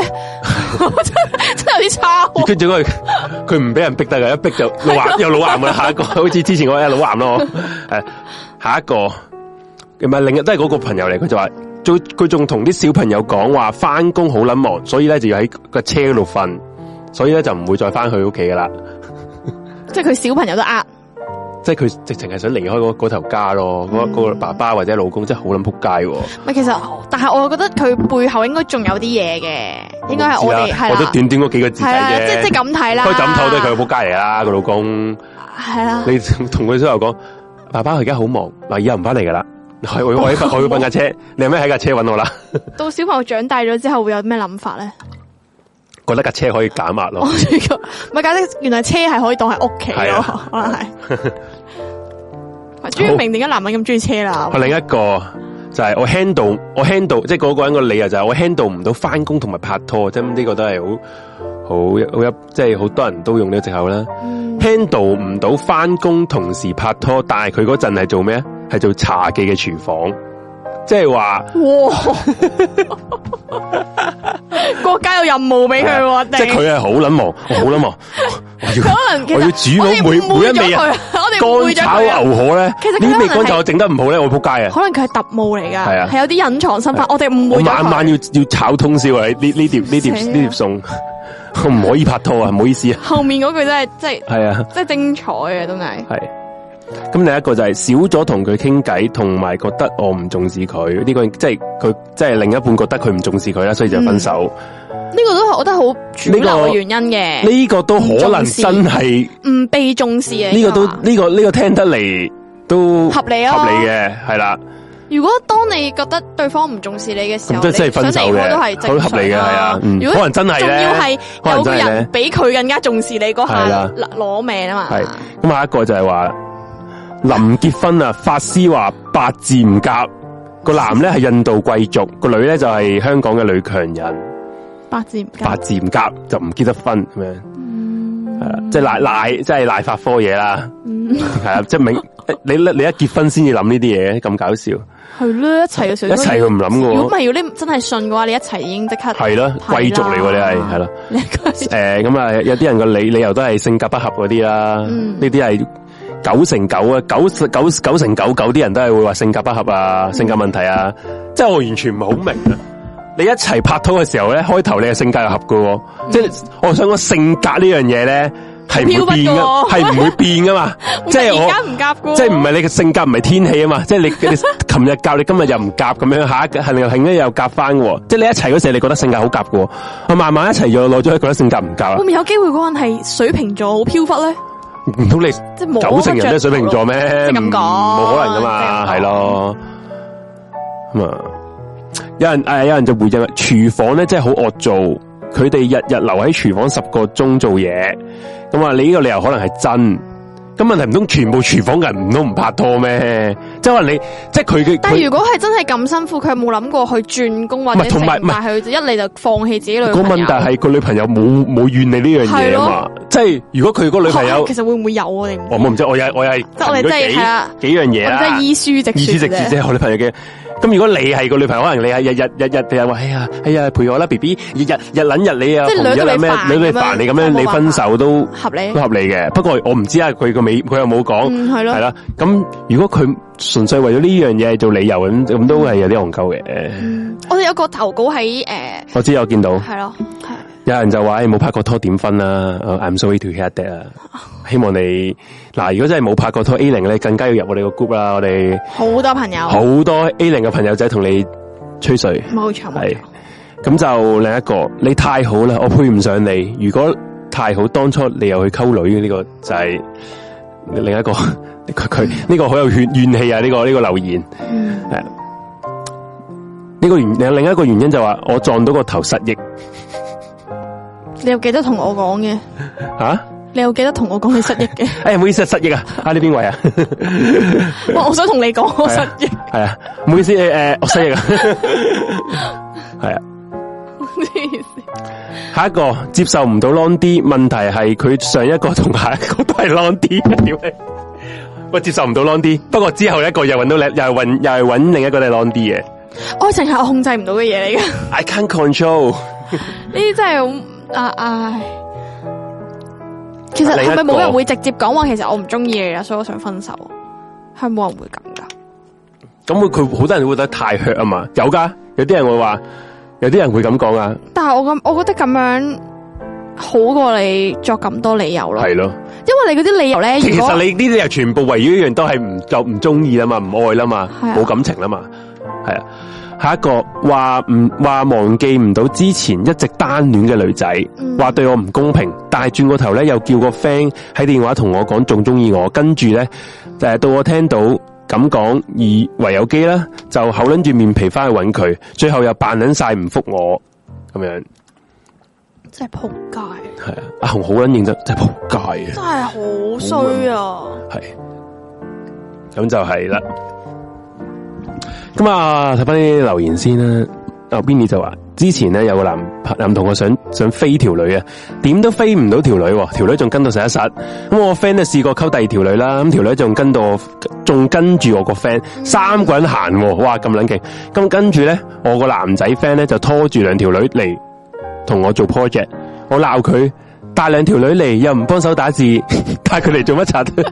Speaker 1: 真係真係有啲差喎。
Speaker 2: 跟住佢 佢唔俾人逼得噶，一逼就老癌又老癌啦。下一個 好似之前嗰個老癌咯，誒下一個唔係另一都係嗰個朋友嚟，佢就話。最佢仲同啲小朋友講話翻工好撚忙，所以咧就要喺個車嗰度瞓，所以咧就唔會再翻去屋企噶啦。
Speaker 1: 即係佢小朋友都呃，
Speaker 2: 即係佢直情係想離開嗰嗰頭家咯，嗰、嗰個爸爸或者老公真係好撚仆街喎。
Speaker 1: 咪其實，但係我覺得佢背後應該仲有啲嘢嘅，應該係我哋
Speaker 2: 知啦
Speaker 1: 係
Speaker 2: 我都
Speaker 1: 啦。
Speaker 2: 短短嗰幾個字
Speaker 1: 系
Speaker 2: 仔
Speaker 1: 啦，
Speaker 2: 啫。
Speaker 1: 即即咁睇啦。
Speaker 2: 開枕頭都係佢個仆街嚟啦，個 老公。
Speaker 1: 系啦，
Speaker 2: 你 同佢之後講，爸爸佢而家好忙，嗱以後唔翻嚟噶啦。係我我喺我要搵架車，你係咪喺架車搵我啦？
Speaker 1: 到小朋友長大咗之後會有咩諗法咧？
Speaker 2: 覺得架車可以減壓咯
Speaker 1: 我。呢個唔係解釋，原來車係可以當係屋企
Speaker 2: 係
Speaker 1: 咯
Speaker 2: 啊，
Speaker 1: 可 能係。我終於明點解男人咁中意車啦。
Speaker 2: 另一個就係我 handle 我 handle，即係嗰個人個理由就係我 handle 唔到翻工同埋拍拖，即係呢個都係好好好一即係好多人都用呢個藉口啦。handle
Speaker 1: 嗯
Speaker 2: 唔到翻工同時拍拖，但係佢嗰陣係做咩？係做茶記嘅廚房，即係話。
Speaker 1: 哇！ 國家有任務俾佢喎，
Speaker 2: 呃即係佢係好撚忙，我好撚忙，我要
Speaker 1: 可能其實
Speaker 2: 我要煮到每
Speaker 1: 我哋誤會
Speaker 2: 每一味
Speaker 1: 咗
Speaker 2: 啊
Speaker 1: 佢我哋誤會咗
Speaker 2: 乾炒
Speaker 1: 佢啊
Speaker 2: 牛河咧
Speaker 1: 其實，佢
Speaker 2: 呢
Speaker 1: 可能係
Speaker 2: 味乾炒我整得唔好咧，我仆街啊！
Speaker 1: 可能佢係特務嚟
Speaker 2: 係啊
Speaker 1: 㗎，係有啲隱藏身份，我哋誤
Speaker 2: 我
Speaker 1: 會咗
Speaker 2: 晚晚
Speaker 1: 佢。
Speaker 2: 要要炒通宵啊！呢呢呢碟呢碟
Speaker 1: 死啊
Speaker 2: 呢碟餸， 我唔可以拍拖啊！唔好意思啊，
Speaker 1: 後面嗰句真係真係
Speaker 2: 係啊，
Speaker 1: 真係精彩啊，真係。
Speaker 2: 係。咁另一個就係少咗同佢傾偈，同埋覺得我唔重視佢，呢、個即係佢即係另一半覺得佢唔重視佢啦，所以就分手。
Speaker 1: 呢個都係我覺得好主流嘅原因嘅，
Speaker 2: 呢、個都可能真係
Speaker 1: 嗯唔被重視嘅。
Speaker 2: 呢、個
Speaker 1: 應該
Speaker 2: 都
Speaker 1: 話
Speaker 2: 呢、個呢、個聽得嚟都
Speaker 1: 合理啊
Speaker 2: 合理嘅係啦，
Speaker 1: 如果當你覺得對方唔重視你嘅時候，
Speaker 2: 咁即係真係分手嘅
Speaker 1: 你想離開都係正
Speaker 2: 好
Speaker 1: 常
Speaker 2: 合理嘅係啊嗯
Speaker 1: 如果
Speaker 2: 可能真係
Speaker 1: 仲
Speaker 2: 咧
Speaker 1: 要係
Speaker 2: 可
Speaker 1: 有個
Speaker 2: 能真係咧
Speaker 1: 人比佢更加重視你嗰
Speaker 2: 係
Speaker 1: 下
Speaker 2: 啦
Speaker 1: 攞命啊嘛
Speaker 2: 係。咁下一個就係話臨結婚啊，法師話八字唔夾，個男咧係印度貴族，個女咧就係香港嘅女強
Speaker 1: 嗯
Speaker 2: 人，
Speaker 1: 八字唔
Speaker 2: 八
Speaker 1: 夾，
Speaker 2: 字唔夾就唔結得婚咁樣。
Speaker 1: 嗯
Speaker 2: 系啦，即系賴賴，即係賴法科嘢啦，
Speaker 1: 嗯
Speaker 2: 係啊，即係明你你一結婚先至諗呢啲嘢，咁搞笑，
Speaker 1: 係咯，一齊嘅時候
Speaker 2: 一齊佢唔諗嘅喎
Speaker 1: 如果唔係，如果你真係信嘅話，你一齊已經即刻
Speaker 2: 係啦，貴族嚟喎，你係係啦，
Speaker 1: 你係
Speaker 2: 诶，咁啊，有啲人個理理由都係性格不合嗰啲啦，
Speaker 1: 嗯
Speaker 2: 呢啲係九成九啊，九九九成九九啲人都係會話性格不合
Speaker 1: 嗯
Speaker 2: 啊，性格問題啊，即係我完全唔係好明啊。你一齊拍拖嘅時候咧，開頭你係性格又合嘅喎，
Speaker 1: 嗯
Speaker 2: 即係我想講性格呢樣嘢咧係唔會
Speaker 1: 飄忽
Speaker 2: 變
Speaker 1: 㗎
Speaker 2: 噶，
Speaker 1: 喎
Speaker 2: 係唔會變噶嘛，即係我
Speaker 1: 而。 家唔夾嘅喎，
Speaker 2: 即系唔系你嘅性格唔系天气啊嘛，即 系你你琴日教你今日又唔夾咁樣，下一係又係咧又夾翻喎。即系你一齊嗰時候你覺得性格好夾嘅喎，我慢慢一齊又攞咗，覺得性格唔夾
Speaker 1: 會唔
Speaker 2: 啦。
Speaker 1: 會有機會嗰個人係水瓶座好飄忽咧？
Speaker 2: 唔通你
Speaker 1: 即係冇
Speaker 2: 九成人都係水瓶座咩？嗯
Speaker 1: 即係咁講
Speaker 2: 冇可能噶嘛，
Speaker 1: 即係咁講
Speaker 2: 係咯。咁啊，有人诶，有人就回應啦，廚房咧真係好惡做，佢哋日日留喺廚房十個鐘做嘢，咁啊，你呢個理由可能係真。咁問題唔通全部廚房嘅人唔通唔拍拖咩？即係可能你，即係佢嘅。
Speaker 1: 但
Speaker 2: 佢
Speaker 1: 系如果係真係咁辛苦，佢有冇諗過去轉工或
Speaker 2: 唔
Speaker 1: 者
Speaker 2: 係
Speaker 1: 成
Speaker 2: 同埋
Speaker 1: 但係佢一嚟就放棄自己女
Speaker 2: 個
Speaker 1: 朋友。
Speaker 2: 問題係個女朋友冇冇怨你呢樣嘢啊
Speaker 1: 係
Speaker 2: 嘛，即係如果佢嗰個女朋友
Speaker 1: 哦，其實會唔會有啊？你唔
Speaker 2: 我
Speaker 1: 知
Speaker 2: 我唔知，我有我有係
Speaker 1: 即係我哋真係係啦
Speaker 2: 幾幾樣嘢
Speaker 1: 我哋真
Speaker 2: 啦
Speaker 1: 係，依書直
Speaker 2: 意思直
Speaker 1: 說
Speaker 2: 接
Speaker 1: 啫
Speaker 2: 即係我女朋友嘅。咁如果你係個女朋友，可能你係日日日日日日話，哎呀哎呀陪我啦，B B，日日日撚日你啊，
Speaker 1: 即係
Speaker 2: 逢
Speaker 1: 女
Speaker 2: 日
Speaker 1: 到
Speaker 2: 啊
Speaker 1: 你煩
Speaker 2: 咩
Speaker 1: 咁樣
Speaker 2: 女到你煩你咁樣，
Speaker 1: 冇辦
Speaker 2: 你
Speaker 1: 法
Speaker 2: 分手都
Speaker 1: 合理
Speaker 2: 都。合理嘅。不過我唔知啊，佢個尾佢又冇講，
Speaker 1: 嗯係咯
Speaker 2: 係啦。咁如果佢純粹為咗呢樣嘢做理由咁，咁都係有啲戇鳩嘅。
Speaker 1: 我哋有個投稿喺诶，
Speaker 2: 我知我見到。
Speaker 1: 係咯，係
Speaker 2: 有人就話：，哎唉冇拍過拖點分啦、i m sorry to hear that 啊！希望你嗱，如果真係冇拍過拖 A 零咧，更加要入我哋個 group 啦。我哋
Speaker 1: 好多朋友，
Speaker 2: 好多 A 零嘅朋友仔同你吹水，
Speaker 1: 冇錯冇
Speaker 2: 係
Speaker 1: 錯，
Speaker 2: 咁就另一個，你太好啦，我配唔上你。如果太好，當初你又去溝女呢、個就係另一個 佢佢呢個好有怨怨氣啊！呢、個呢、個留言。
Speaker 1: 嗯
Speaker 2: 系呢個原有另一個原因就話我撞到個頭失憶
Speaker 1: 你有記得同我講嘅？
Speaker 2: 啊！
Speaker 1: 你有記得同我講你失憶 嘅？
Speaker 2: 诶、唔好意思，失憶啊！啊呢邊位啊，
Speaker 1: 哇！我想同你講我失憶，
Speaker 2: 係啊，唔好意思，诶、誒我失憶啊，係啊。
Speaker 1: 黐線
Speaker 2: 下一個接受唔到 long D，問題係佢上一個同下一個都係 long D，屌你！我接受唔到 long D，不過之後一個又搵到你，又係搵又係搵另一個都係 long D 嘅
Speaker 1: 愛情係我控制唔到嘅嘢嚟嘅，
Speaker 2: ，I can't control。
Speaker 1: 呢啲真係好啊唉。其實
Speaker 2: 另一個
Speaker 1: 係咪冇人會直接講話？其實我唔中意你啦，所以我想分手。係冇人會咁噶。
Speaker 2: 咁佢佢好多人會覺得太 hurt 啊嘛，有噶，有啲人會話，有啲人會咁講啊，
Speaker 1: 但係我咁，我覺得咁樣好過你作咁多理由咯。
Speaker 2: 係咯。
Speaker 1: 因為你嗰啲理由咧，
Speaker 2: 其
Speaker 1: 哎如果
Speaker 2: 實你呢啲又全部圍繞一樣都係唔就唔中意啦嘛，唔愛啦嘛
Speaker 1: 係，啊
Speaker 2: 冇感情啦嘛，係啊。下一個話唔話忘記唔到之前一直單戀嘅女仔，
Speaker 1: 嗯
Speaker 2: 話、對我唔公平，但係轉個頭咧又叫個 friend 喺電話同我講仲中意我，跟住咧誒到我聽到咁講，以為有機啦，就厚撚住面皮翻去揾佢，最後又扮撚晒唔覆我咁樣，
Speaker 1: 真係仆街，
Speaker 2: 係啊，阿紅好撚認真，真係仆街啊！
Speaker 1: 真係好衰啊！
Speaker 2: 系，咁就系啦。咁啊，睇翻啲留言先啦。啊 b i n n y 就话之前咧有个男男同学想想飞条女啊，点都飞唔到条女喎，条女仲跟到实一实。咁我 friend 咧试过沟第二条女啦，咁条女仲跟到我，仲跟住我个 friend，三个人行喎，哇咁撚勁。咁跟住咧，我个男仔 friend 咧就拖住两条女嚟同我做 project，我闹佢带两条女嚟又唔帮手打字， 带佢嚟做乜柒？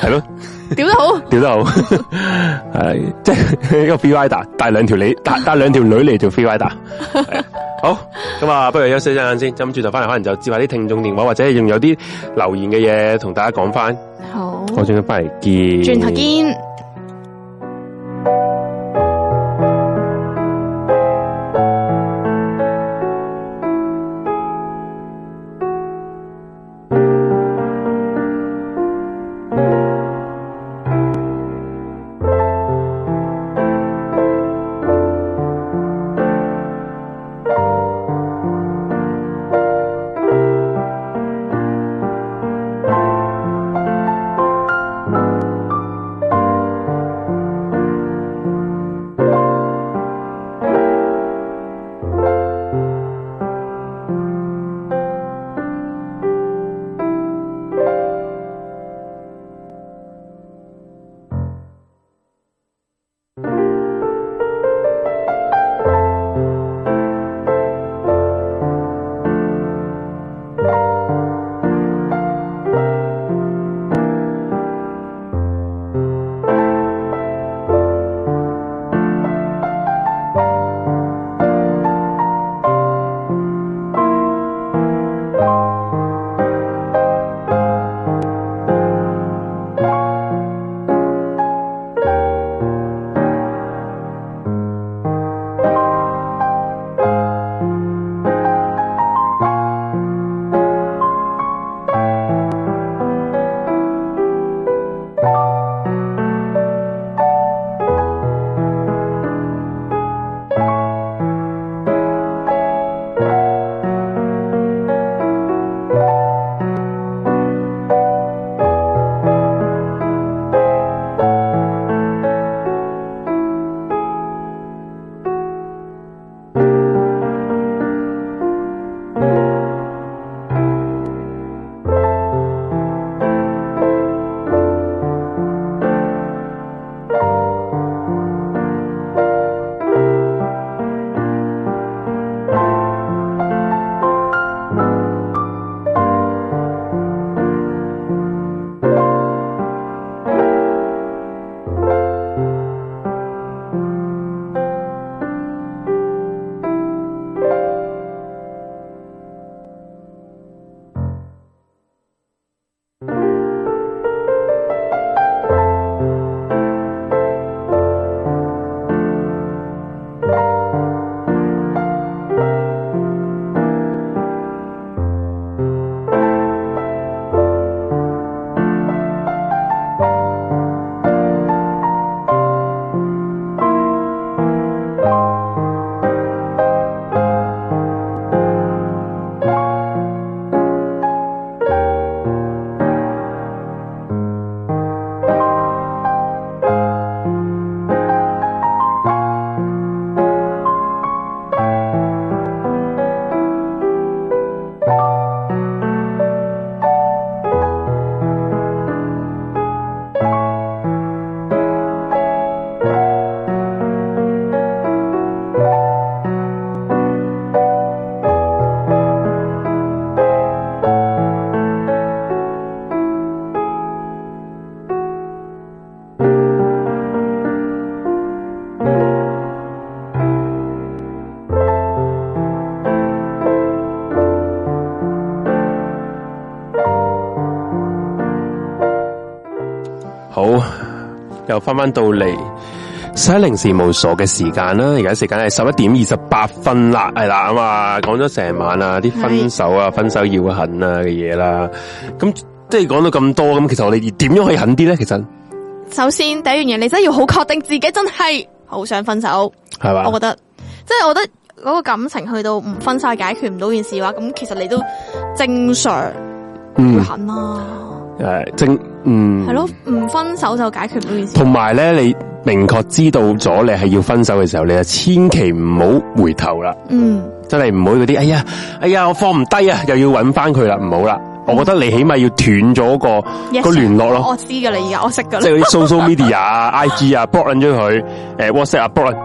Speaker 2: 系咯，
Speaker 1: 屌得好，
Speaker 2: 屌得 好，系即系一个 free rider，带两条女带带两条女嚟做 free rider。係啊好，咁啊，不如休息一阵先，咁转头翻嚟可能就接下啲听众电话，或者仲有啲留言嘅嘢同大家讲翻。
Speaker 1: 好，
Speaker 2: 我转头翻嚟见，
Speaker 1: 轉頭見。
Speaker 2: 好，又翻翻到嚟西零事務所嘅時間啦，而家時間係十一點二十八分啦，係啦咁啊，講咗成晚啊，啲分手啊、分手要狠啊嘅嘢啦，咁即係講到咁多，咁其實我哋點樣可以狠啲咧？其實
Speaker 1: 首先第一樣嘢，你真係要好確定自己真係好想分手，
Speaker 2: 係嘛？
Speaker 1: 我覺得，即係我覺得嗰個感情去到唔分晒解決唔到件事嘅話，咁其實你都正常會
Speaker 2: 嗯，
Speaker 1: 狠啦、
Speaker 2: 誒，正嗯
Speaker 1: 係，咯，唔分手就解決唔到件事
Speaker 2: 同。埋咧，你明確知道咗你係要分手嘅時候，你就啊千祈唔好回頭啦。
Speaker 1: 嗯，
Speaker 2: 真係唔好嗰啲，哎呀，哎呀，我放唔低啊，又要揾翻佢啦，唔好啦。我覺得你起碼要斷咗個
Speaker 1: Yes，
Speaker 2: 個聯絡
Speaker 1: 我
Speaker 2: 咯，
Speaker 1: 知噶啦，而家我識噶
Speaker 2: 即
Speaker 1: 啦。
Speaker 2: 係嗰啲 social media 啊、IG 啊 block 撚咗佢，誒 WhatsApp 啊 block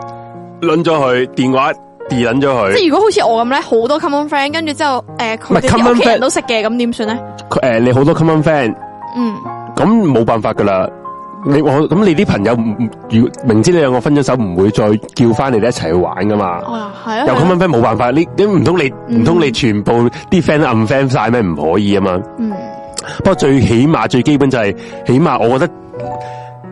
Speaker 2: 撚咗佢，電話 delete 撚咗
Speaker 1: 即
Speaker 2: 佢
Speaker 1: 係如果好似我咁咧，好多 common friend，跟住之後诶，
Speaker 2: 唔
Speaker 1: 佢
Speaker 2: 係
Speaker 1: 哋啲
Speaker 2: common
Speaker 1: 屋企人
Speaker 2: friend
Speaker 1: 都識嘅，咁點算咧？，
Speaker 2: 佢誒你好多 common friend，
Speaker 1: 嗯，
Speaker 2: 咁冇辦法噶啦。你我咁你啲朋友唔唔如明知你兩個分咗手，唔會再叫翻你哋一齊去玩噶嘛。
Speaker 1: 哦，嗯係啊，
Speaker 2: 有
Speaker 1: 係啊
Speaker 2: common friend 冇辦法，你你唔通你唔通你全部啲 friend 都暗 friend 晒咩？唔可以啊嘛。
Speaker 1: 嗯，
Speaker 2: 不過最起碼最基本就係、起碼我覺得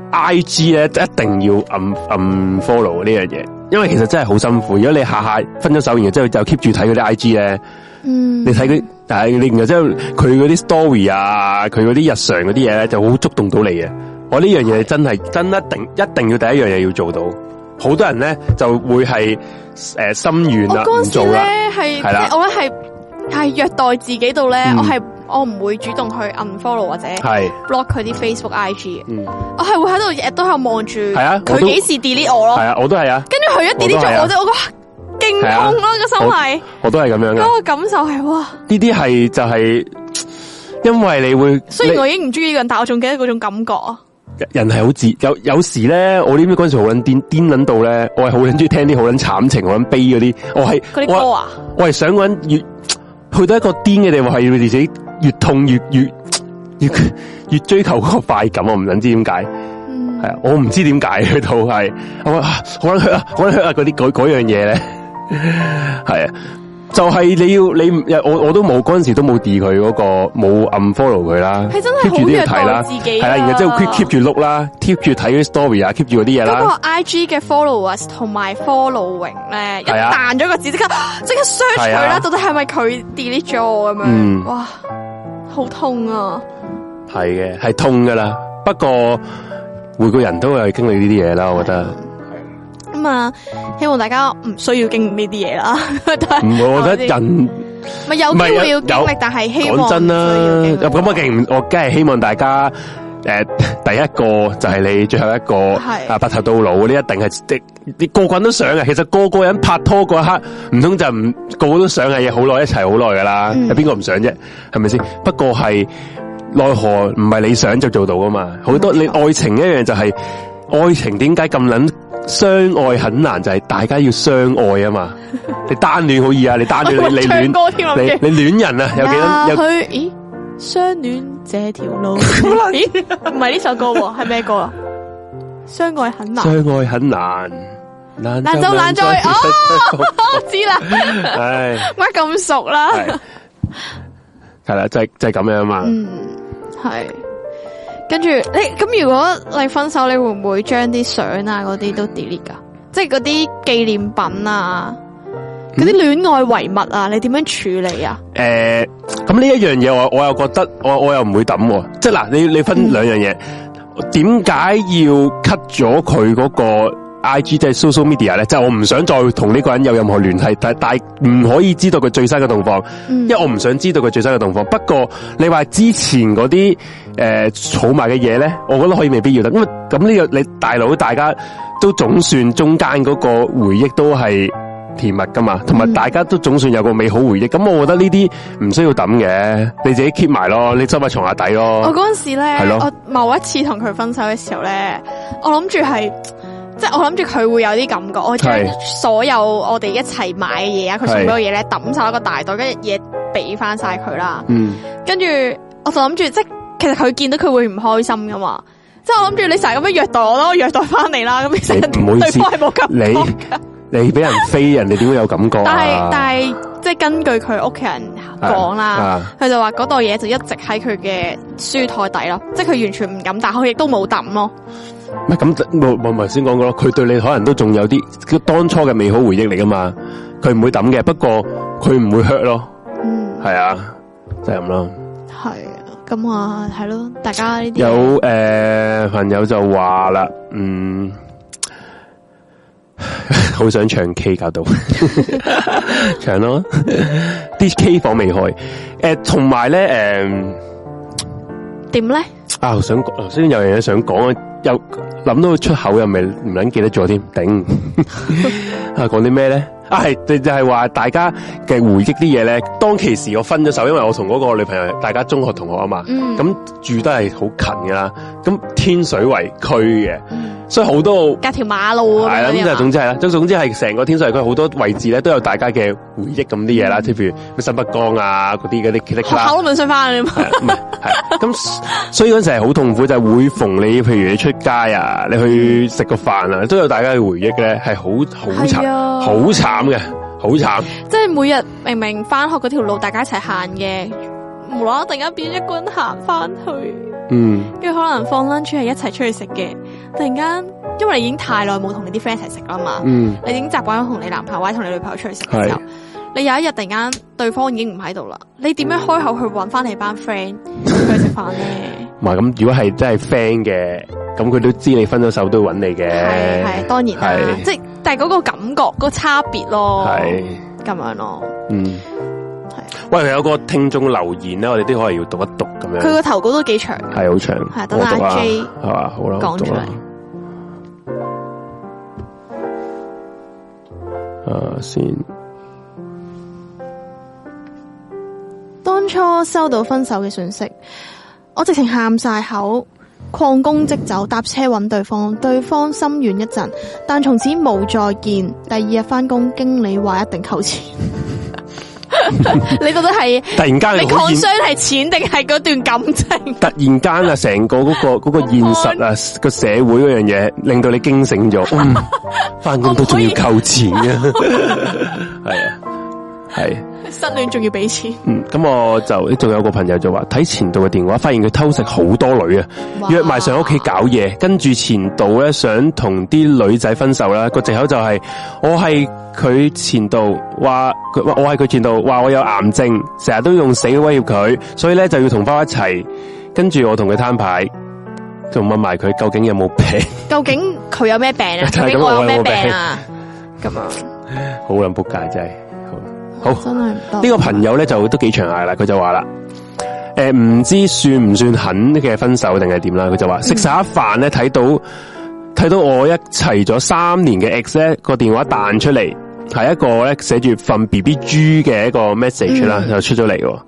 Speaker 2: I G 咧一定要暗暗 follow 呢樣嘢，因為其實真係好辛苦。如果你下下分咗手，然後之後就 keep 住睇嗰啲 I G 咧，
Speaker 1: 嗯，
Speaker 2: 你睇佢，但係你然後之後佢嗰啲 story 啊，佢嗰啲日常嗰啲嘢咧，就好觸動到你嘅。我呢樣嘢真係真一定一定要第一樣嘢要做到。好多人咧就會係誒、呃心軟
Speaker 1: 我
Speaker 2: 啦，
Speaker 1: 嗰
Speaker 2: 唔
Speaker 1: 陣時
Speaker 2: 做啦。
Speaker 1: 咧係，
Speaker 2: 係啦
Speaker 1: 即係我咧係系虐待自己到咧，
Speaker 2: 嗯
Speaker 1: 我係我唔會主動去 unfollow 或者
Speaker 2: 係，
Speaker 1: block 佢啲 Facebook IG 嘅，
Speaker 2: 嗯，係
Speaker 1: 我係會喺度日日都喺度望住，
Speaker 2: 係啊我
Speaker 1: 佢
Speaker 2: 都
Speaker 1: 幾時 delete 我咯，
Speaker 2: 啊，我都係啊，
Speaker 1: 跟住佢一 delete 咗我
Speaker 2: 我都啊
Speaker 1: 啫，我覺得勁痛咯個心係，
Speaker 2: 我都係咁樣嘅。
Speaker 1: 嗰個感受係哇，
Speaker 2: 呢啲係就係、因為你會，
Speaker 1: 雖然我已經唔中意呢個人，但我仲記得嗰種感覺啊，
Speaker 2: 你人係好自有有時咧，我呢邊嗰陣時好撚癲癲撚到咧，我係好撚中意聽啲好撚慘情、好撚悲嗰啲，我係
Speaker 1: 嗰啲歌
Speaker 2: 我
Speaker 1: 啊，
Speaker 2: 我係想個人越去到一個癲嘅地步，係要自己越痛越越越越追求嗰個快感，我唔撚知點解。
Speaker 1: 嗯
Speaker 2: 系啊，我唔知點解去到係，我話啊好撚血啊，好撚血啊，嗰啲嗰嗰樣嘢咧， 係啊，就係你要你我我都冇嗰阵时都冇 d 佢嗰個冇暗 follow 佢啦
Speaker 1: 係真係
Speaker 2: ，keep
Speaker 1: 好
Speaker 2: 住都
Speaker 1: 虐
Speaker 2: 要睇
Speaker 1: 待
Speaker 2: 啦，
Speaker 1: 自己啊
Speaker 2: 係啦，然後之後 keep keep 住碌啦，keep 住睇嗰啲 story 啊，keep 住嗰啲
Speaker 1: 嗰
Speaker 2: 嘢
Speaker 1: 個
Speaker 2: 啦，
Speaker 1: IG 嘅 followers 同埋 following 咧，一
Speaker 2: 係啊
Speaker 1: 彈咗個字即刻 即刻 search 佢
Speaker 2: 係
Speaker 1: 啦，
Speaker 2: 啊
Speaker 1: 到底係咪佢 delete 咗我咁樣？
Speaker 2: 嗯
Speaker 1: 哇，好痛啊！
Speaker 2: 係嘅，係痛噶啦，不過每個人都係經歷呢啲嘢啦，我覺得。
Speaker 1: 咁啊，希望大家唔需要經歷呢啲嘢啦。 但係
Speaker 2: 唔會，我覺得
Speaker 1: 知
Speaker 2: 人
Speaker 1: 咪有機會要經
Speaker 2: 唔係
Speaker 1: 歷
Speaker 2: 有，
Speaker 1: 但係希望
Speaker 2: 講真啦
Speaker 1: 唔需要，經歷
Speaker 2: 咁我勁，我梗係希望大家诶、第一個就係你，最後一個
Speaker 1: 係
Speaker 2: 啊白頭到老嗰啲，一定係即你個個人都想嘅。其實個個人拍拖嗰一刻，唔通就唔個個都想嘅嘢好耐一齊好耐噶啦，
Speaker 1: 嗯
Speaker 2: 有邊個唔想啫？係咪先？不過係奈何唔係你想就做到噶嘛。好多
Speaker 1: 冇錯
Speaker 2: 你愛情一樣就係、愛情點解咁撚相愛很難？就係大家要相愛啊 嘛。你單戀好易啊，你單戀你你
Speaker 1: 唱
Speaker 2: 戀。
Speaker 1: 歌添啊，
Speaker 2: 你你恋人啊，有幾
Speaker 1: 啊
Speaker 2: 多有
Speaker 1: 佢咦？相戀這條路，咦？唔係呢首歌喎，係咩歌啊？相愛很難，
Speaker 2: 相愛很難，難
Speaker 1: 難就難在
Speaker 2: 難
Speaker 1: 哦
Speaker 2: 在
Speaker 1: 我知啦，
Speaker 2: 唉，
Speaker 1: 乜咁熟啦？
Speaker 2: 係係啦，就係就係咁樣啊嘛。
Speaker 1: 嗯，係。跟住你咁，如果你分手，你會唔會將啲相啊嗰啲都 delete 噶？即係嗰啲紀念品啊，嗰啲
Speaker 2: 嗯
Speaker 1: 戀愛遺物啊，你點樣處理啊？
Speaker 2: 诶，咁呢一樣嘢，我我又覺得我我又唔會抌喎，即係嗱，你你
Speaker 1: 嗯
Speaker 2: 分兩樣嘢，點解要 cut 咗佢嗰個 I G 即係 social media 咧？即係我唔想再同呢個人有任何聯繫，但但係唔可以知道佢最新嘅動況。
Speaker 1: 嗯
Speaker 2: 因為我唔想知道佢最新嘅動況。不過你話之前嗰啲诶儲埋嘅嘢咧，我覺得可以未必要得，因為咁呢個你大佬大家都總算中間嗰個回憶都係甜蜜噶嘛，同埋
Speaker 1: 嗯
Speaker 2: 大家都總算有個美好回憶。咁我覺得呢啲唔需要抌嘅，你自己 keep 埋咯，你收埋床下底
Speaker 1: 我
Speaker 2: 咯。
Speaker 1: 嗰阵时
Speaker 2: 哦係
Speaker 1: 咧，
Speaker 2: 咯
Speaker 1: 我某一次同佢分手嘅時候咧，我諗住係，即系我諗住佢會有啲感覺，我將
Speaker 2: 係
Speaker 1: 所有我哋一齊買嘅嘢啊，佢送俾我嘅嘢咧，抌晒喺個大袋，跟住嘢俾翻晒佢啦。
Speaker 2: 嗯，
Speaker 1: 跟住我就諗住，即系其實佢見到佢會唔開心噶嘛。即系我諗住你成日咁樣虐待我啦，我虐待翻你啦，咁其實
Speaker 2: 你唔好意
Speaker 1: 對
Speaker 2: 思
Speaker 1: 方係冇感
Speaker 2: 你
Speaker 1: 覺。
Speaker 2: 你俾人飛，人哋點會有感覺
Speaker 1: 但係
Speaker 2: 啊？
Speaker 1: 但係即系根據佢屋企人講啦。
Speaker 2: 啊
Speaker 1: 佢就話嗰袋嘢就一直喺佢嘅書台底咯，即係佢完全唔敢打開，亦都冇抌咯。
Speaker 2: 唔係咁，我我咪先講過咯，佢對你可能都仲有啲佢當初嘅美好回憶嚟噶嘛，佢唔會抌嘅，不過佢唔會 hurt 咯，
Speaker 1: 嗯，
Speaker 2: 係啊，就係咁咯。
Speaker 1: 係啊，咁啊，係咯，大家呢啲
Speaker 2: 有诶、呃朋友就話啦，嗯， 好想唱 K 搞到 唱咯，啲 K 房未開，诶、同埋咧，诶、
Speaker 1: 點咧？
Speaker 2: 啊，我想講頭先有樣嘢想講，又諗到出口又未唔撚記得咗添，頂 啊！講啲咩咧？啊，係就就係話大家嘅回憶啲嘢咧。當其時我分咗手，因為我同嗰個女朋友，大家中學同學啊嘛，
Speaker 1: 嗯
Speaker 2: 咁、住得係好近噶啦，咁天水圍區嘅，
Speaker 1: 嗯
Speaker 2: 所以好多
Speaker 1: 隔條馬路咁
Speaker 2: 係啦，咁
Speaker 1: 樣
Speaker 2: 就係
Speaker 1: 啊嘛
Speaker 2: 總之係啦，即係總之係成個天水圍區好多位置咧都有大家嘅回憶咁啲嘢啦，即係譬如咩新北江啊嗰啲嗰啲嗰啲
Speaker 1: 學
Speaker 2: 啦
Speaker 1: 校都問想啊翻你嘛。
Speaker 2: 唔係，係咁，所以嗰陣時係好痛苦，就係、每逢你，譬如你出街啊，你去食個飯啊，都有大家嘅回憶咧，係好好
Speaker 1: 係
Speaker 2: 慘，
Speaker 1: 啊
Speaker 2: 好慘嘅，好慘。
Speaker 1: 即係每日明明翻學嗰條路大家一齊行嘅，無啦啦突然間變咗一個人行翻去，
Speaker 2: 嗯，
Speaker 1: 跟住可能放 lunch 係一齊出去食嘅，突然間因為你已經太耐冇同你啲 friend 一齊食啦嘛。
Speaker 2: 嗯，
Speaker 1: 你已經習慣咗同你男朋友或者同你女朋友出去食嘅時候，你有一日突然間對方已經唔喺度啦，你點樣開口去揾翻你班 friend 去食飯咧？
Speaker 2: 唔係咁，如果係真係 friend 嘅，咁佢都知你分咗手都會揾你嘅，
Speaker 1: 係係當然啦，
Speaker 2: 係
Speaker 1: 即係但係嗰個感覺、嗰個差別咯，
Speaker 2: 係，
Speaker 1: 咁樣咯。
Speaker 2: 嗯，喂，有個聽眾留言咧，我哋都可能要讀一讀咁
Speaker 1: 佢
Speaker 2: 樣，
Speaker 1: 個頭稿都幾長，
Speaker 2: 係好長，
Speaker 1: 係等
Speaker 2: 我讀
Speaker 1: 阿
Speaker 2: 啊，
Speaker 1: J
Speaker 2: 係嘛，好啦，我
Speaker 1: 講
Speaker 2: 讀
Speaker 1: 出
Speaker 2: 啦
Speaker 1: 嚟。
Speaker 2: 啊，先。
Speaker 1: 當初收到分手嘅信息，我直情喊晒口，曠工即走，搭車揾對方，對方心軟一陣，但從此冇再見。第二日翻工，經理話一定扣錢。 你覺得係
Speaker 2: 突然間
Speaker 1: 你
Speaker 2: 好現
Speaker 1: concern 係錢定係嗰段感情？
Speaker 2: 突然間啊，成個嗰、個嗰、個現實啊，個社會嗰樣嘢，令到你驚 醒咗。嗯，翻工都仲要扣錢嘅，係啊，係。
Speaker 1: 失戀仲要俾錢？
Speaker 2: 嗯，咁我就仲有個朋友就話睇前度嘅電話，發現佢偷食好多女啊，
Speaker 1: 哇
Speaker 2: 約埋上屋企搞嘢，跟住前度咧想同啲女仔分手啦，個藉口就係我係佢前度，話佢我係佢前度，話我有癌症，成日都用死威脅佢，所以咧就要同翻我一齊，跟住我同佢攤牌，就問埋佢究竟有冇病，
Speaker 1: 究竟佢有咩病啊？
Speaker 2: 就
Speaker 1: 究
Speaker 2: 係咁
Speaker 1: 竟我有
Speaker 2: 我有
Speaker 1: 咩
Speaker 2: 冇
Speaker 1: 病
Speaker 2: 病
Speaker 1: 啊？咁啊，
Speaker 2: 好撚仆街真係。好，好
Speaker 1: 真係唔得。
Speaker 2: 呢個朋友咧就都幾長嗌啦，佢就話啦。诶，唔、知算唔算狠嘅分手定係點啦？佢就話食晒一飯咧，睇到睇到我一齊咗三年嘅 ex 咧個電話彈出嚟，係一個咧寫住份 B B 豬嘅一個 message 啦，就出咗嚟喎。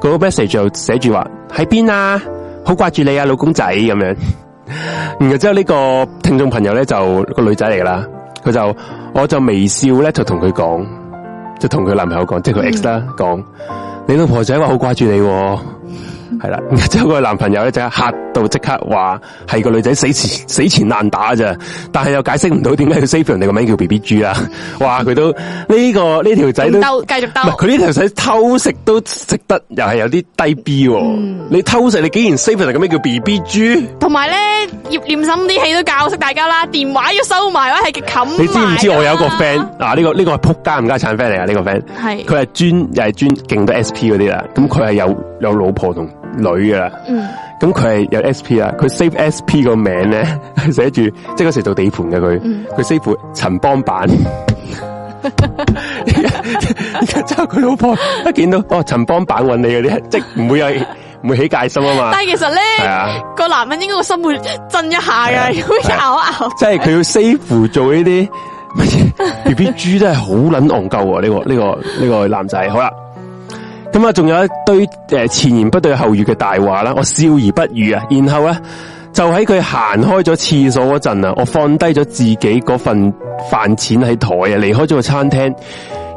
Speaker 2: 嗰個 message 就寫住話喺邊啊，好掛住你啊，老公仔咁樣。然後之後呢個聽眾朋友咧就個女仔嚟㗎啦，佢就我就微笑咧就同佢講，就同佢男朋友講，即係佢 ex 啦，講你老婆仔話好掛住你、喎。系啦，然之后佢男朋友咧就吓到即刻话系个女仔死前死前烂打咋，但系又解释唔到点解佢 save 人哋个名叫 B B 猪啦。哇，佢都呢、個个呢条仔都
Speaker 1: 兜繼續
Speaker 2: 唔係
Speaker 1: 兜
Speaker 2: 佢，呢條仔偷食都食得，又係有啲低 B 喎。你偷食，你竟然 save 人哋咁樣叫 B B 豬，
Speaker 1: 同埋咧葉念心啲戲都教識大家啦，電話要收埋或者係冚埋啊㗎。
Speaker 2: 你知唔知我有一個 friend 啊？呢、個呢、個係仆街唔家產 friend 嚟啊！呢、個 friend
Speaker 1: 係
Speaker 2: 佢係專又係專勁到 S P 嗰啲啦。咁佢係有有老婆同女噶啦。
Speaker 1: 嗯
Speaker 2: 咁佢係有 S P 啦，佢 save S P 個名咧係 寫住，即係嗰時做地盤嘅佢，
Speaker 1: 嗯
Speaker 2: 佢 save 陳邦版。 之後佢老婆一見到哦陳邦版揾你嗰啲，即係唔會有唔會起戒心啊嘛。
Speaker 1: 但係其實
Speaker 2: 系
Speaker 1: 咧，
Speaker 2: 啊，
Speaker 1: 個男人應該個心會震一下
Speaker 2: 係啊
Speaker 1: 㗎，會
Speaker 2: 係啊
Speaker 1: 咬一咬。
Speaker 2: 即系佢要 save 做呢啲 乜嘢 B B 猪真系好捻戇鳩啊！呢、個呢、個呢、個男仔，好啦，咁啊，仲有一堆诶、呃前言不對後語嘅大話啦，我笑而不語啊，然後咧就喺佢行開咗廁所嗰陣啊，我放低咗自己嗰份飯錢喺台啊，離開咗個餐廳，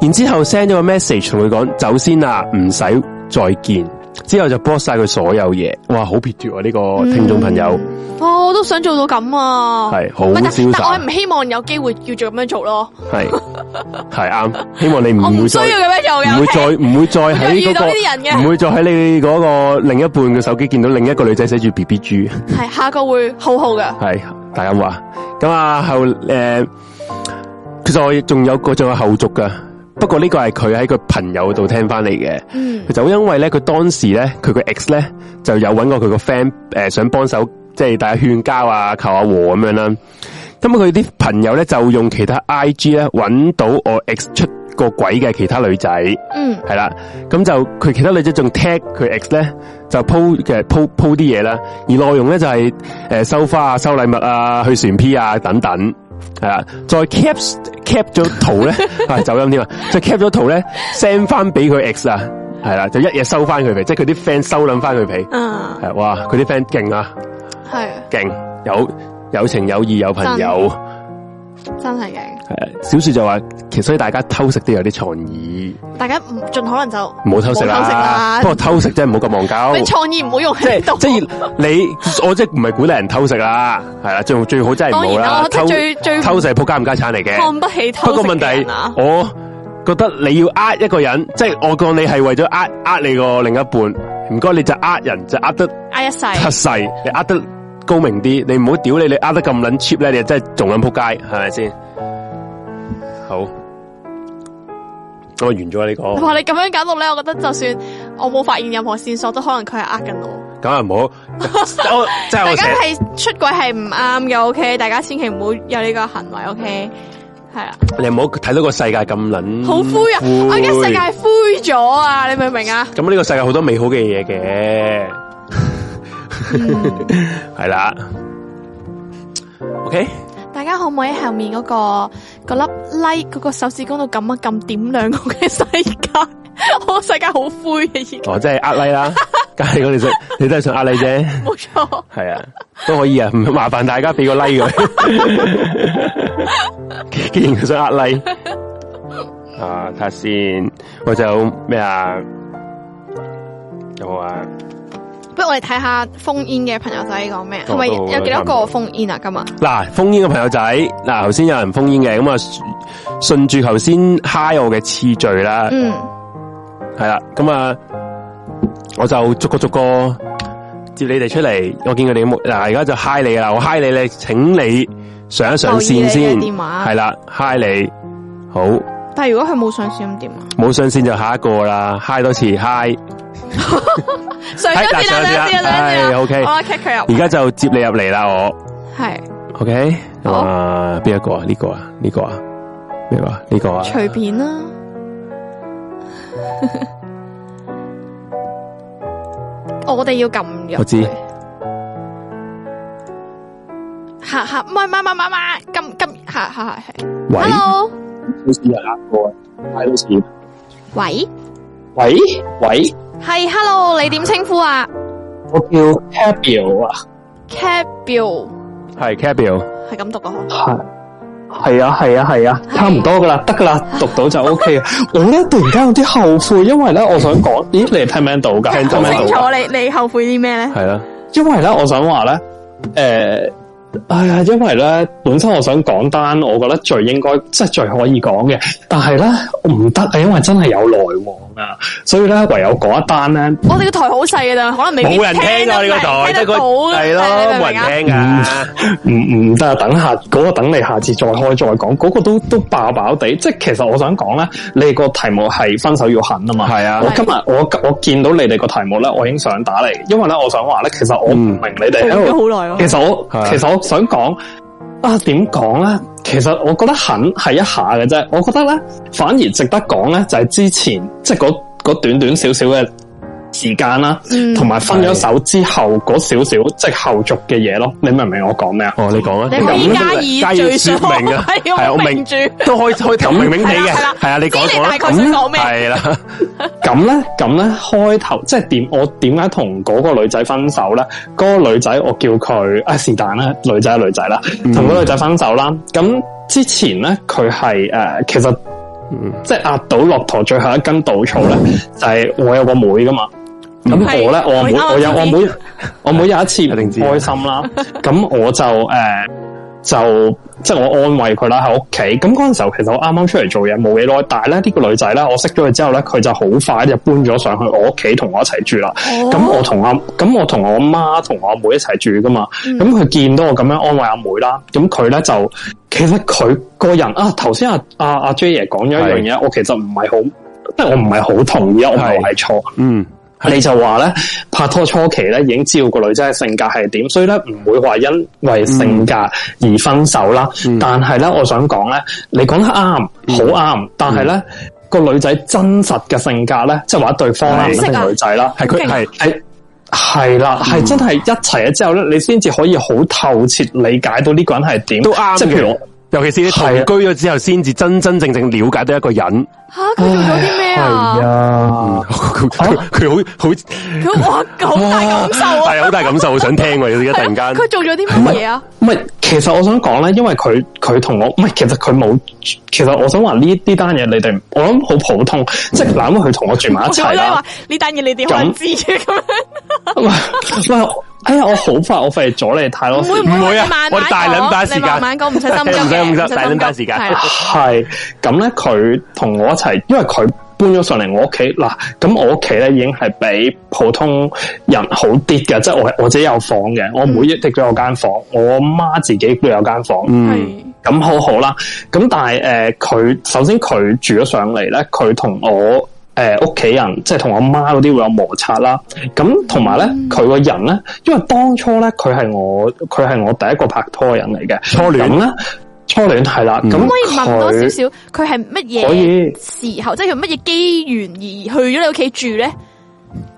Speaker 2: 然之后 send 咗個 message 同佢講走先啦，唔使再見。之後就 block 晒佢所有嘢，哇，好撇脱啊！呢、個聽眾朋友。
Speaker 1: 哦，我都想做到咁啊！
Speaker 2: 係好
Speaker 1: 唔但
Speaker 2: 瀟灑
Speaker 1: 但我係唔希望有機會要做咁樣做咯。
Speaker 2: 系系啱，希望你
Speaker 1: 我
Speaker 2: 唔
Speaker 1: 唔
Speaker 2: 會
Speaker 1: 需
Speaker 2: 再
Speaker 1: 要咁樣做嘅。
Speaker 2: 唔會
Speaker 1: OK？
Speaker 2: 再唔會再喺
Speaker 1: 遇
Speaker 2: 嗰
Speaker 1: 到呢啲人
Speaker 2: 個
Speaker 1: 嘅
Speaker 2: 唔會再喺你嗰個另一半嘅手機見到另一個女仔寫住 B B 豬，
Speaker 1: 係下個會好好嘅。
Speaker 2: 係大家話咁啊後诶、其實我仲有個仲有後續噶，不過呢個係佢喺佢朋友度聽翻嚟嘅。
Speaker 1: 嗯
Speaker 2: 佢就因為咧，佢當時咧，佢個 ex 咧就有揾過佢個 friend 誒想幫手，即係大家勸交啊、求下和咁樣啦。咁佢啲朋友咧就用其他 IG 咧揾到我 ex 出個鬼嘅其他女仔，係
Speaker 1: 嗯
Speaker 2: 啦。咁就佢其他女仔仲 tag 佢 ex 咧，就 po 嘅 po po 啲嘢啦。而內容咧就係、誒收花啊、收禮物啊、去船 P 啊等等。系啦，再 cap cap 咗 圖咧，系走音添啊！再 cap 咗圖咧，send 翻俾佢 ex 啊，系啦，就一夜收翻佢皮，即係佢啲 friend 收捻翻佢皮，
Speaker 1: 嗯，
Speaker 2: 係哇！佢啲 friend 勁啊，
Speaker 1: 係
Speaker 2: 勁有有情有義有朋友，
Speaker 1: 真係嘅。
Speaker 2: 係呃小说就話，其實所以大家偷食都有啲創意，
Speaker 1: 大家唔盡可能就
Speaker 2: 唔
Speaker 1: 冇
Speaker 2: 好偷食
Speaker 1: 偷食
Speaker 2: 啦
Speaker 1: 啦。
Speaker 2: 不過偷食真係唔好咁忘
Speaker 1: 你
Speaker 2: 交，
Speaker 1: 創意唔好用
Speaker 2: 即
Speaker 1: 喺度
Speaker 2: 係。即係你，我即係唔係鼓勵人偷食啦，係啦，最最好真係唔好
Speaker 1: 當然啦
Speaker 2: 啦，
Speaker 1: 我覺得
Speaker 2: 偷
Speaker 1: 最最
Speaker 2: 偷食係仆家唔家產嚟嘅。
Speaker 1: 看不起偷
Speaker 2: 不
Speaker 1: 食
Speaker 2: 過問
Speaker 1: 嘅
Speaker 2: 題
Speaker 1: 人啊，！
Speaker 2: 我覺得你要呃一個人，即係我講你係為咗呃呃你個另一半，唔該你就呃人就呃得
Speaker 1: 呃一世
Speaker 2: 黑細，你呃得高明啲，你唔好屌你，你呃得咁撚 cheap 咧，你真係仲撚仆街，係咪先？好，我完咗呢、個。
Speaker 1: 哇！你咁樣搞到咧，我覺得就算我冇發現任何線索，都可能佢係呃緊我。
Speaker 2: 梗係 唔好，我即係
Speaker 1: 大家
Speaker 2: 我成日
Speaker 1: 係出軌係唔啱嘅，OK？大家千祈唔好有呢個行為，OK？係
Speaker 2: 嗯
Speaker 1: 啦，
Speaker 2: 你唔好睇到個世界咁撚
Speaker 1: 好灰啊！我而家世界係灰咗啊！你明唔明啊？
Speaker 2: 咁呢個世界好多美好嘅嘢嘅，
Speaker 1: 嗯
Speaker 2: 係啦。OK，
Speaker 1: 大家可唔可以喺後面嗰、個嗰粒 like 嗰個手指公度撳一撳點亮我嘅世界？ 我世界好灰啊嘅，已經
Speaker 2: 哦，即係呃 like 啦，梗係我哋想，你都係想呃 like 啫，
Speaker 1: 冇錯。
Speaker 2: 係啊，都可以啊，唔麻煩大家俾個 like 佢。既然佢想呃 like，啊，睇下先，我就有咩啊？有冇啊？
Speaker 1: 不如我哋睇下封煙嘅朋友仔講咩啊？
Speaker 2: 哦
Speaker 1: 係咪
Speaker 2: 都好啊
Speaker 1: 有幾
Speaker 2: 差
Speaker 1: 多
Speaker 2: 唔多
Speaker 1: 個封煙啊？今日
Speaker 2: 嗱，封煙嘅朋友仔，嗱，頭先有人封煙嘅，咁啊，順住頭先 hi 我嘅次序啦，
Speaker 1: 嗯，
Speaker 2: 系啦，咁啊，我就逐个逐个接你哋出嚟。我见佢哋冇嗱，而家就嗨你啦，我嗨你咧，請你上一上線
Speaker 1: 留意
Speaker 2: 先，
Speaker 1: 你嘅電話
Speaker 2: 係啦，嗨你，好，
Speaker 1: 但係如果佢冇上線咁點啊？
Speaker 2: 冇上線就下一個啦，嗨多次，嗨，
Speaker 1: 上咗先啦，上咗先啦，上咗先
Speaker 2: 係
Speaker 1: 啦。
Speaker 2: 哎，OK
Speaker 1: 我 kick 佢入
Speaker 2: 而，家就接你入嚟啦，我
Speaker 1: 系
Speaker 2: OK
Speaker 1: 好
Speaker 2: 啊，边一个啊？呢個啊？呢個啊？呢個啊？呢個啊？
Speaker 1: 隨便啦。 我哋要撳入，
Speaker 2: 我知
Speaker 1: 下下，唔係唔係唔係唔係，撳撳下下下係
Speaker 2: 喂，好
Speaker 1: ，hello，
Speaker 2: 似有呃過啊，太好似
Speaker 1: 喂，
Speaker 2: 喂喂，
Speaker 1: 係 hello，你點稱呼啊
Speaker 3: 我叫 Cabio 啊，
Speaker 1: ？Cabio
Speaker 2: 係 Cabio，
Speaker 1: 係咁讀啊噶嗬，
Speaker 3: 系系啊系啊系啊，差唔多噶啦，得噶啦，讀到就 O K 啊。我咧突然間有啲後悔，因為咧我想講，咦你哋聽唔聽到噶？
Speaker 2: 聽到
Speaker 3: 聽唔
Speaker 1: 好
Speaker 3: 聽
Speaker 1: 清
Speaker 3: 到㗎？
Speaker 1: 楚你你後悔啲咩咧？
Speaker 2: 係啦，
Speaker 3: 因為咧我想話咧，诶、哎呀，因為咧本身我想講單，我覺得最應該即係最可以講嘅，但係咧唔得啊，因為真係有來往啊，所以咧唯有講一單咧。
Speaker 1: 我哋個台好細嘅咋，可能未必
Speaker 2: 冇人
Speaker 1: 聽
Speaker 2: 聽
Speaker 1: 得
Speaker 2: 啊！呢個
Speaker 1: 明
Speaker 2: 台，
Speaker 1: 聽
Speaker 2: 即
Speaker 1: 得
Speaker 2: 係個
Speaker 1: 到嘅
Speaker 2: 係咯，
Speaker 1: 你明唔
Speaker 2: 冇
Speaker 1: 明啊
Speaker 2: 人聽㗎。
Speaker 3: 嗯唔唔得啊！等下嗰、個等你下次再開再講，嗰、個都都爆爆地。即係其實我想講咧，你個題目係分手要狠啊嘛。
Speaker 2: 係啊
Speaker 3: 我今日我我見到你哋個題目咧，我已經想打嚟，因為咧我想話咧，其實我唔明你哋喺度。
Speaker 1: 咗好耐
Speaker 3: 其
Speaker 1: 喎。
Speaker 3: 實我
Speaker 2: 係啊
Speaker 3: 其實我想講啊，點講咧？其實我覺得狠係一下嘅啫，我覺得咧反而值得講咧，就係、之前即係嗰嗰短短少少嘅時間啦，
Speaker 1: 嗯
Speaker 3: 同埋、分咗手之後嗰少少即係後續嘅嘢咯。你明唔明我講咩啊？
Speaker 2: 哦，你講啊，
Speaker 1: 你可以加以
Speaker 2: 加
Speaker 1: 敘
Speaker 2: 以
Speaker 1: 述
Speaker 2: 說 明啊，
Speaker 1: 係
Speaker 2: 係啊，我
Speaker 1: 我
Speaker 2: 明
Speaker 1: 明住
Speaker 2: 都可以可以頭明明地
Speaker 1: 係
Speaker 2: 嘅，
Speaker 1: 啦係啦
Speaker 2: 係啊，你講
Speaker 1: 知
Speaker 2: 講
Speaker 1: 你
Speaker 2: 啦，
Speaker 1: 大概
Speaker 3: 嗯
Speaker 1: 想講咩
Speaker 2: 係 啦，
Speaker 3: 咁咧，咁咧，開頭即係點？我點解同嗰個女仔分手咧？嗰、個女仔我叫佢啊，是但啦，女仔係女仔啦，同嗰個女仔分手啦。咁之前咧，佢係誒，其實
Speaker 2: 嗯
Speaker 3: 即係壓到駱駝最後一根稻草咧，就係、我有個妹噶嘛。咁
Speaker 1: 係
Speaker 3: 我咧，我阿妹，
Speaker 1: 我
Speaker 3: 我
Speaker 1: 啱
Speaker 3: 有
Speaker 1: 啱
Speaker 3: 我
Speaker 1: 知
Speaker 3: 妹，我妹有一次唔
Speaker 2: 一定知
Speaker 3: 開心啦。咁我就誒、呃就即係我安慰佢啦喺屋企。咁嗰陣時候其實我啱啱出嚟做嘢冇幾耐，但係咧呢、個女仔咧，我識咗佢之後咧，佢就好快就搬咗上去我屋企同我一齊住啦。
Speaker 1: 哦
Speaker 3: 咁、我同阿咁我同我媽同我阿妹一齊住噶嘛。
Speaker 1: 嗯
Speaker 3: 咁佢、見到我咁樣安慰阿妹啦，咁佢咧就其實佢個人啊，頭先阿阿阿 J 爺講咗一樣嘢，我其實唔係好。即係我唔係好同意啊，我唔係話係錯，
Speaker 2: 嗯，
Speaker 3: 你就話咧拍拖初期咧已經知道個女仔嘅性格係點，所以咧唔會話因
Speaker 2: 嗯
Speaker 3: 為性格而分手啦。但係咧，我想講咧，
Speaker 2: 嗯
Speaker 3: 你講得啱，好啱，但係咧個女仔真實嘅性格咧，即係話對方啦，唔
Speaker 2: 係
Speaker 3: 一定女仔啦，
Speaker 2: 係佢係
Speaker 3: 係係啦，
Speaker 2: 嗯
Speaker 3: 係真係一齊咗之後咧，你先至可以好透徹理解到呢個人係點，
Speaker 2: 都啱
Speaker 3: 即係譬如
Speaker 2: 嘅
Speaker 3: 我。
Speaker 2: 尤其是你同
Speaker 3: 係啊
Speaker 2: 居咗之後，先至真真正正了解到一個人。
Speaker 1: 吓佢做咗啲咩
Speaker 3: 係
Speaker 1: 啊？
Speaker 3: 啊，
Speaker 2: 佢佢佢好好
Speaker 1: 佢哇好大感受啊！
Speaker 2: 係好大感受，好想聽喎！而家突然間
Speaker 1: 佢做咗啲乜嘢啊？
Speaker 3: 唔係，其實我想講咧，因為佢佢同我唔係，其實佢冇，其實我想話呢呢單嘢你哋，我諗好普通，即係攬佢同我住埋一
Speaker 1: 我
Speaker 3: 齊
Speaker 1: 想
Speaker 3: 啦
Speaker 1: 話。呢單嘢你哋可能知嘅咁樣，
Speaker 3: 喂喂，哎呀，我好快，我費事阻你太多
Speaker 1: 唔
Speaker 3: 時
Speaker 1: 會
Speaker 3: 間。
Speaker 1: 唔
Speaker 2: 唔
Speaker 1: 會
Speaker 2: 會啊
Speaker 1: 你慢慢
Speaker 2: 我哋大撚打時間
Speaker 1: 講你慢慢講，唔使心急 嘅，
Speaker 2: 唔使咁急
Speaker 1: 唔使
Speaker 2: 大撚打
Speaker 1: 心急
Speaker 2: 時間
Speaker 1: 係啊啦
Speaker 3: 係咁咧，佢同我一齊，因為佢搬咗上嚟我屋企嗱，咁我屋企咧已經係比普通人好啲嘅，即係我我自己有房嘅，我妹亦都有間房，我媽自己都有間房。
Speaker 2: 嗯
Speaker 1: 係
Speaker 3: 咁好好啦，咁但係誒佢首先佢住咗上嚟咧，佢同我誒屋企人，即係同我媽嗰啲會有摩擦啦。咁同埋咧，
Speaker 1: 嗯
Speaker 3: 佢個人咧，因為當初咧佢係我佢係我第一個拍拖嘅人嚟嘅，
Speaker 2: 初戀嗯
Speaker 3: 咁咧，初戀係啦。咁
Speaker 1: 可唔可以問多少
Speaker 3: 佢
Speaker 1: 少佢係乜嘢
Speaker 3: 可以
Speaker 1: 時候，即係佢乜嘢機緣而去咗你屋企住咧？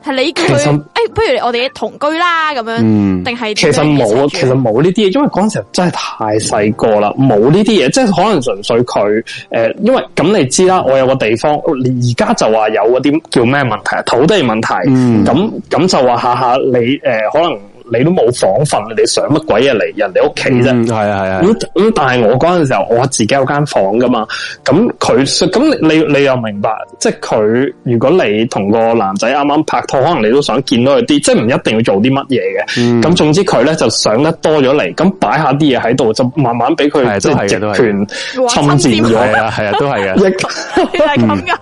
Speaker 1: 係你叫
Speaker 3: 其
Speaker 1: 佢誒
Speaker 3: 實，
Speaker 1: 不如我哋同居啦咁樣，
Speaker 2: 嗯，
Speaker 1: 定係
Speaker 3: 其實
Speaker 1: 點樣一齊
Speaker 3: 冇，啊
Speaker 1: 住啊
Speaker 3: 其實冇呢啲嘢，因為嗰陣時真係太細個啦，冇呢啲嘢，即係可能純粹佢誒、呃因為咁你知啦，我有個地方，而家就話有嗰啲叫咩問題啊，土地問題，
Speaker 2: 嗯
Speaker 3: 咁咁、就話下下你誒、呃可能你都冇房瞓，你想乜鬼嘢嚟人哋屋企啫？
Speaker 2: 嗯係啊係啊
Speaker 3: 咁咁，但係我嗰陣時候，我自己有間房噶嘛，咁佢咁你你你又明白，即係佢如果你同個男仔啱啱拍拖，可能你都想見到佢啲，即係唔一定要做啲乜嘢
Speaker 2: 嗯
Speaker 3: 嘅。咁、總之佢咧就想得多咗嚟，咁擺下啲嘢喺度，就慢慢俾佢
Speaker 2: 係
Speaker 3: 即
Speaker 2: 都係
Speaker 3: 係
Speaker 2: 嘅
Speaker 3: 極
Speaker 2: 都係
Speaker 3: 權
Speaker 1: 哇侵
Speaker 3: 侵佔
Speaker 1: 佔
Speaker 3: 咗
Speaker 2: 係。啊係啊，都係嘅。
Speaker 3: 亦
Speaker 1: 原來係咁噶。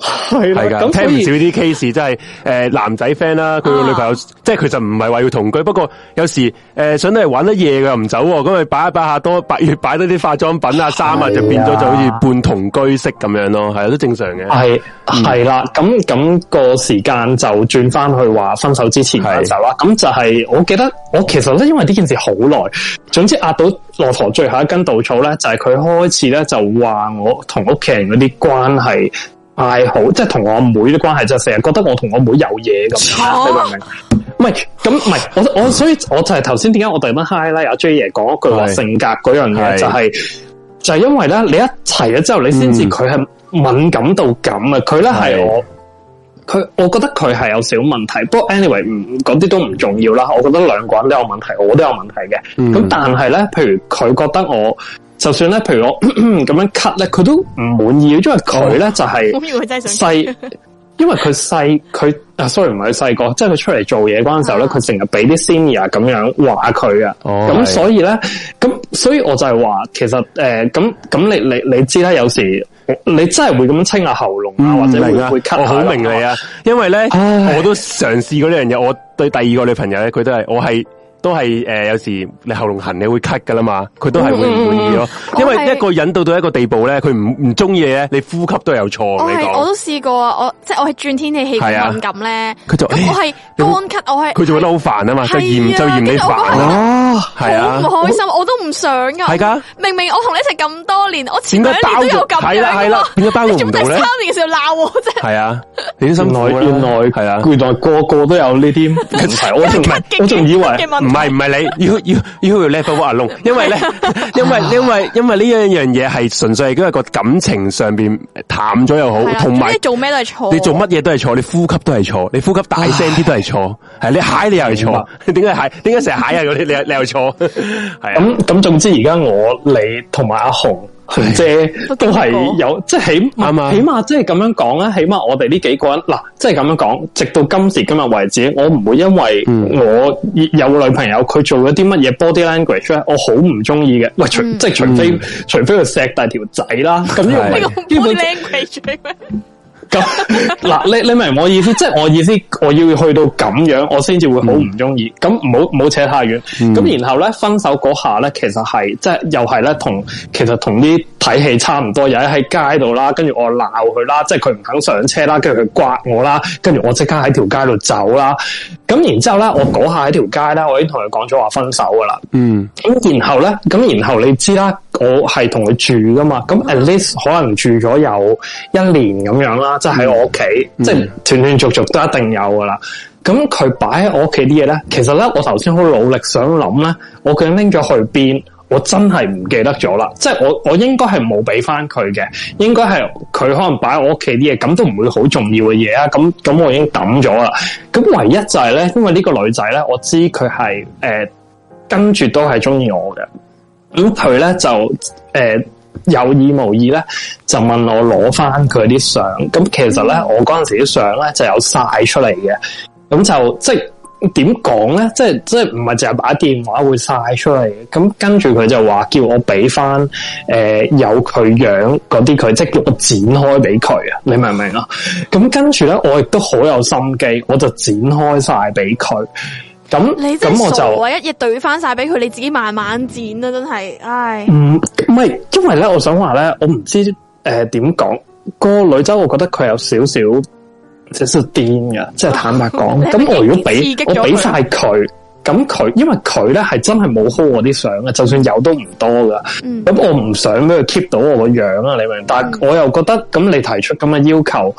Speaker 3: 係
Speaker 2: 系
Speaker 3: 啦，
Speaker 2: 噶，
Speaker 3: 咁
Speaker 2: 听
Speaker 3: 所
Speaker 2: 唔
Speaker 3: 以
Speaker 2: 呃
Speaker 3: 啊
Speaker 2: 少呢啲 case，真系诶男仔 friend 啦，佢個女朋友即係其實唔係話要同居，佢，不過有時诶、呃上到嚟玩得夜嘅又唔走喎，咁咪擺一擺下多擺越擺多啲化妝品啊、衫啊，就變咗就好似半同居式咁樣咯，係啊都正常嘅。嗯
Speaker 3: 系系啦，咁咁、個時間就轉翻去話分手之前嘅
Speaker 2: 係
Speaker 3: 時候啦。咁就係我記得我其實咧，因為呢件事好耐，總之壓到駱駝最後一根稻草咧，就係佢開始咧就話我同屋企人嗰啲關係嗌好，即係同我阿妹啲關係，就成日覺得我同我妹有嘢咁
Speaker 2: 哦
Speaker 3: 樣，你明唔明？唔係，咁唔係，我我所以我就係頭先點解我突然間 high 咧？阿 J 爺講一句話
Speaker 2: 係
Speaker 3: 性格嗰樣嘢
Speaker 2: 係
Speaker 3: 就係、就係因為咧，你一齊咗之後，你先知佢係敏感到咁啊！佢咧係
Speaker 2: 係
Speaker 3: 我，佢我覺得佢係有少問題。不過 anyway，唔嗰啲都唔重要啦。我覺得兩個人都有問題，我都有問題嘅。咁、
Speaker 2: 嗯
Speaker 3: 但係咧，譬如佢覺得我，就算咧，譬如我 咁樣 cut 咧，佢都唔滿意，因為佢咧就係、
Speaker 1: 我以為佢真係想
Speaker 3: 細，因為佢細，佢啊，sorry 唔係佢細個，即係佢出嚟做嘢嗰陣時候咧，
Speaker 1: 啊
Speaker 3: 佢成日俾啲 senior 咁樣話佢啊，
Speaker 2: 哦
Speaker 3: 咁、
Speaker 2: 係
Speaker 3: 所以咧，咁所以我就係話，其實誒，咁、咁你你你知啦，有時你真係會咁樣清下喉嚨啊，
Speaker 2: 嗯
Speaker 3: 或者
Speaker 2: 明
Speaker 3: 會
Speaker 2: 啊
Speaker 3: 會 cut
Speaker 2: 我好明你
Speaker 3: 你，
Speaker 2: 啊，因為咧
Speaker 3: 唉
Speaker 2: 我都嘗試過呢樣嘢，我對第二個女朋友咧，佢都係我係都係诶、呃有時你喉嚨痕你會咳噶啦嘛，佢都係
Speaker 1: 嗯
Speaker 2: 會唔滿意咯，因
Speaker 1: 我
Speaker 2: 為
Speaker 1: 係
Speaker 2: 一個人到到一個地步咧，佢唔唔中意你咧，你呼吸都有錯。
Speaker 1: 我
Speaker 2: 你
Speaker 1: 係我
Speaker 2: 講，
Speaker 1: 都試過啊！我即係我係轉天氣氣
Speaker 2: 係啊
Speaker 1: 氛敏感咧，
Speaker 2: 佢就
Speaker 1: 咁我係
Speaker 2: 你會
Speaker 1: 乾咳，我係
Speaker 2: 佢就覺得好煩啊嘛，
Speaker 1: 係
Speaker 2: 就嫌
Speaker 1: 啊
Speaker 2: 就嫌你
Speaker 1: 跟住我
Speaker 2: 煩
Speaker 1: 嗰
Speaker 2: 啊，
Speaker 3: 啊，
Speaker 2: 係啊，
Speaker 1: 好唔開心，我都唔想噶。
Speaker 2: 係㗎
Speaker 1: 明明我同你一齊咁多年，我前
Speaker 2: 點
Speaker 1: 兩
Speaker 2: 解
Speaker 1: 年
Speaker 2: 包
Speaker 1: 都有
Speaker 2: 容
Speaker 1: 咁
Speaker 2: 係
Speaker 1: 樣
Speaker 2: 啦係
Speaker 1: 㗎
Speaker 2: 啦
Speaker 1: 嘛，
Speaker 2: 點解包容
Speaker 1: 你做
Speaker 2: 唔
Speaker 1: 乜
Speaker 2: 到
Speaker 1: 第
Speaker 2: 咧
Speaker 1: 三？年嘅時候鬧我啫？
Speaker 2: 係啊，你都辛
Speaker 3: 原
Speaker 2: 苦
Speaker 3: 來
Speaker 2: 啦
Speaker 3: 原來
Speaker 2: 係啊。
Speaker 3: 原來個個都有呢啲問題，我仲唔係我仲以為
Speaker 1: 嘅問題
Speaker 2: 唔係唔係你，要要要 level one alone，因為咧，因為因為因為呢一樣嘢係純粹係因為個感情上邊淡咗又好
Speaker 1: 係，啦
Speaker 2: 同
Speaker 1: 總
Speaker 2: 埋
Speaker 1: 之做咩都係錯。
Speaker 2: 你做乜嘢都係錯，你呼吸都係錯，你呼吸大聲啲都係錯，係你蟹你又係
Speaker 3: 明白
Speaker 2: 錯，你 點解蟹？點解成日蟹啊？嗰啲你又你又錯， 係啊。
Speaker 3: 咁咁，總之而家我你同埋阿紅紅姐都係有，即係起
Speaker 2: 啱啊
Speaker 3: 起碼即係咁樣講啦。起碼我哋呢幾個人嗱，即係咁樣講，直到今時今日為止，我唔會因為
Speaker 2: 嗯
Speaker 3: 我有女朋友佢做咗啲乜嘢 body language 咧，我好唔中意嘅。喂，除即係除
Speaker 2: 嗯
Speaker 3: 非除非佢錫大條仔啦，咁因
Speaker 2: 係
Speaker 1: 呢
Speaker 3: 為
Speaker 1: 個
Speaker 3: 基本
Speaker 1: body language 嚟咩？
Speaker 3: 咁 嗱，你你明我意思？即系我意思，我要去到咁樣，我先至會好唔中意。咁唔好唔好扯太遠。咁、然後咧，分手嗰下咧，其實係即係又係咧，同其實同啲睇戲差唔多，又係喺街度啦，跟住我鬧佢啦，即係佢唔肯上車啦，跟住佢刮我啦，跟住我即刻喺條街度走啦。咁然之後咧，我嗰下喺條街咧，我已經同佢講咗話分手噶啦。
Speaker 2: 嗯，
Speaker 3: 咁然後咧，咁然後你知啦，我係同佢住噶嘛，咁 at least 可能住咗有一年咁樣啦，即係喺我屋企，即係斷斷續續都一定有噶啦。咁佢擺喺我屋企啲嘢咧，其實咧我頭先好努力想諗咧，我究竟拎咗去邊？我真係唔記得咗啦，即係我我應該係冇俾翻佢嘅，應該係佢可能擺喺我屋企啲嘢，咁都唔會好重要嘅嘢啊，咁咁我已經抌咗啦。咁唯一就係咧，因為呢個女仔咧，我知佢係誒。呃跟住都係中意我嘅。咁佢咧就诶、呃有意無意咧就問我攞翻佢啲相。咁其實咧，
Speaker 1: 嗯
Speaker 3: 我嗰阵时啲相咧就有晒出嚟嘅。咁就即系点讲咧？即係即系唔係淨係把電話會晒出嚟嘅。咁跟住佢就話叫我俾翻诶有佢樣嗰啲佢，即係叫我剪開俾佢啊！你明唔明啊？咁跟住咧，我亦都好有心機，我就剪開晒俾佢。咁
Speaker 1: 你真
Speaker 3: 咁我
Speaker 1: 係傻
Speaker 3: 就。
Speaker 1: 啊！一嘢懟翻晒俾佢，你自己慢慢剪啦，真係，唉。
Speaker 3: 嗯唔唔係，因為咧，我想話咧，我唔知誒點講，個女仔我覺得佢有少少少少癲嘅，即係坦白 講。
Speaker 1: 你係咪
Speaker 3: 咁我如果
Speaker 1: 刺
Speaker 3: 俾
Speaker 1: 激咗
Speaker 3: 我
Speaker 1: 佢
Speaker 3: 俾晒佢，咁佢因為佢咧係真係冇 hold 我啲相嘅，就算有都唔多噶。
Speaker 1: 嗯
Speaker 3: 咁我唔想俾佢 keep 到我個樣啊，你明唔明？但係我又覺得咁你提出咁嘅要求。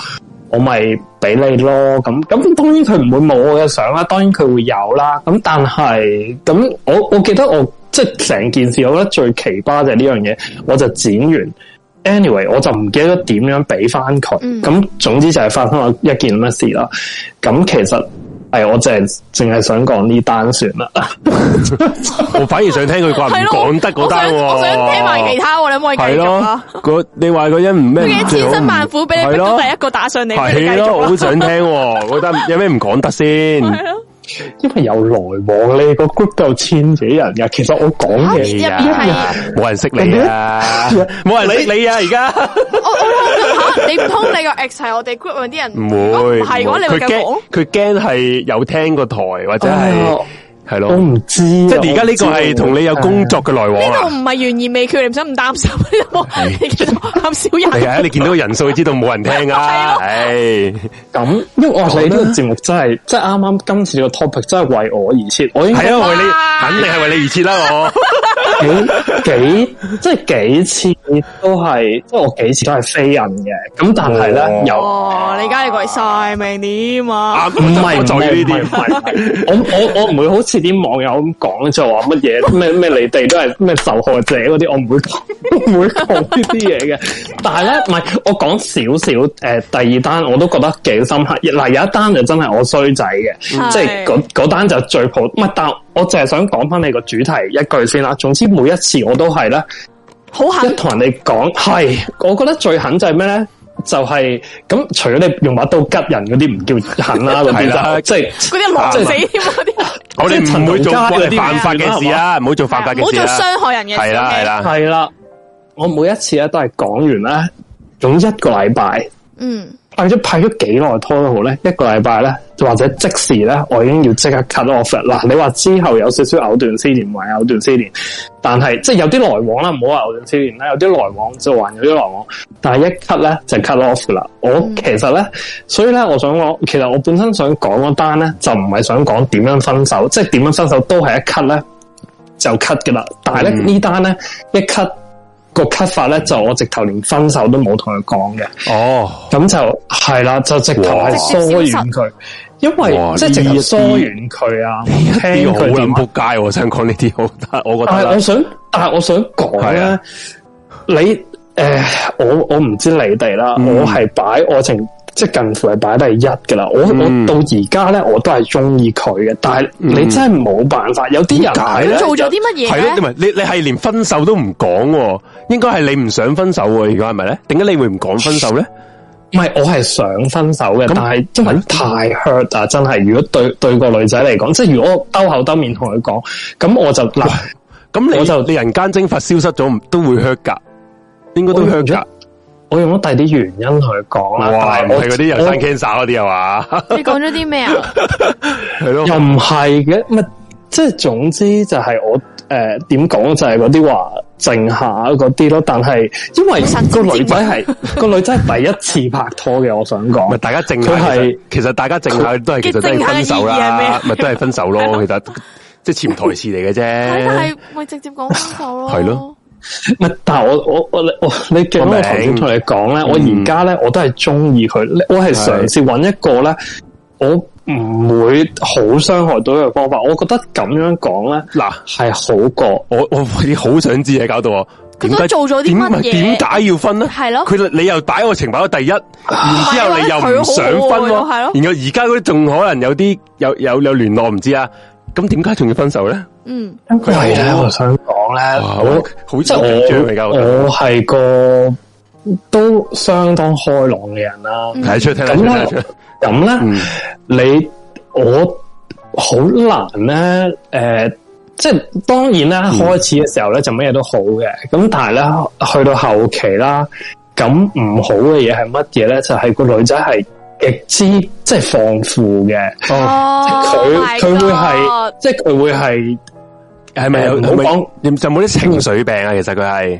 Speaker 3: 我咪俾你咯，咁咁當然佢唔會冇我嘅相啦，當然佢會有啦，咁但係咁我我記得我即係成件事，我覺得最奇葩就係呢樣嘢，我就剪完，anyway 我就唔記得咗點樣俾翻佢，
Speaker 1: 嗯
Speaker 3: 咁、總之就係發生咗一件乜事啦，咁其實係我淨係淨係想講呢單算啦，
Speaker 2: 我反而想聽佢話唔
Speaker 1: 係咯，
Speaker 2: 講得嗰單喎。
Speaker 1: 我想我想聽埋其他喎，你可唔可以
Speaker 2: 係
Speaker 1: 繼續
Speaker 2: 咯
Speaker 1: 啊？，
Speaker 2: 嗰你話嗰人唔咩
Speaker 1: 佢
Speaker 2: 唔
Speaker 1: 嘅
Speaker 2: 最
Speaker 1: 千
Speaker 2: 好
Speaker 1: 辛
Speaker 2: 唔
Speaker 1: 萬苦俾你
Speaker 2: 係
Speaker 1: 逼到
Speaker 2: 咯
Speaker 1: 第一個打上嚟，俾你繼
Speaker 2: 係咯，
Speaker 1: 續啊
Speaker 2: 我好
Speaker 1: 啦。
Speaker 2: 想聽喎，嗰單有咩唔講 得先？
Speaker 1: 係咯，
Speaker 3: 因為有來往呢個 group 有千幾人㗎，其實我講
Speaker 1: 啊
Speaker 3: 嘢
Speaker 1: 入邊係
Speaker 2: 冇人識你啊，冇人識你啊，而家
Speaker 1: 我我嚇你唔通你個 ex 係我哋 group 嗰啲人？
Speaker 2: 唔會，
Speaker 1: 唔係嘅話，你
Speaker 2: 佢
Speaker 1: 咪繼續
Speaker 2: 驚
Speaker 1: 講。
Speaker 2: 佢驚係有聽過台或者係
Speaker 3: 哦
Speaker 2: 系咯
Speaker 3: 我。唔知啊，
Speaker 2: 即系而家呢个系同你有工作嘅来往
Speaker 1: 呢度
Speaker 2: 啊。
Speaker 1: 唔係懸而未決，你唔使唔擔心。呢度你叫做咁少
Speaker 2: 系
Speaker 1: 人，
Speaker 2: 啊，你见到個人数，知道冇人听啊。唉，
Speaker 3: 咁，因為我哋呢個節目真係，即係啱啱今次呢個 topic 真係為我而設，我應該
Speaker 2: 系啊，为你肯定系为你而设啦，我。
Speaker 3: 幾幾即係幾次都係，即係我幾次都係飛人嘅，咁但係咧
Speaker 2: 哦
Speaker 3: 有。
Speaker 1: 哇！你而家你鬼晒命點啊？
Speaker 2: 啱，
Speaker 3: 唔係
Speaker 2: 我
Speaker 3: 唔
Speaker 2: 就要呢
Speaker 3: 係
Speaker 2: 啲
Speaker 3: 唔。係唔 係我我我唔會好似啲網友咁講，就話乜 嘢咩咩你哋都係咩受害者嗰啲，我唔會 講唔會講呢啲嘢嘅。但係咧，唔係我講少少誒，第二單我都覺得幾深刻。嗱，有一單就真係我衰仔嘅，即係嗰嗰單就最普，唔係，但我淨係想講翻你個主題一句先啦。總之每一次我都係咧。
Speaker 1: 好
Speaker 3: 一
Speaker 1: 狠，
Speaker 3: 同人哋講係，我覺得最狠就係咩咧？就係、咁，除咗你用把刀吉人嗰啲唔叫狠 啦，嗰
Speaker 2: 係啦
Speaker 3: 啲就即係
Speaker 1: 嗰啲狼死添嗰啲，
Speaker 2: 我哋唔會做
Speaker 3: 即係陳同佳嗰啲
Speaker 2: 犯法嘅事啊，唔好做犯法
Speaker 1: 唔好
Speaker 2: 嘅事
Speaker 1: 做
Speaker 2: 啊。
Speaker 1: 傷害人嘅事。
Speaker 2: 係啦
Speaker 1: OK？
Speaker 2: 係啦，
Speaker 3: 係啦。我每一次咧都係講完咧，總之一個禮拜
Speaker 1: 嗯，
Speaker 3: 派咗派咗幾耐拖都好咧，一個禮拜咧，或者即時咧，我已經要即刻 cut off 啦。嗱，你話之後有少少藕斷絲連，還藕斷絲連，但係即係有啲來往啦，唔好話藕斷絲連啦，有啲來往就還有啲來往，但係一 cut 咧就 cut off 㗎啦。我其實咧，所以咧，我想講，其實我本身想講嗰單咧，就唔係想講點樣分手，即係點樣分手都係一 cut 咧就 cut 㗎啦。但係咧、
Speaker 2: 嗯
Speaker 3: 呢單咧一 cut 個 cut 法咧，就我直頭連分手都冇同佢講嘅。
Speaker 2: 哦，
Speaker 3: 咁就係啦，就直頭係疏遠佢，因
Speaker 2: 哇
Speaker 3: 為即係直
Speaker 2: 呢
Speaker 3: 頭
Speaker 2: 啲
Speaker 3: 疏遠佢啊，唔
Speaker 2: 呢
Speaker 3: 聽
Speaker 2: 個好
Speaker 3: 佢
Speaker 2: 撚
Speaker 3: 電
Speaker 2: 仆
Speaker 3: 話。
Speaker 2: 街喎，我想講呢啲好得，我覺
Speaker 3: 但
Speaker 2: 得
Speaker 3: 係我
Speaker 2: 啦。
Speaker 3: 想，但係我想講
Speaker 2: 係
Speaker 3: 咧
Speaker 2: 啊，
Speaker 3: 你誒，我我唔知你哋啦，
Speaker 2: 嗯
Speaker 3: 我係擺我情。即係近乎係擺第一噶啦，我
Speaker 2: 嗯
Speaker 3: 我到而家咧我都係中意佢嘅，但係你
Speaker 2: 嗯
Speaker 3: 真係冇辦法，有啲人係
Speaker 1: 佢
Speaker 3: 呢
Speaker 1: 做咗啲乜
Speaker 2: 係
Speaker 1: 嘢
Speaker 2: 咯，唔
Speaker 1: 咧？
Speaker 2: 係你你係連分手都唔講喎，應該係你唔想分手喎，而家係咪咧？點解你會唔講分手咧？
Speaker 3: 唔係，我係想分手嘅
Speaker 2: 咁，
Speaker 3: 但係因為太 hurt 啊！真係，如果對對個女仔嚟講，即係如果我兜口兜面同佢講，咁我就嗱，
Speaker 2: 咁
Speaker 3: 我
Speaker 2: 你
Speaker 3: 就
Speaker 2: 你人間蒸發消失咗，唔都會 hurt 噶，應該都
Speaker 3: 我
Speaker 2: hurt
Speaker 3: 用咗
Speaker 2: 噶。
Speaker 3: 我用咗第啲原因同佢講啦，
Speaker 2: 哇，
Speaker 3: 但
Speaker 2: 唔
Speaker 3: 啊係我
Speaker 2: 係嗰啲人生 cancer 嗰啲啊嘛？
Speaker 1: 你講咗啲咩啊？
Speaker 2: 係咯
Speaker 3: 我，又唔係嘅，咪即係總之就係我誒點講就係嗰啲話靜下嗰啲咯，但係因為
Speaker 1: 神
Speaker 3: 個
Speaker 1: 經
Speaker 3: 女仔係個女仔係第一次拍拖嘅，我想 講
Speaker 2: 咪。大家靜下，其
Speaker 3: 佢係
Speaker 2: 實其實大家靜下都係其實都係分手
Speaker 1: 靜下嘅意義係咩
Speaker 2: 啦
Speaker 1: 啊，
Speaker 2: 咪都係分手咯。其實即係潛台詞嚟嘅
Speaker 1: 係但
Speaker 2: 啫。
Speaker 1: 係咪直接講分手咯？
Speaker 2: 係咯，
Speaker 3: 唔係，但係我我我我你記
Speaker 2: 我
Speaker 3: 唔記得
Speaker 2: 明
Speaker 3: 我頭先同你講咧，我
Speaker 2: 嗯
Speaker 3: 而家咧我都係中意佢，我係嘗試揾一個咧，我唔會好傷害到佢嘅方法。我覺得咁樣講咧
Speaker 2: 嗱，
Speaker 3: 係好過。
Speaker 2: 我我我好想知嘢，搞到我
Speaker 1: 佢
Speaker 2: 點解
Speaker 1: 都做咗啲乜嘢
Speaker 2: 點點解要分呢？
Speaker 1: 係咯啊
Speaker 2: 佢你又擺我情擺到第一，然之後你又唔想分
Speaker 1: 佢好好喎係咯
Speaker 2: 喎，然後而家嗰啲仲可能有啲有有有聯絡唔知啊，咁點解仲要分手咧？
Speaker 1: 嗯，
Speaker 3: 因為咧，我想講咧，
Speaker 2: 哇
Speaker 3: 啊我
Speaker 2: 好
Speaker 3: 即係
Speaker 2: 緊張嚟㗎我覺得
Speaker 3: 我我係個都相當開朗嘅人啦。
Speaker 1: 嗯
Speaker 2: 睇得出聽得出
Speaker 3: 咁
Speaker 2: 聽得
Speaker 3: 啊
Speaker 2: 出
Speaker 3: 咧，，咁咧。
Speaker 2: 嗯，
Speaker 3: 你我好難咧，诶、即係當然啦，
Speaker 2: 嗯
Speaker 3: 開始嘅時候咧就乜嘢都好嘅，咁但係咧去到後期啦，咁唔好嘅嘢係乜嘢咧？就係、個女仔係極之即係放負嘅，
Speaker 1: 哦，
Speaker 3: 佢佢、會係即係佢會係，
Speaker 2: 係咪有
Speaker 3: 唔好
Speaker 2: 係咪
Speaker 3: 講
Speaker 2: 有就冇啲情緒病啊？其實佢係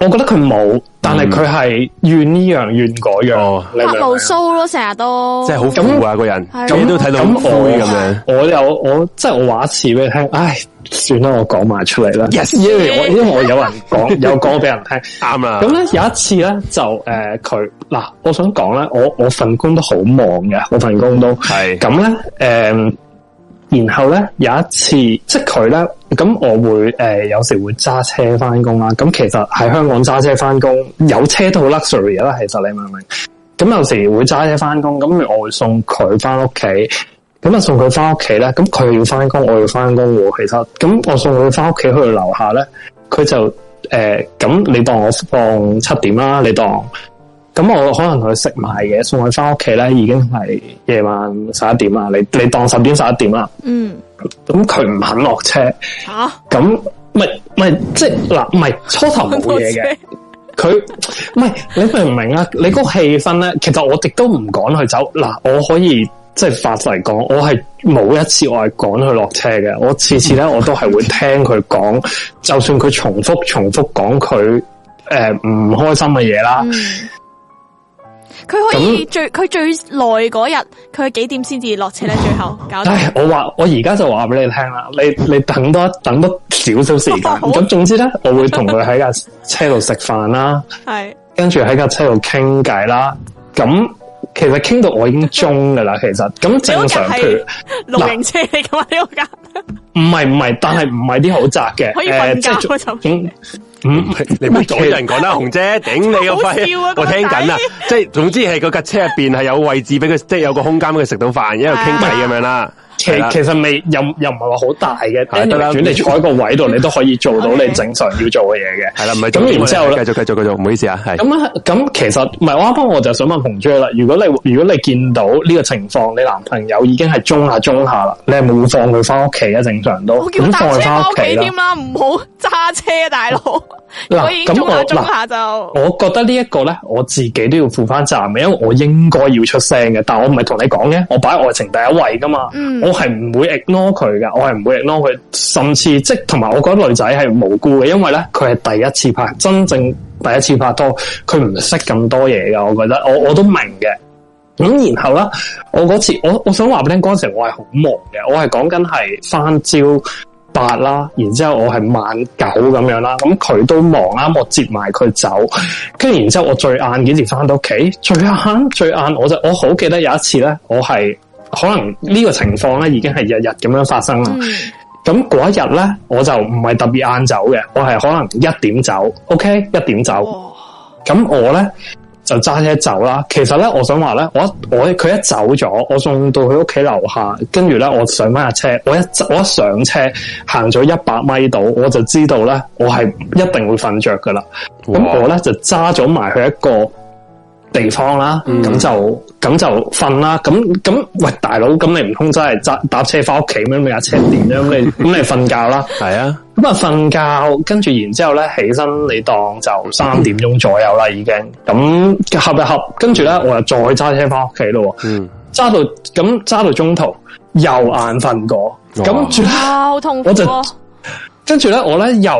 Speaker 3: 我覺得佢冇，但係佢係怨呢樣怨嗰樣，
Speaker 2: 嗯哦
Speaker 3: 你明唔
Speaker 1: 白
Speaker 3: 明
Speaker 1: 露
Speaker 3: 啊
Speaker 1: 須咯，成日都
Speaker 2: 即係好
Speaker 3: 咁
Speaker 2: 苦啊個人，
Speaker 1: 哦係
Speaker 2: 咩都睇到
Speaker 3: 咁啊我
Speaker 2: 灰咁樣。
Speaker 3: 我有我即系我话一次俾你聽，唉，算啦，我講埋出嚟啦。
Speaker 2: Yes
Speaker 3: 因為我因為我有人講 有講俾人聽。
Speaker 2: 啱啦，
Speaker 3: 咁咧有一次咧就誒佢嗱，我想講咧，我我份工都好忙嘅，我份工都
Speaker 2: 係
Speaker 3: 咁咧誒。然後咧有一次，即係佢咧，咁我會誒、呃有時會揸車翻工啦。咁其實喺香港揸車翻工，有車都好 luxury 啦。其實你明唔明？咁有時會揸車翻工，咁我會送佢翻屋企。咁啊送佢翻屋企咧，咁佢又要翻工，我要翻工喎。其實咁我送佢翻屋企去到樓下咧，佢就誒呃咁、你當我放七點啦，你當。咁我可能同佢食埋嘢，送佢翻屋企咧，已經係夜晚十一點啦。你你當十點十一點啦，
Speaker 1: 嗯
Speaker 3: 咁佢唔肯落車，
Speaker 1: 吓
Speaker 3: 咁咪咪即係嗱，唔係初頭冇嘢嘅。佢唔係你明唔明啊？你嗰個氣氛咧，其實我亦都唔趕佢走。嗱，我可以即係法嚟講，我係冇一次我係趕佢落車嘅，我次次咧我都係會聽佢講，就算佢重複重複講佢诶唔開心嘅嘢啦，
Speaker 1: 佢可以最佢最耐嗰日，佢幾點先至落車咧？最後搞到
Speaker 3: 唉，我話我而家就話俾你聽啦，你你等多等多少少 時
Speaker 1: 啊
Speaker 3: 間，咁總之咧，我會同佢喺架車度食飯啦，
Speaker 1: 係
Speaker 3: 跟住喺架車度傾偈啦，咁其實傾到我已經中噶啦，其實咁
Speaker 1: 你嗰
Speaker 3: 正常，
Speaker 1: 架係
Speaker 3: 譬如。
Speaker 1: 露營車嚟噶嘛？呢個架
Speaker 3: 唔系唔 系，但系唔系啲好窄嘅，
Speaker 1: 可以
Speaker 3: 誒
Speaker 1: 瞓
Speaker 3: 即
Speaker 1: 覺啊
Speaker 3: 係
Speaker 1: 嗰陣。
Speaker 3: 總唔
Speaker 2: 你唔 好阻人講啦，紅姐，頂你個
Speaker 1: 好
Speaker 2: 肺
Speaker 1: 笑啊！
Speaker 2: 我聽緊
Speaker 1: 個仔，
Speaker 2: 啊即係總之係個架車入边係有位置俾佢，即係有個空間俾佢食到飯，一路傾偈咁樣啦。
Speaker 3: 啊其
Speaker 2: 係啦
Speaker 3: 其實未又又唔係話好大嘅，
Speaker 2: 係
Speaker 3: 因
Speaker 2: 得
Speaker 3: 為
Speaker 2: 啦
Speaker 3: 轉你坐喺個位度，你都可以做到
Speaker 1: OK
Speaker 3: 你正常要做嘅嘢嘅。
Speaker 2: 係啦，唔係
Speaker 3: 咁然之後
Speaker 2: 後
Speaker 3: 咧，
Speaker 2: 繼續繼續繼續，唔好意思啊，係
Speaker 3: 咁啊咁其實唔係我啱啱我就想問紅姐啦，如果你如果你見到呢個情況，你男朋友已經係中下中下啦，你係冇放佢翻屋企嘅正常都，
Speaker 1: 我叫
Speaker 3: 咁
Speaker 1: 搭
Speaker 3: 放
Speaker 1: 車
Speaker 3: 佢
Speaker 1: 翻
Speaker 3: 翻
Speaker 1: 屋企
Speaker 3: 啦
Speaker 1: 添。啦，唔好揸車啊，大佬。
Speaker 3: 嗱
Speaker 1: 我已經
Speaker 3: 咁
Speaker 1: 中下
Speaker 3: 我
Speaker 1: 中
Speaker 3: 嗱
Speaker 1: 下就
Speaker 3: 我覺得呢一個咧，我自己都要負翻責任嘅，因為我應該要出聲嘅。但我唔係同你講嘅，我擺愛情第一位噶嘛，
Speaker 1: 嗯
Speaker 3: 我係唔會 ignore 佢噶，我係唔會 ignore 佢，甚至即係同埋我覺得女仔係無辜嘅，因為咧佢係第一次拍，真正第一次拍拖，佢唔識咁多嘢噶，我覺得我我都明嘅。咁然後咧，我嗰次我我想話俾你聽，嗰陣時我係好忙嘅，我係講緊係翻朝八啦，然之後我係晚九咁樣啦，咁佢都忙啦，我接埋佢走，跟住然之後我最晏幾時翻到屋企？最晏最晏我就我好記得有一次咧，我係可能呢個情況咧已經係日日咁樣發生
Speaker 1: 嗯
Speaker 3: 啦。咁嗰一日咧，我就唔係特別晏走嘅，我係可能一點走，OK，一點走。
Speaker 1: 哇
Speaker 3: 咁我咧就揸車走啦。其實咧，我想話咧，我一我佢一走咗，我送到佢屋企樓下，跟住咧我上翻架車，我一我一上車行咗一百米度，我就知道咧我係一定會瞓着噶啦。
Speaker 2: 哇
Speaker 3: 咁我咧就揸咗埋去一個地方啦，咁、就咁就瞓啦。咁咁喂，大佬，咁你唔通真係揸搭車翻屋企咩？咁你架車點咧？咁你咁你瞓覺啦。
Speaker 2: 係啊，
Speaker 3: 咁啊，瞓覺，跟住然之後咧，起身你當就三點鐘左右啦，已經咁合一合，跟住咧我又再揸車翻屋企咯喎，
Speaker 2: 嗯，
Speaker 3: 揸到咁揸到中途又眼瞓過，
Speaker 2: 哇
Speaker 3: 咁住呢
Speaker 1: 哇，好痛苦
Speaker 3: 我就
Speaker 1: 啊！
Speaker 3: 跟住咧我咧又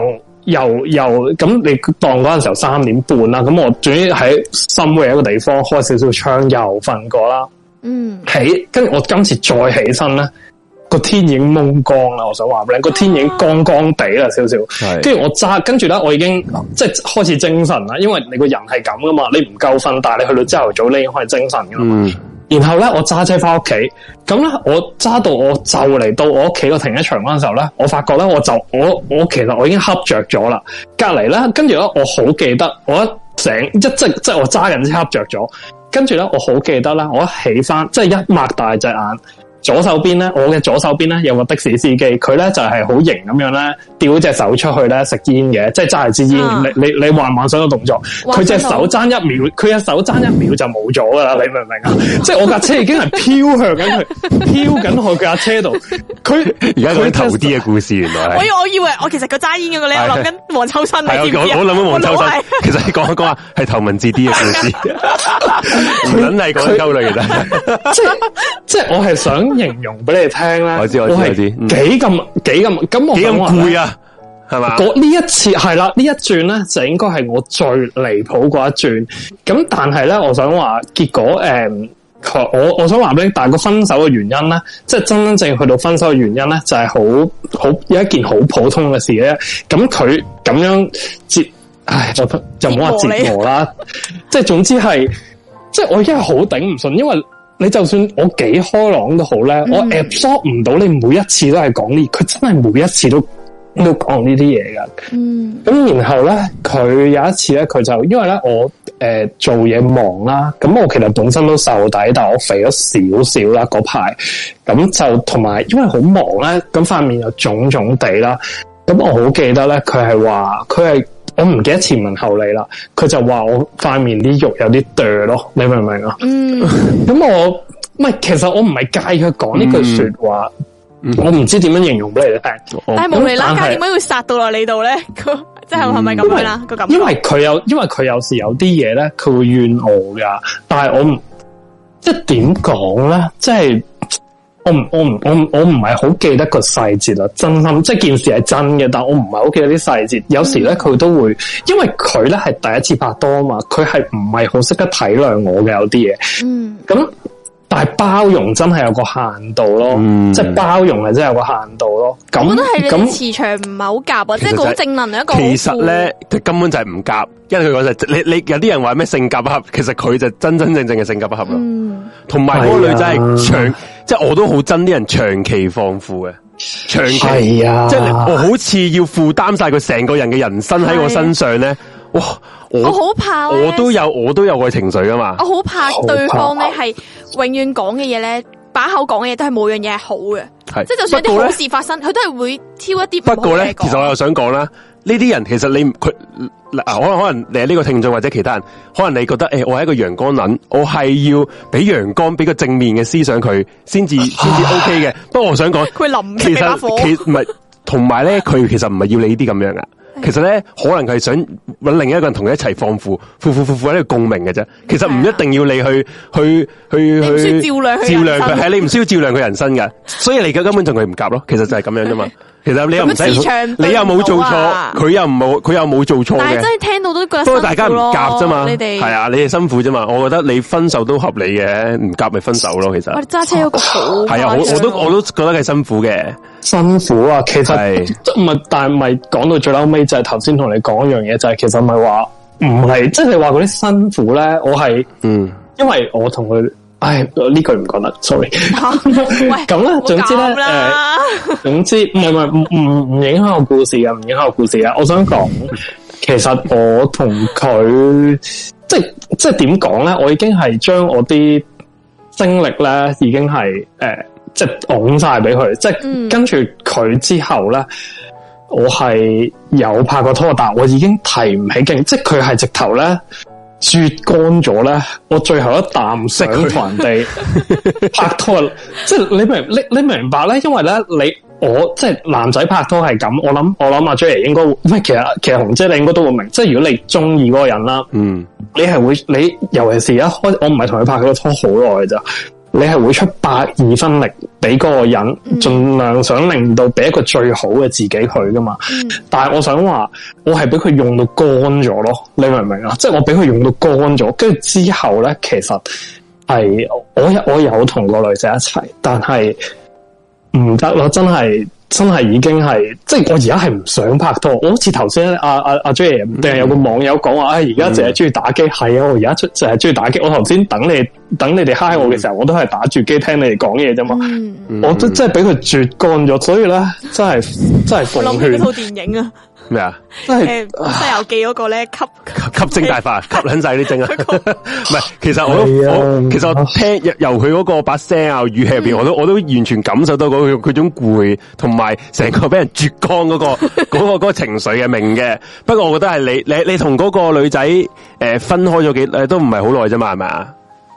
Speaker 3: 又又咁，你當嗰陣時候三點半啦，咁我總之喺深嘅一個地方開少少窗又瞓過啦，
Speaker 1: 嗯，
Speaker 3: 起跟住我今次再起身咧，個天已經蒙光啦，我想話俾你，個天已經光光地啦少少。
Speaker 2: 係
Speaker 3: 跟住我揸，跟住咧，我已經即係開始精神啦，因為你個人係咁噶嘛，你唔夠瞓，但係你去到朝頭早，你已經開始精神噶啦。
Speaker 2: 嗯，
Speaker 3: 然後咧，我揸車翻屋企，咁咧我揸到我就嚟到我屋企個停車場嗰陣時候咧，我發覺咧我就我我其實我已經瞌着咗啦，隔離咧，跟住咧我好記得我一醒一即即係我揸緊先瞌着咗，跟住咧我好記得啦，我一起翻即係一擘大隻眼。左手邊咧，我嘅左手邊咧有個的士司機，佢咧就係好型咁樣咧，吊隻手出去咧食煙嘅，即係揸住支煙。
Speaker 1: 啊
Speaker 3: 你你你幻唔幻想個動作？
Speaker 1: 幻
Speaker 3: 佢隻
Speaker 1: 想到
Speaker 3: 手爭一秒，佢隻手爭一秒就冇咗噶啦，你明唔明啊？即係我架車已經係飄向緊佢，飄緊去架車度。佢
Speaker 2: 而家講
Speaker 3: 佢
Speaker 2: 啲頭啲啊嘅故事，原來
Speaker 1: 我
Speaker 2: 係
Speaker 1: 以我以為我其實佢揸煙嗰個咧，我
Speaker 2: 係
Speaker 1: 諗緊黃秋生你
Speaker 2: 係
Speaker 1: 知
Speaker 2: 啊
Speaker 1: 唔知啊？
Speaker 2: 我我諗緊黃秋
Speaker 1: 我腦
Speaker 2: 生
Speaker 1: 係，
Speaker 2: 其實你講一講啊，係頭文字 D 嘅故事， 唔撚係講鳩啦，其實。
Speaker 3: 即係即係我係想形容俾你聽啦。
Speaker 2: 我知我知
Speaker 3: 係
Speaker 2: 我知嗯
Speaker 3: 幾咁幾咁咁我
Speaker 2: 几咁
Speaker 3: 想話呢
Speaker 2: 攰啊，系嘛？
Speaker 3: 嗰呢一次係啦，呢一轉咧就應該係我最離譜嗰一轉。咁但係咧，我想話結果誒、嗯佢我我想話俾你，但係個分手嘅原因咧，即係真真正去到分手嘅原因咧，就係好好有一件好普通嘅事咧。咁佢咁樣接，唉，就就唔好話折磨啦。 即係總之係，即係我已經係好頂唔順，因為。你就算我幾開朗都好咧，我 absorb 唔到你每一次都係講呢，佢真係每一次都都講呢啲嘢噶。
Speaker 1: 嗯
Speaker 3: 咁然後咧，佢有一次咧，佢就因為咧我誒、呃做嘢忙啦，咁我其實本身都瘦底，但我肥咗少少啦嗰排，咁就同埋因為好忙咧，咁塊面又腫腫地啦，咁我好記得咧，佢係話佢係我唔記得前文後理啦，佢就話我塊面啲肉有啲哚咯，你明唔明啊？
Speaker 1: 嗯，
Speaker 3: 咁我唔係，其實我唔係介意佢講呢句説話，
Speaker 2: 嗯
Speaker 3: 我唔知點樣形容俾你聽。
Speaker 1: 但係無厘啦
Speaker 3: 咁但
Speaker 1: 家
Speaker 3: 係
Speaker 1: 點解會殺到落你度 咧？佢即係係咪咁樣
Speaker 3: 嗯
Speaker 1: 啦？個感覺
Speaker 3: 因為佢有，因為佢有時有啲嘢咧，佢會怨我噶，但係我唔，即系点讲咧？即系我唔我唔我唔我唔系好記得個細節啦，真心即係件事係真嘅，但我唔係好記得啲細節。有時咧
Speaker 1: 嗯
Speaker 3: 佢都會，因為佢咧係第一次拍拖啊嘛，佢係唔係好識得體諒我嘅有啲嘢。
Speaker 1: 嗯
Speaker 3: 咁但係包容真係有個限度咯，
Speaker 2: 嗯
Speaker 3: 即係包容係真係有個限度咯。咁
Speaker 1: 我覺得係你
Speaker 3: 咁
Speaker 1: 哋磁場唔係好夾啊，即
Speaker 2: 其實
Speaker 1: 係
Speaker 2: 就係
Speaker 1: 好正能量一個好負。
Speaker 2: 其实咧，佢根本就系唔夹，因为佢讲就係你你有啲人话咩性格不合，其实佢就真真正正嘅性格不合啦。
Speaker 1: 嗯，
Speaker 2: 同埋嗰個女仔係
Speaker 3: 係
Speaker 2: 長，即係我都好憎啲人長期放負嘅，長期，
Speaker 3: 係啊，
Speaker 2: 即係我好似要負擔晒佢成個人嘅人生喺我身上咧。哇！我
Speaker 1: 我好哦怕咧
Speaker 2: 我都有我都有個情緒噶嘛
Speaker 1: 我，好怕
Speaker 3: 好怕
Speaker 1: 對方咧係永遠講嘅嘢咧，把口講嘅嘢都係冇樣嘢係好嘅，
Speaker 2: 係
Speaker 1: 即係就算有
Speaker 2: 不過
Speaker 1: 啲
Speaker 2: 呢
Speaker 1: 好事發生，佢都係會挑一啲唔好
Speaker 2: 不過
Speaker 1: 嘅嘢
Speaker 2: 咧，
Speaker 1: 講
Speaker 2: 其實我又想講啦，呢啲人其實你唔佢嗱，可能可能你呢個聽眾或者其他人，可能你覺得诶、誒我係一個陽光撚，我係要俾陽光，俾個正面嘅思想佢，先 至先至 OK 嘅。不過我想講，
Speaker 1: 佢淋熄
Speaker 2: 其
Speaker 1: 你
Speaker 2: 实
Speaker 1: 把火，
Speaker 2: 其唔系，同埋咧，佢其實唔係要你呢啲咁樣噶。其實咧，可能佢係想揾另一個人同佢一齊放負，負負負負喺度共鳴嘅啫。其實唔一定要你去去去
Speaker 1: 啊你唔需要
Speaker 2: 去
Speaker 1: 照亮佢
Speaker 2: 照亮
Speaker 1: 人
Speaker 2: 佢，
Speaker 1: 生
Speaker 2: 係你唔需要照亮佢人生嘅。所以你根本同佢唔夾咯。其實就係咁樣啫 嘛。其實你又唔使
Speaker 1: 咁市場，對
Speaker 2: 你又冇做
Speaker 1: 唔到啊
Speaker 2: 錯，佢又冇佢又冇做錯
Speaker 1: 但係
Speaker 2: 嘅
Speaker 1: 真。係聽到都覺得
Speaker 2: 不過大家唔夾啫
Speaker 1: 辛
Speaker 2: 嘛，
Speaker 1: 苦咯你哋
Speaker 2: 係，啊，你哋辛苦啫嘛。我覺得你分手都合理嘅，唔夾咪分手咯。其實
Speaker 1: 我哋揸車嗰個好
Speaker 2: 係啊，我我都我都覺得佢辛苦嘅。
Speaker 3: 辛苦啊，其
Speaker 2: 係
Speaker 3: 實即唔係，但係咪講到最嬲尾就係頭先同你講一樣嘢，就係、其實咪話唔係，即係你話嗰啲辛苦咧，我係
Speaker 2: 嗯，
Speaker 3: 因為我同佢，唉呢句唔講得，sorry。
Speaker 1: 喂
Speaker 2: 啊
Speaker 3: 咁咧，總之咧，誒、 總之唔係唔係唔唔唔影響我故事嘅，唔影響我故事嘅。我想講，其實我同佢即係即係點講咧？我已經係將我啲精力咧，已經係誒、呃即係拱晒俾佢，即係、
Speaker 1: 嗯
Speaker 3: 跟住佢之後咧。我係有拍過拖，但我已經提唔起勁，即係佢係直頭咧啜乾咗咧，我最後一啖想同人哋 拍拖，即係你明你你明白咧？因為咧你。我即係男仔拍拖係咁，我諗我諗阿 J 應該會，唔係其實其實紅姐你應該都會明，即係如果你中意嗰個人啦，
Speaker 2: 嗯，
Speaker 3: 你係會你尤其是一開我唔係同佢拍咗拖好耐咋，你係會出百二分力俾嗰個人，盡量想令到俾一個最好嘅自己佢噶嘛。
Speaker 1: 嗯
Speaker 3: 但係我想話，我係俾佢用到乾咗咯，你明唔明啊？即係我俾佢用到乾咗，跟住之後咧，其實係我有我有同個女仔一齊，但係唔得咯，真係。真係已經係，即係我而家係唔想拍拖。我好似頭先阿阿阿 J 定係有個網友講話，唉哎而家淨係中意打機，係啊，我而家出淨係中意打機。我頭先等你等你哋嗨我嘅時候，我都係打住機聽你哋講嘢啫嘛。
Speaker 1: 嗯，
Speaker 2: 嗯
Speaker 3: 我都真係俾佢絕乾咗，所以咧真係真係
Speaker 1: 我
Speaker 3: 奉
Speaker 1: 諗起嗰
Speaker 3: 勸
Speaker 1: 套電影啊，
Speaker 2: 咩啊？
Speaker 3: 真
Speaker 1: 誒
Speaker 3: 係
Speaker 1: 《西遊記》嗰個咧吸
Speaker 2: 吸精大法， 吸捻晒啲精啊！ 唔系，其实我都
Speaker 3: 係啊
Speaker 2: 我其实我听由由佢嗰个把声啊语气入边，我都我都完全感受到嗰佢佢种攰，同埋成个俾人絕光嗰、個嗰、個嗰、個情緒嘅明嘅。不過我覺得係你你你同嗰個女仔诶、誒分開咗幾诶、都唔係好耐啫嘛，係咪啊？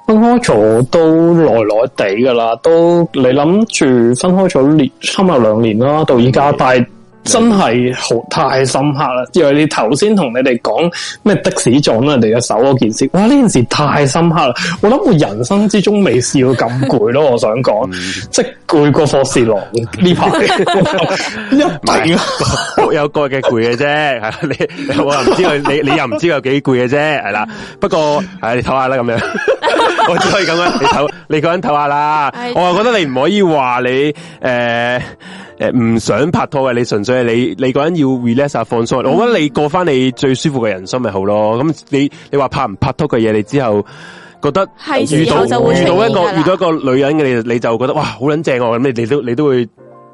Speaker 3: 分開咗都耐耐地噶啦，都你諗住分開咗年差唔多兩年啦，到依家，但係真係好太深刻啦。因為你頭先同你哋講咩的士撞到人哋嘅手嗰件事，哇！呢件事太深刻啦，我諗我人生之中未試過咁攰咯。我想講，
Speaker 2: 嗯
Speaker 3: 即係攰過霍士郎呢排， 一定啊！
Speaker 2: 各 有各嘅攰嘅啫，系你 我又唔知佢，你你又唔知佢有幾攰嘅啫，係啦。不過系你唞下啦咁 樣，我只可以咁樣，你唞，你個人唞下啦
Speaker 1: 唉。
Speaker 2: 我又覺得你唔可以話你诶诶唔想拍拖嘅，你純粹係你你個人要 relax 啊放鬆。
Speaker 1: 嗯
Speaker 2: 我覺得你過翻你最舒服嘅人生咪好咯。咁你你話拍唔拍拖嘅嘢，你之後。覺得
Speaker 1: 係
Speaker 2: 遇到
Speaker 1: 時候就會
Speaker 2: 遇到一
Speaker 1: 出現㗎
Speaker 2: 個
Speaker 1: 啦
Speaker 2: 遇到一個女人嘅你，你就覺得哇好撚正啊喎！咁你你都你都會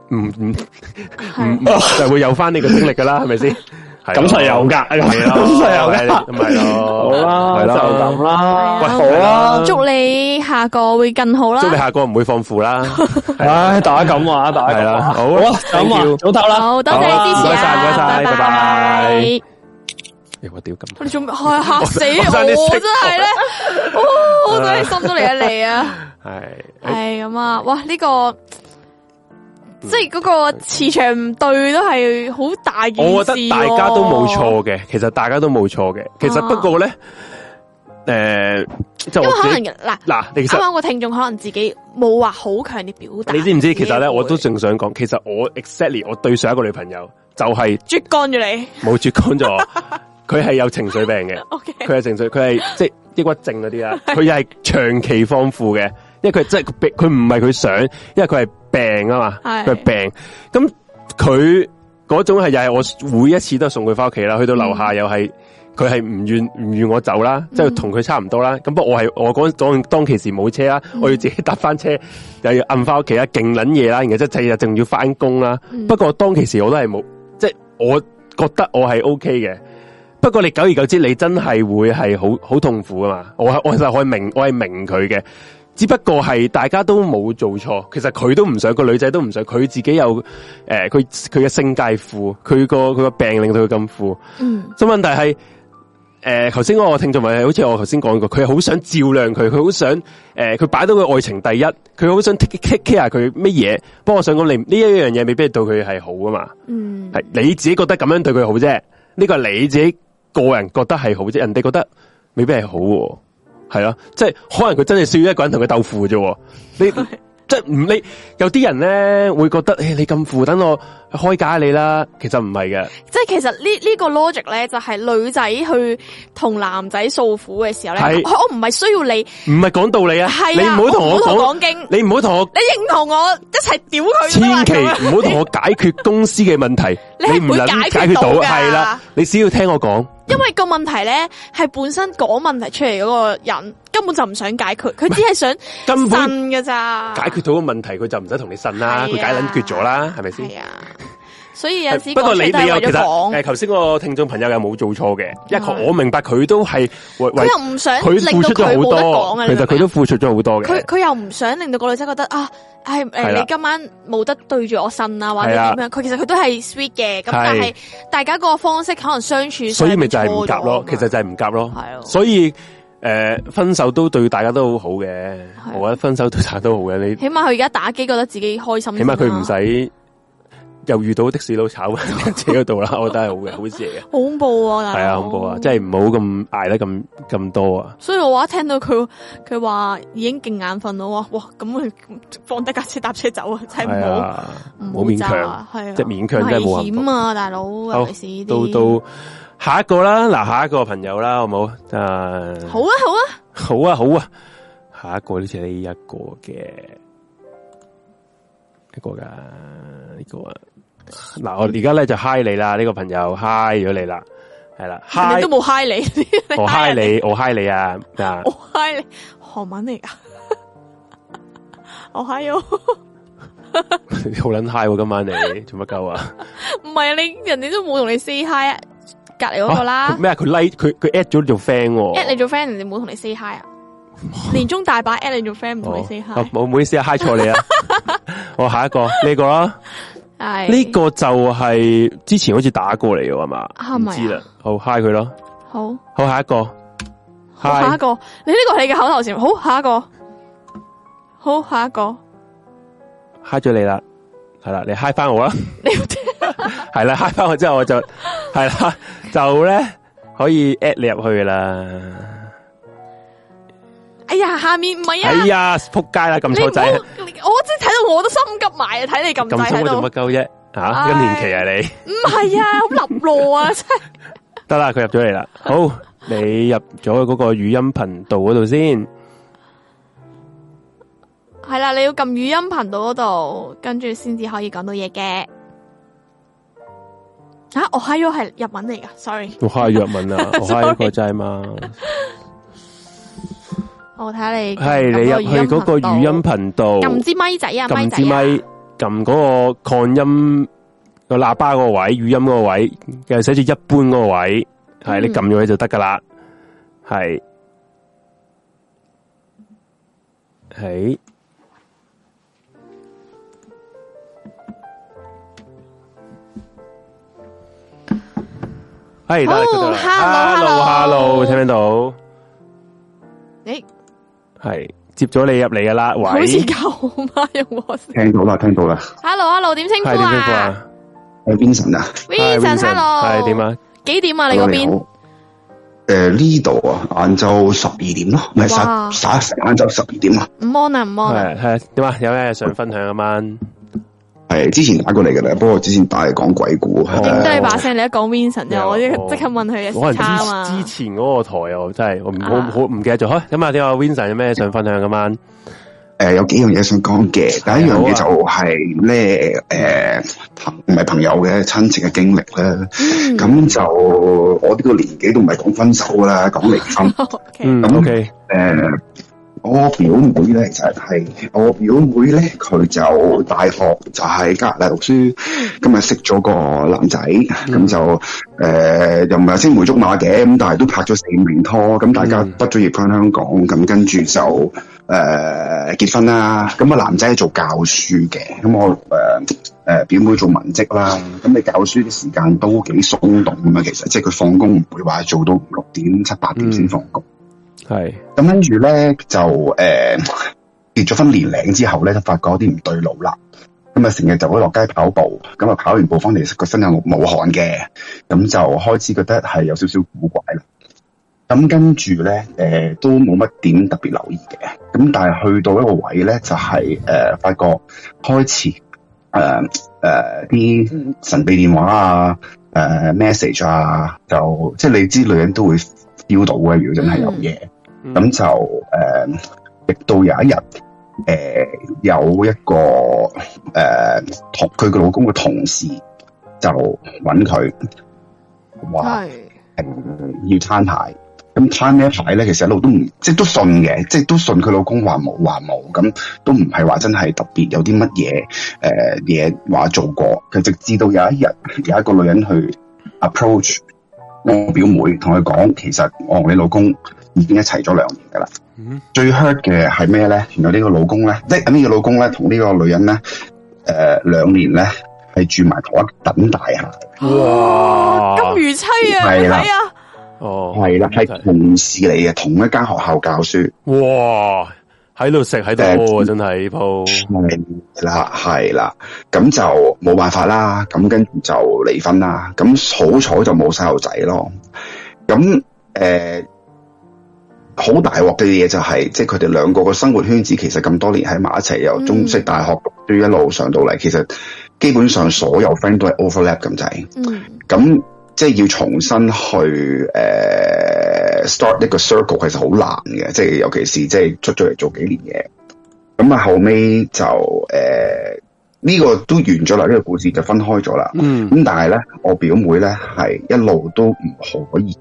Speaker 2: 唔唔唔
Speaker 1: 係
Speaker 2: 唔嗯就會有翻呢個精力噶啦，係咪先？
Speaker 3: 咁
Speaker 2: 係
Speaker 3: 就有
Speaker 2: 咯，
Speaker 3: 噶，
Speaker 2: 係
Speaker 3: 咁
Speaker 2: 咯，
Speaker 3: 就有噶
Speaker 2: 咁。咪
Speaker 3: 好
Speaker 2: 咯，
Speaker 3: 啦，
Speaker 2: 係
Speaker 3: 就
Speaker 2: 啦
Speaker 3: 咁。啦，
Speaker 1: 喂
Speaker 3: 好
Speaker 2: 係
Speaker 3: 啦
Speaker 2: 啦。
Speaker 1: 啊祝你下個會更好啦
Speaker 2: 啊祝。你下個唔會放負啦，啊
Speaker 3: 唉，大家咁話，大家
Speaker 2: 係
Speaker 3: 咁
Speaker 2: 啦，
Speaker 3: 話，
Speaker 2: 好
Speaker 3: 好
Speaker 2: 啊
Speaker 3: 啦，咁
Speaker 2: ，thank
Speaker 3: 啊
Speaker 2: you，
Speaker 3: 早唞啦，
Speaker 1: 好多謝你支持啊！
Speaker 2: 好啊唔該晒唔該晒
Speaker 1: 拜
Speaker 2: 拜
Speaker 1: 拜
Speaker 2: 拜。哎我屌咁，
Speaker 1: 你做咩？害嚇死
Speaker 2: 我
Speaker 1: 我！
Speaker 2: 我差啲
Speaker 1: 真
Speaker 2: 識
Speaker 1: 係咧，哦我真係心都嚟一嚟啊！
Speaker 2: 係
Speaker 1: 系咁啊！哇，呢、個
Speaker 2: 嗯
Speaker 1: 即係嗰個磁場唔對都係好大件事喎、
Speaker 2: 我覺得大家都冇錯嘅，其實大家都冇錯嘅，其實
Speaker 1: 啊
Speaker 2: 不過咧，诶、即系
Speaker 1: 因
Speaker 2: 我
Speaker 1: 為可
Speaker 2: 自
Speaker 1: 能啊
Speaker 2: 己
Speaker 1: 嗱，
Speaker 2: 嗱，你其
Speaker 1: 啱
Speaker 2: 實
Speaker 1: 啱個聽眾可能自己冇話好強烈表達，
Speaker 2: 你知唔知？其實
Speaker 1: 實
Speaker 2: 咧，我都仲想講，其實我 exactly 我對上一個女朋友就係
Speaker 1: 絕干咗你。
Speaker 2: 冇住講咗 我，佢係有情緒病嘅。
Speaker 1: O K，
Speaker 2: 佢係情緒，佢係即係抑鬱症嗰啲啦，佢又係長期放負嘅，因為佢即係佢佢唔係佢想，因為佢係病啊嘛，
Speaker 1: 係
Speaker 2: 佢係病，咁佢嗰種係又係我每一次都送佢翻屋企啦，去到樓下又係佢係唔願唔願我走啦，即係同佢差唔多啦，咁不過我係我嗰當當其時冇車啦，我要自己搭翻車，又要摁翻屋企啦，勁撚嘢啦，然後即係日日仲要翻工啦，不過當其時我都係冇，即係我覺得我係 O K 嘅。不過你久而久之，你真係會係好好痛苦噶嘛？我我就可以明，我係明佢嘅，只不過係大家都冇做錯，其實佢都唔想，個女仔都唔想，佢自己有诶，佢佢嘅性介苦，佢個佢個病令到佢咁苦。
Speaker 1: 嗯，
Speaker 2: 咁問題係诶，誒頭先嗰個聽眾咪好似我頭先講過，佢好想照亮佢，佢好想诶，誒佢、擺到佢愛情第一，佢好想 take take care 佢乜嘢。不過我想講，你呢一樣嘢未必對佢係好噶嘛。
Speaker 1: 嗯，
Speaker 2: 系你自己觉得咁样对佢好啫，呢个係你自己个人觉得系好啫，人哋觉得未必系好喎，系咯，即系可能佢真系需要一个人同佢斗富啫喎， 你即系唔你有啲人咧会觉得，诶、你咁富，等我开解你啦，其实唔系嘅，
Speaker 1: 即係其實呢呢個 logic 咧，就係女仔去同男仔訴苦嘅時候咧，
Speaker 2: 係
Speaker 1: 我我唔係需要你
Speaker 2: 唔系讲道理啊，
Speaker 1: 係
Speaker 2: 你
Speaker 1: 啊，
Speaker 2: 唔好同我
Speaker 1: 唔好同
Speaker 2: 讲，
Speaker 1: 講經，
Speaker 2: 你唔好同我。
Speaker 1: 你認同我一齊屌佢
Speaker 2: 千
Speaker 1: 就得啦，
Speaker 2: 祈
Speaker 1: 咁樣
Speaker 2: 唔好同我解决公司嘅问题，
Speaker 1: 你係
Speaker 2: 你唔
Speaker 1: 會
Speaker 2: 捻
Speaker 1: 解決
Speaker 2: 解决
Speaker 1: 到
Speaker 2: 到，
Speaker 1: 㗎
Speaker 2: 系啦，你只要听我讲，
Speaker 1: 因为个问题咧系本身讲问题出嚟嗰个人根本就唔想解决，佢只系想
Speaker 2: 根本
Speaker 1: 呻嘅咋。
Speaker 2: 解决到个问题，佢就唔使同你呻啦，
Speaker 1: 啊係啊
Speaker 2: 佢解捻决咗啦，系咪先
Speaker 1: 系？啊，所以有陣时
Speaker 2: 不過
Speaker 1: 过
Speaker 2: 你你又其
Speaker 1: 咗
Speaker 2: 實
Speaker 1: 讲，
Speaker 2: 诶，头先個聽眾朋友有冇做錯嘅？因為
Speaker 1: 係
Speaker 2: 我明白佢都係為
Speaker 1: 佢
Speaker 2: 為
Speaker 1: 又唔想
Speaker 2: 佢
Speaker 1: 令
Speaker 2: 付
Speaker 1: 到
Speaker 2: 出咗
Speaker 1: 佢冇得講
Speaker 2: 好
Speaker 1: 啊。
Speaker 2: 多，其
Speaker 1: 你明
Speaker 2: 實
Speaker 1: 唔
Speaker 2: 佢
Speaker 1: 明
Speaker 2: 都
Speaker 1: 啊
Speaker 2: 付出咗好多
Speaker 1: 佢
Speaker 2: 嘅。
Speaker 1: 佢又唔想令到個女仔覺得啊，系
Speaker 2: 係
Speaker 1: 诶
Speaker 2: 啦
Speaker 1: 你今晚冇得對住我呻啊，或者
Speaker 2: 係啦
Speaker 1: 點樣？佢其實佢都係 sweet 嘅，咁
Speaker 2: 係
Speaker 1: 但係大家個方式可能相處
Speaker 2: 所以咪就
Speaker 1: 係
Speaker 2: 係唔夾咯，其實就係唔夾咯
Speaker 1: 啊係。啊咯
Speaker 2: 所以诶，分手都對大家都好嘅，
Speaker 1: 啊
Speaker 2: 我覺得分手對大家都好嘅。你
Speaker 1: 起碼佢而家打機覺得自己開心先
Speaker 2: 起
Speaker 1: 啦，
Speaker 2: 碼佢唔使
Speaker 1: 啊
Speaker 2: 又遇到的士佬炒 喺自己嗰 度啦，我覺得係好嘅，好事嚟嘅。
Speaker 1: 好恐怖啊！
Speaker 2: 係
Speaker 1: 大
Speaker 2: 啊，
Speaker 1: 佬
Speaker 2: 恐怖啊！即係唔好咁捱得咁咁多啊！
Speaker 1: 所以我話一聽到佢佢話已經勁眼瞓咯，哇哇咁佢放低架車搭車走啊，真係唔
Speaker 2: 係
Speaker 1: 好
Speaker 2: 啊，
Speaker 1: 唔
Speaker 2: 唔好
Speaker 1: 好
Speaker 2: 勉
Speaker 1: 揸
Speaker 2: 強。
Speaker 1: 啊，係啊，
Speaker 2: 即係勉強真係冇幸福
Speaker 1: 危險啊，大佬，
Speaker 2: 好
Speaker 1: 尤其是
Speaker 2: 到
Speaker 1: 呢啲
Speaker 2: 到下一個啦，嗱，下一個朋友啦，好冇？诶、
Speaker 1: 好啊好啊，
Speaker 2: 好啊，好啊，下一個好似呢一個嘅一個噶呢、個啊，嗱，我而家咧就嗨你啦，呢、個朋友嗨咗你啦，係啦
Speaker 1: 人哋
Speaker 2: 嗨
Speaker 1: 都冇嗨你，
Speaker 2: 我嗨
Speaker 1: 人哋，
Speaker 2: 哦你，我嗨你啊，啊
Speaker 1: 我，嗨你，韓文嚟噶，我嗨哦，
Speaker 2: 好撚嗨喎，今晚你做乜鳩啊？
Speaker 1: 唔係啊你人哋都冇同你 say hi 啊，隔離嗰個
Speaker 2: 啊
Speaker 1: 啦
Speaker 2: 佢咩啊？佢 like 佢佢 at 咗你做 friend 喎、
Speaker 1: ，at 你做 friend，人哋冇同你 say hi 啊，年中大把 at 你做 friend 唔同
Speaker 2: 哦
Speaker 1: 你 say hi，
Speaker 2: 哦唔好意思啊，嗨 錯你啊！我下一個呢、個啊啦。
Speaker 1: 係
Speaker 2: 哦呢個就係之前好似打過嚟嘅係嘛？
Speaker 1: 係
Speaker 2: 唔
Speaker 1: 咪啊
Speaker 2: 知啦，好嗨佢咯。
Speaker 1: 好。
Speaker 2: 好下一個，
Speaker 1: 好下一
Speaker 2: 嗨
Speaker 1: 个，你呢个系你嘅口头禅。好，下一个，好，下一个，
Speaker 2: 嗨咗你啦，係啦，你嗨翻我啦，
Speaker 1: 你要聽
Speaker 2: 係啦，嗨翻我之後我就係啦，就咧可以 at 你入去啦。
Speaker 1: 哎呀，下面唔系啊，
Speaker 2: 哎呀，仆街啦，咁
Speaker 1: 你唔好，
Speaker 2: 錯
Speaker 1: 我
Speaker 2: 仔，
Speaker 1: 真係睇到我都心急埋啊！睇你咁
Speaker 2: 咁
Speaker 1: 滯
Speaker 2: 心
Speaker 1: 喺
Speaker 2: 做
Speaker 1: 度
Speaker 2: 乜，鳩啫？吓，
Speaker 1: 唉
Speaker 2: 更年期啊你，
Speaker 1: 唔系啊，好立落 啊，真係
Speaker 2: 得啦，佢入咗嚟啦。好，你入咗嗰個語音頻道嗰度先，
Speaker 1: 系啦，你要揿语音频道嗰度，跟住先至可以讲到嘢嘅。啊，我嗨咗系日文嚟噶，sorry，
Speaker 2: 我嗨藥文 啊，我嗨一個真係嘛。
Speaker 1: 我睇下你
Speaker 2: 系你入去嗰個語音
Speaker 1: 频
Speaker 2: 頻道，
Speaker 1: 揿支咪仔啊，咪
Speaker 2: 揿
Speaker 1: 仔
Speaker 2: 支咪
Speaker 1: 啊，，
Speaker 2: 揿嗰個擴音個喇叭嗰個位，語音嗰個位，又寫住一般嗰個位，係你
Speaker 1: 嗯
Speaker 2: 撳咗佢就得噶啦，係係係得啦
Speaker 1: 好
Speaker 2: 得啦
Speaker 1: 哦，hello，hello
Speaker 2: hello，hello，聽唔聽到？
Speaker 1: 诶，
Speaker 2: 係接咗你入嚟噶啦，
Speaker 1: 好似
Speaker 2: 喂，
Speaker 1: 教我妈用我
Speaker 4: 听到啦，听到啦，
Speaker 1: ，hello，hello，点称呼
Speaker 2: 係點稱呼
Speaker 1: 啊？
Speaker 2: 啊
Speaker 4: 系 Vincent 啊，
Speaker 2: 係 Vincent，啊
Speaker 1: Vincent，hello，
Speaker 2: 係點？啊？
Speaker 1: 几点啊？你嗰边
Speaker 4: 我哋好诶呢度啊，晏晝十二點咯，唔係
Speaker 1: 哇
Speaker 4: 十十晏晝十二點啊，
Speaker 1: 唔 on 啊唔 on 啊，
Speaker 2: 系系点啊？有咩想分享啊？晚
Speaker 4: 係之前打過嚟㗎啦，不過之前打係講鬼故，
Speaker 2: 哦
Speaker 1: 影低
Speaker 4: 係
Speaker 1: 把聲，你一講 Vincent 就啊我即刻即刻問佢
Speaker 2: 啊我
Speaker 1: 嘅時差
Speaker 2: 可
Speaker 1: 啊
Speaker 2: 能之
Speaker 1: 嘛
Speaker 2: 之。前嗰個台啊，我真係我唔
Speaker 1: 啊
Speaker 2: 好好唔記得咗。嚇咁啊，點啊？Vincent 有咩想分享咁啊晚？
Speaker 4: 诶有幾樣嘢想講嘅，第一樣嘢就係咧诶唔係朋友嘅親戚嘅經歷啦，咁就我呢個年紀都唔係講分手㗎啦，講離 婚。
Speaker 1: OK，
Speaker 2: 嗯
Speaker 4: 咁
Speaker 2: ，OK，
Speaker 4: 诶、呃我表妹咧，其實係我表妹咧，佢就大學就喺加拿大讀書，咁啊識咗個男仔，咁、就诶、呃又唔係青梅竹馬嘅，咁但係都拍咗四五年拖，咁大家
Speaker 2: 嗯
Speaker 4: 畢咗業翻香港，咁跟住就诶、呃、結婚啦。咁啊男仔係做教書嘅，咁我诶。誒、表妹做文職啦，咁你教書啲時間都幾鬆動咁啊，其實即係佢放工唔會話做到五六點七八點先放工。
Speaker 2: 係
Speaker 4: 咁跟住咧就誒、呃、結咗婚年零之後咧，就發覺有啲唔對路啦。咁啊，成日就會落街跑步，咁啊跑完步翻嚟個身有冇汗嘅，咁就開始覺得係有少少古怪啦。咁跟住咧，誒、都冇乜點特別留意嘅，咁但係去到一個位咧，就係、呃發覺開始誒誒呃啲神秘電話啊，誒、message 啊，就即係你知女人都會 feel 到嘅，如果真係有嘢。
Speaker 2: 嗯
Speaker 4: 咁就誒、呃直到有一日，誒、有一個誒、呃同佢個老公嘅同事就揾佢話
Speaker 1: 係
Speaker 4: 呃要攤牌。咁攤呢一牌咧，其實一路都唔即係都信嘅，即係都信佢老公話冇話冇，咁都唔係話真係特別有啲乜嘢誒嘢話做過。佢直至到有一日有一個女人去 approach 我表妹，同佢講，其實我同你老公已經一齊咗兩年㗎啦。
Speaker 2: 嗯
Speaker 4: 最 hurt 嘅係咩咧？原來呢個老公咧，即係呢個老公咧，同呢個女人咧，誒、兩年咧係住埋同一等大廈，
Speaker 2: 哇
Speaker 1: 金魚妻啊，你
Speaker 4: 係啦
Speaker 1: 睇啊，
Speaker 2: 哦，
Speaker 4: 係啦，係同事嚟嘅，同一間學校教書，
Speaker 2: 哇，喺度食喺度屙啊，真係呢鋪
Speaker 4: 係啦，係啦，咁就冇辦法啦，咁跟住就離婚啦，咁好彩就冇細路仔咯，咁誒。好大鑊嘅嘢就係、即係佢哋兩個個生活圈子其實咁多年喺埋一齊，由中式大學讀書一路上到嚟，其實基本上所有 friend 都係 overlap 咁滯。
Speaker 1: 嗯，
Speaker 4: 咁即係要重新去誒、呃 start 一個 circle 其實好難嘅，即係尤其是即係出咗嚟做幾年嘢，咁啊後尾就誒呢、個都完咗啦，呢、個故事就分開咗啦。
Speaker 2: 嗯
Speaker 4: 咁但係咧，我表妹咧係一路都唔可以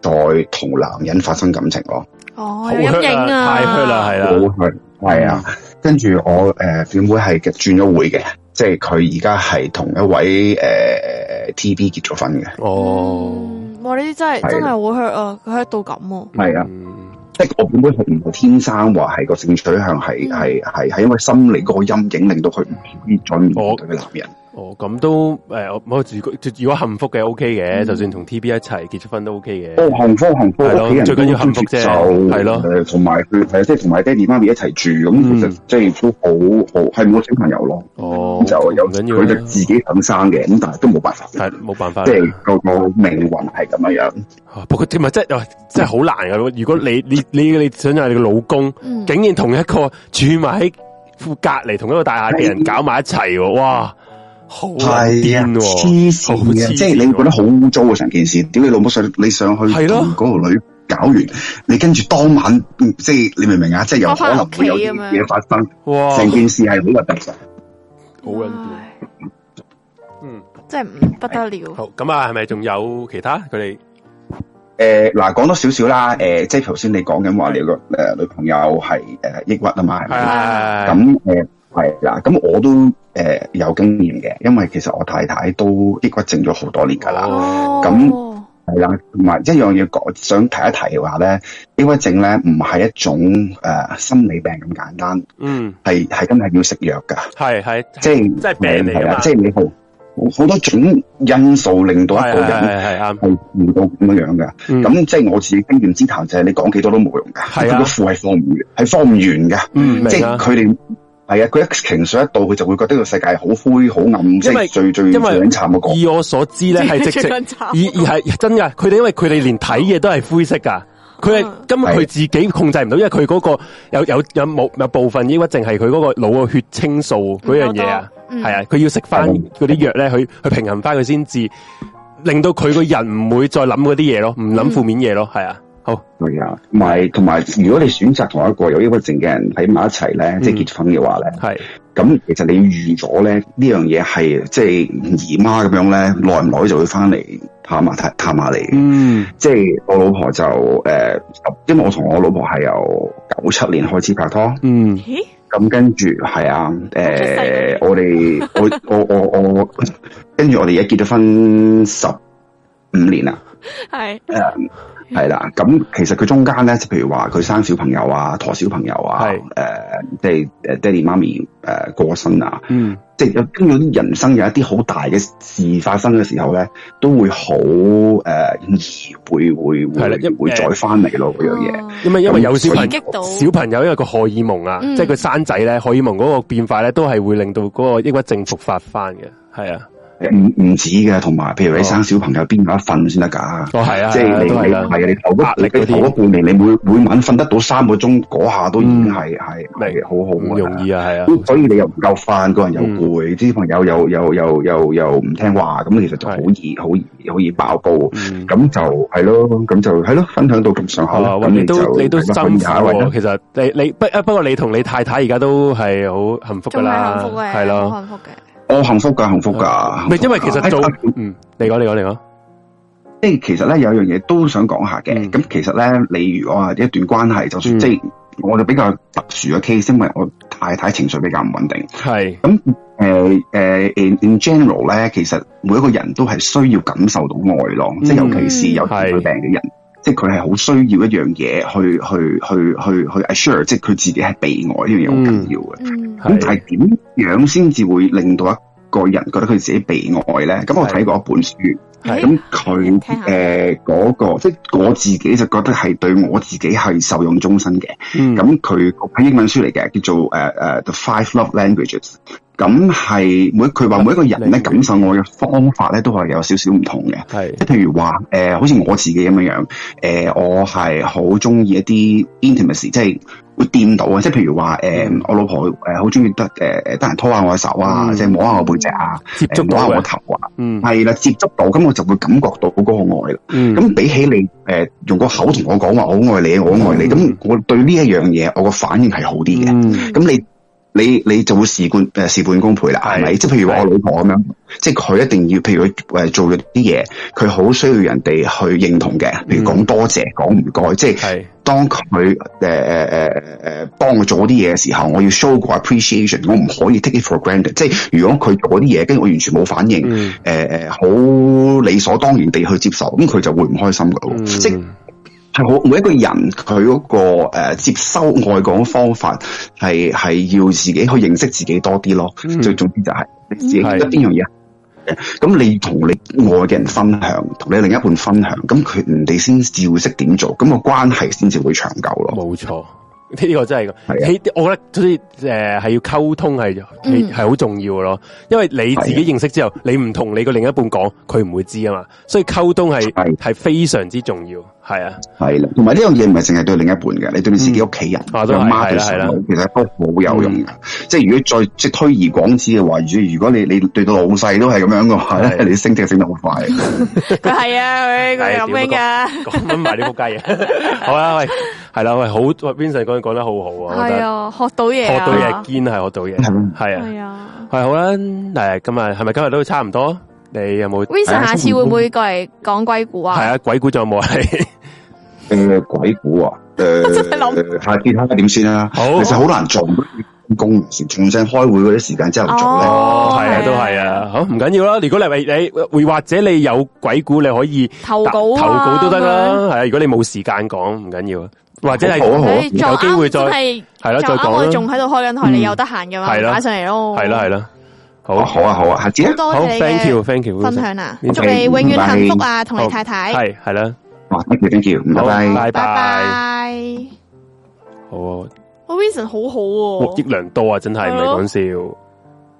Speaker 4: 再同男人發生感情咯。
Speaker 1: 哦
Speaker 2: 好
Speaker 1: 有陰
Speaker 2: hurt
Speaker 1: 影
Speaker 2: 啦，
Speaker 1: 啊，
Speaker 2: 太 hurt 啦，係啦，
Speaker 4: 冇去，係啊。跟住我誒表妹係轉咗會嘅，即係佢而家係同一位誒、呃 TB 結咗婚嘅。
Speaker 2: 哦，
Speaker 1: 嗯哇！呢啲真係
Speaker 4: 係
Speaker 1: 真係好 hurt 啊，佢 hurt 到咁啊，
Speaker 4: 係啊，
Speaker 2: 嗯
Speaker 4: 即係我表妹係唔係天生話係個性取向
Speaker 2: 嗯
Speaker 4: 係係係係因為心理嗰個陰影令到佢唔可以再面對嘅男人。
Speaker 2: 哦，咁都誒，我我如果如果幸福嘅 OK 嘅，
Speaker 1: 嗯
Speaker 2: 就算同 TB 一齊結咗婚都 OK 嘅。
Speaker 4: 哦，幸福幸福，
Speaker 2: 係咯
Speaker 4: 屋企人
Speaker 2: 最緊要幸福啫係
Speaker 4: 係
Speaker 2: 咯嗯
Speaker 4: 同埋佢係啊即係同埋爹哋媽咪一齊住，咁其實即係都好好係冇小朋友咯，
Speaker 2: 哦，
Speaker 4: 就有
Speaker 2: 唔緊要
Speaker 4: 佢哋自己肯生嘅，咁但係都冇辦法，
Speaker 2: 係冇辦法啦
Speaker 4: 即。係個個命運係咁樣樣。
Speaker 2: 啊不過唔係真係真係好難噶。如果你你你你想象你個老公
Speaker 1: 嗯
Speaker 2: 竟然同一個住埋喺附隔離同一個大廈嘅人搞埋一齊喎，哇！好
Speaker 4: 係啊，
Speaker 2: 癲哦喎，
Speaker 4: 黐線
Speaker 2: 好黐線
Speaker 4: 嘅，即係你覺得好污糟啊！成件事，屌你老母上你上去
Speaker 2: 係
Speaker 4: 同
Speaker 2: 咯
Speaker 4: 嗰個女搞完，你跟住當晚，嗯即係你明唔明啊？即係有可能會有
Speaker 1: 返屋企
Speaker 4: 啲
Speaker 1: 咁樣
Speaker 4: 嘢發生，
Speaker 2: 哇！
Speaker 4: 成件事係好核突嘅。
Speaker 2: 好撚癲
Speaker 1: 唉
Speaker 2: 嗯，
Speaker 1: 真係唔不得了，
Speaker 2: 好咁啊，係咪仲有其他佢哋？
Speaker 4: 誒嗱，講多少少啦，誒即係頭先你講緊話你個誒女朋友係誒抑鬱啊嘛，係咪
Speaker 2: 係？係啊係
Speaker 4: 咁誒係啦，咁我都誒有經驗嘅，因為其實我太太都抑鬱症咗好多年㗎啦。
Speaker 1: 哦，
Speaker 4: 咁系啦，同埋一樣嘢講想提一提嘅話咧，抑鬱症咧唔係一種诶、呃心理病咁簡單，
Speaker 2: 嗯，
Speaker 4: 係係真係要食藥㗎，
Speaker 2: 係係
Speaker 4: 即係
Speaker 2: 即係病嚟㗎
Speaker 4: 係
Speaker 2: 嘛
Speaker 4: 啊即係你好好好多種因素令到一個
Speaker 2: 係係
Speaker 4: 人
Speaker 2: 係係啱。
Speaker 4: 係遇到咁樣樣嘅。
Speaker 2: 嗯
Speaker 4: 啊咁即係我自己經驗之談就係你講幾多都冇用㗎，
Speaker 2: 係啊
Speaker 4: 佢個負係放唔完，係放唔完㗎。
Speaker 2: 嗯，明
Speaker 4: 即係
Speaker 2: 啊
Speaker 4: 佢哋係啊，佢一情緒一到，佢就會覺得個世界好灰、好暗，即
Speaker 2: 因為
Speaker 4: 係最最最
Speaker 2: 因為
Speaker 4: 慘嗰個。
Speaker 2: 以我所知咧，係直
Speaker 1: 最
Speaker 2: 直
Speaker 1: 撚慘
Speaker 2: 以而係真㗎。佢哋因為佢哋連睇嘢都係灰色㗎，佢係
Speaker 1: 嗯
Speaker 2: 根本佢
Speaker 4: 係
Speaker 2: 自己控制唔到，因為佢嗰、個有有有冇有部分抑鬱症係佢嗰個腦嘅血清素嗰樣嘢啊，
Speaker 1: 嗯
Speaker 2: 係啊，佢要食翻
Speaker 4: 嗯
Speaker 2: 嗰啲藥咧，去去平衡翻佢先至令到佢個人唔會再諗嗰啲嘢咯，唔
Speaker 1: 嗯
Speaker 2: 諗負面嘢咯，係啊，好，
Speaker 4: 係啊，同埋同埋，如果你選擇同一個有抑鬱症嘅人喺埋一齊咧，即係結婚嘅話咧，
Speaker 2: 係
Speaker 4: 咁其實你預咗咧呢樣嘢係即係姨媽咁樣咧，耐唔耐就會翻嚟探下探探下你嘅。
Speaker 2: 嗯
Speaker 4: 即係我老婆就誒、呃因為我同我老婆係由九七年開始拍拖，
Speaker 2: 嗯
Speaker 1: 咦？
Speaker 4: 咁跟住係啊，誒、
Speaker 1: 世
Speaker 4: 我哋我我我我，跟住我哋而家結咗婚十五年啦，
Speaker 1: 系
Speaker 4: 係啦，咁其實佢中間咧，即係譬如話佢生小朋友啊，陀小朋友啊，
Speaker 2: 係
Speaker 4: 誒、即係誒爹哋媽咪誒、過身啊，
Speaker 2: 嗯
Speaker 4: 即係有經過啲人生有一啲好大嘅事發生嘅時候咧，都會好誒、疑會會
Speaker 2: 係啦
Speaker 4: 會
Speaker 2: 一
Speaker 4: 會再翻嚟咯嗰樣嘢。
Speaker 1: 哦
Speaker 2: 因為因為有小朋
Speaker 1: 刺
Speaker 2: 友。
Speaker 1: 激到
Speaker 2: 小朋友因為個荷爾蒙啊，
Speaker 1: 嗯
Speaker 2: 即係佢生仔咧，荷爾蒙嗰個變化咧，都係會令到嗰個抑鬱症復發翻嘅，係啊，
Speaker 4: 唔唔止嘅，同埋譬如
Speaker 2: 哦
Speaker 4: 你生小朋友邊有得瞓先得㗎？
Speaker 2: 哦係啊，
Speaker 4: 即係你
Speaker 2: 都
Speaker 4: 你
Speaker 2: 係啊
Speaker 4: 係啊，你頭
Speaker 2: 壓
Speaker 4: 嗰
Speaker 2: 力嗰啲
Speaker 4: 你頭嗰半年，你每每晚瞓得到三個鐘，嗰下都已經係係
Speaker 2: 明
Speaker 4: 係好好
Speaker 2: 嗯唔
Speaker 4: 㗎啦
Speaker 2: 容。易啊，係啊，
Speaker 4: 咁哦所以你又唔夠
Speaker 2: 嗯
Speaker 4: 瞓，個人又攰，啲朋友又又又又又唔聽話，咁其實就好易好易好易爆煲。
Speaker 2: 嗯，
Speaker 4: 咁就係咯，咁就係咯，分享到咁上下啦。
Speaker 2: 啊，
Speaker 4: 咁
Speaker 2: 喂你都
Speaker 4: 就
Speaker 2: 你都辛
Speaker 4: 大
Speaker 2: 苦
Speaker 4: 家分享下喂
Speaker 2: 喎，其實你你不不過你同你太太而家都係好幸福噶
Speaker 1: 仲
Speaker 2: 啦，
Speaker 1: 係幸福嘅，
Speaker 2: 係
Speaker 1: 好
Speaker 2: 咯，
Speaker 1: 幸福嘅。
Speaker 4: 我哦幸福㗎，幸福㗎。
Speaker 2: 啊唔係因為其實做
Speaker 4: 哎
Speaker 2: 嗯，你講你講你講，
Speaker 4: 即係其實咧有一樣嘢都想講下嘅
Speaker 2: 嗯。
Speaker 4: 咁、其實咧，你如果話一段關係，就算、
Speaker 2: 嗯
Speaker 4: 即係我就比較特殊嘅 case，因為我太太情緒比較唔穩定。
Speaker 2: 係
Speaker 4: 咁誒誒，in in 呃 general 咧，其實每一個人都係需要感受到愛咯，
Speaker 2: 嗯
Speaker 4: 即係尤其是有情
Speaker 2: 係
Speaker 4: 緒病嘅人。即係佢係好需要一樣嘢去去去去去 assure，即係佢自己係被愛呢樣嘢好緊要嘅。
Speaker 1: 嗯
Speaker 4: 咁但
Speaker 2: 係
Speaker 4: 係點樣先至會令到一個人覺得佢自己被愛咧？咁我睇過一本書，
Speaker 2: 係
Speaker 4: 咁佢
Speaker 1: 聽下
Speaker 4: 誒嗰個即係我自己就覺得係對我自己係受用終身嘅。
Speaker 2: 嗯
Speaker 4: 咁佢係英文書嚟嘅，叫做誒誒、呃 The Five Love Languages。咁係每佢話每一個人咧
Speaker 2: Language
Speaker 4: 感受愛嘅方法咧都係有少少唔同嘅。
Speaker 2: 係
Speaker 4: 即係譬如話，誒、呃好似我自己咁樣樣，誒、我係好中意一啲 intimacy，即係會掂到啊！即係譬如話，誒、
Speaker 2: 嗯
Speaker 4: 我老婆誒好中意得誒誒得閒拖下我嘅手啊，
Speaker 2: 嗯
Speaker 4: 即係摸下我背脊啊，
Speaker 2: 接
Speaker 4: 誒
Speaker 2: 觸
Speaker 4: 摸
Speaker 2: 到
Speaker 4: 下我
Speaker 2: 嘅，
Speaker 4: 頭啊，
Speaker 2: 嗯
Speaker 4: 係啦，接觸到，咁我就會感覺到嗰個愛啦。
Speaker 2: 嗯
Speaker 4: 咁、比起你誒、用個口同我講話我好愛你，我好愛你，咁、
Speaker 2: 嗯
Speaker 4: 我對呢一樣嘢我個反應係好啲嘅。
Speaker 2: 嗯
Speaker 4: 咁你你你就會事半誒事半功倍啦，係咪？
Speaker 2: 係
Speaker 4: 即係譬如話我老婆咁樣，即係佢一定要，譬如佢誒做咗啲嘢，佢好需要人哋去認同嘅，譬如講多謝、講唔該，即係
Speaker 2: 係
Speaker 4: 當佢呃誒誒誒誒呃幫我做嗰啲嘢嘅時候，我要 show 個 appreciation，我唔可以 take it for granted。即係如果佢做嗰啲嘢，跟住我完全冇反應，
Speaker 2: 嗯
Speaker 4: 誒誒呃好、理所當然地去接受，咁佢就會唔開心噶咯。
Speaker 2: 嗯
Speaker 4: 即係係好每一個人佢嗰、個、呃、接收外講方法係係要自己去認識自己多啲咯。
Speaker 2: 嗯
Speaker 4: 最總之就係你自己覺
Speaker 2: 係
Speaker 4: 得邊樣嘢係咁你同你愛嘅人分享，同你另一半分享，咁佢人哋先至會識點做，咁、個關係先至會長久咯。
Speaker 2: 冇錯， 呢、個真係啊
Speaker 4: 係
Speaker 2: 嘅。起我覺得所以誒係要呃溝通係
Speaker 1: 嗯
Speaker 2: 係好重要嘅咯，因為你自己認識之後，你唔同你個另一半講，佢唔會知啊嘛，所以溝通係
Speaker 4: 係
Speaker 2: 係非常之重要，係啊，
Speaker 4: 係啦，同埋呢樣嘢唔係淨係對另一半嘅，你對你自己屋企人、
Speaker 2: 啊
Speaker 4: 阿
Speaker 2: 都係
Speaker 4: 媽對
Speaker 2: 係
Speaker 4: 細
Speaker 2: 啦嗯
Speaker 4: 佬，其實都好有用嘅。即係如果再即係推而廣之嘅話，如如果你你對到老細都係咁樣嘅話咧，
Speaker 2: 係
Speaker 4: 你升職升得好快。
Speaker 1: 佢系啊，佢佢咁樣噶。
Speaker 2: 講緊埋啲仆街嘢。 好啦，喂，係啦，喂，好喂，Vincent 講講得好好啊，我 覺
Speaker 1: 係
Speaker 2: 得
Speaker 1: 啊，學到嘢
Speaker 2: 學
Speaker 1: 啊，
Speaker 2: 到嘢堅係學到嘢，
Speaker 4: 係咯
Speaker 2: 係啊，
Speaker 1: 係啊。
Speaker 2: 係好啦，誒，今日係咪今日都差唔多？你有冇？
Speaker 1: Vincent 下次會唔會過嚟講鬼故啊？
Speaker 2: 係啊，鬼故仲有冇啊？
Speaker 4: 诶、鬼 故啊！诶、
Speaker 1: 真係諗
Speaker 4: 下次睇下點先啦。
Speaker 2: 好
Speaker 4: 其實好難做，工重新開會嗰啲時間之後做咧。
Speaker 1: 哦
Speaker 2: 系啊，都系啊，好唔緊要啦。如果你咪你會或者你有鬼故，你可以
Speaker 1: 投稿啊
Speaker 2: 投稿都得啦。係啊，如果你冇時間講，唔緊要啊，或者係
Speaker 4: 好啊好啊
Speaker 1: 誒
Speaker 2: 有機會再
Speaker 1: 撞啱
Speaker 2: 係啦
Speaker 1: 真係
Speaker 2: 再
Speaker 1: 撞啱
Speaker 2: 講啦
Speaker 1: 我哋仲喺度開緊台，
Speaker 2: 嗯
Speaker 1: 你有得閒嘅嘛，
Speaker 2: 係啦
Speaker 1: 打上嚟咯。
Speaker 2: 係啦係啦，
Speaker 4: 好
Speaker 2: 好
Speaker 4: 啊好啊好啊，下次啊
Speaker 1: 好，多
Speaker 2: 好
Speaker 1: 謝你
Speaker 2: ，thank
Speaker 1: 嘅
Speaker 2: you，thank you，
Speaker 1: 分享啊！
Speaker 2: Vincent
Speaker 1: 祝你永遠幸福啊，同你
Speaker 2: 好
Speaker 1: 太太。
Speaker 2: 係係啦，
Speaker 4: 哇，thank you thank you，拜
Speaker 2: 好
Speaker 4: 拜。
Speaker 2: 拜
Speaker 1: 拜
Speaker 2: 拜，
Speaker 1: 拜。
Speaker 2: 好啊。
Speaker 1: 我 Vincent 好好
Speaker 2: 獲益
Speaker 1: 喎，
Speaker 2: 良多啊！真係
Speaker 1: 係
Speaker 2: 唔
Speaker 1: 咯
Speaker 2: 係講笑。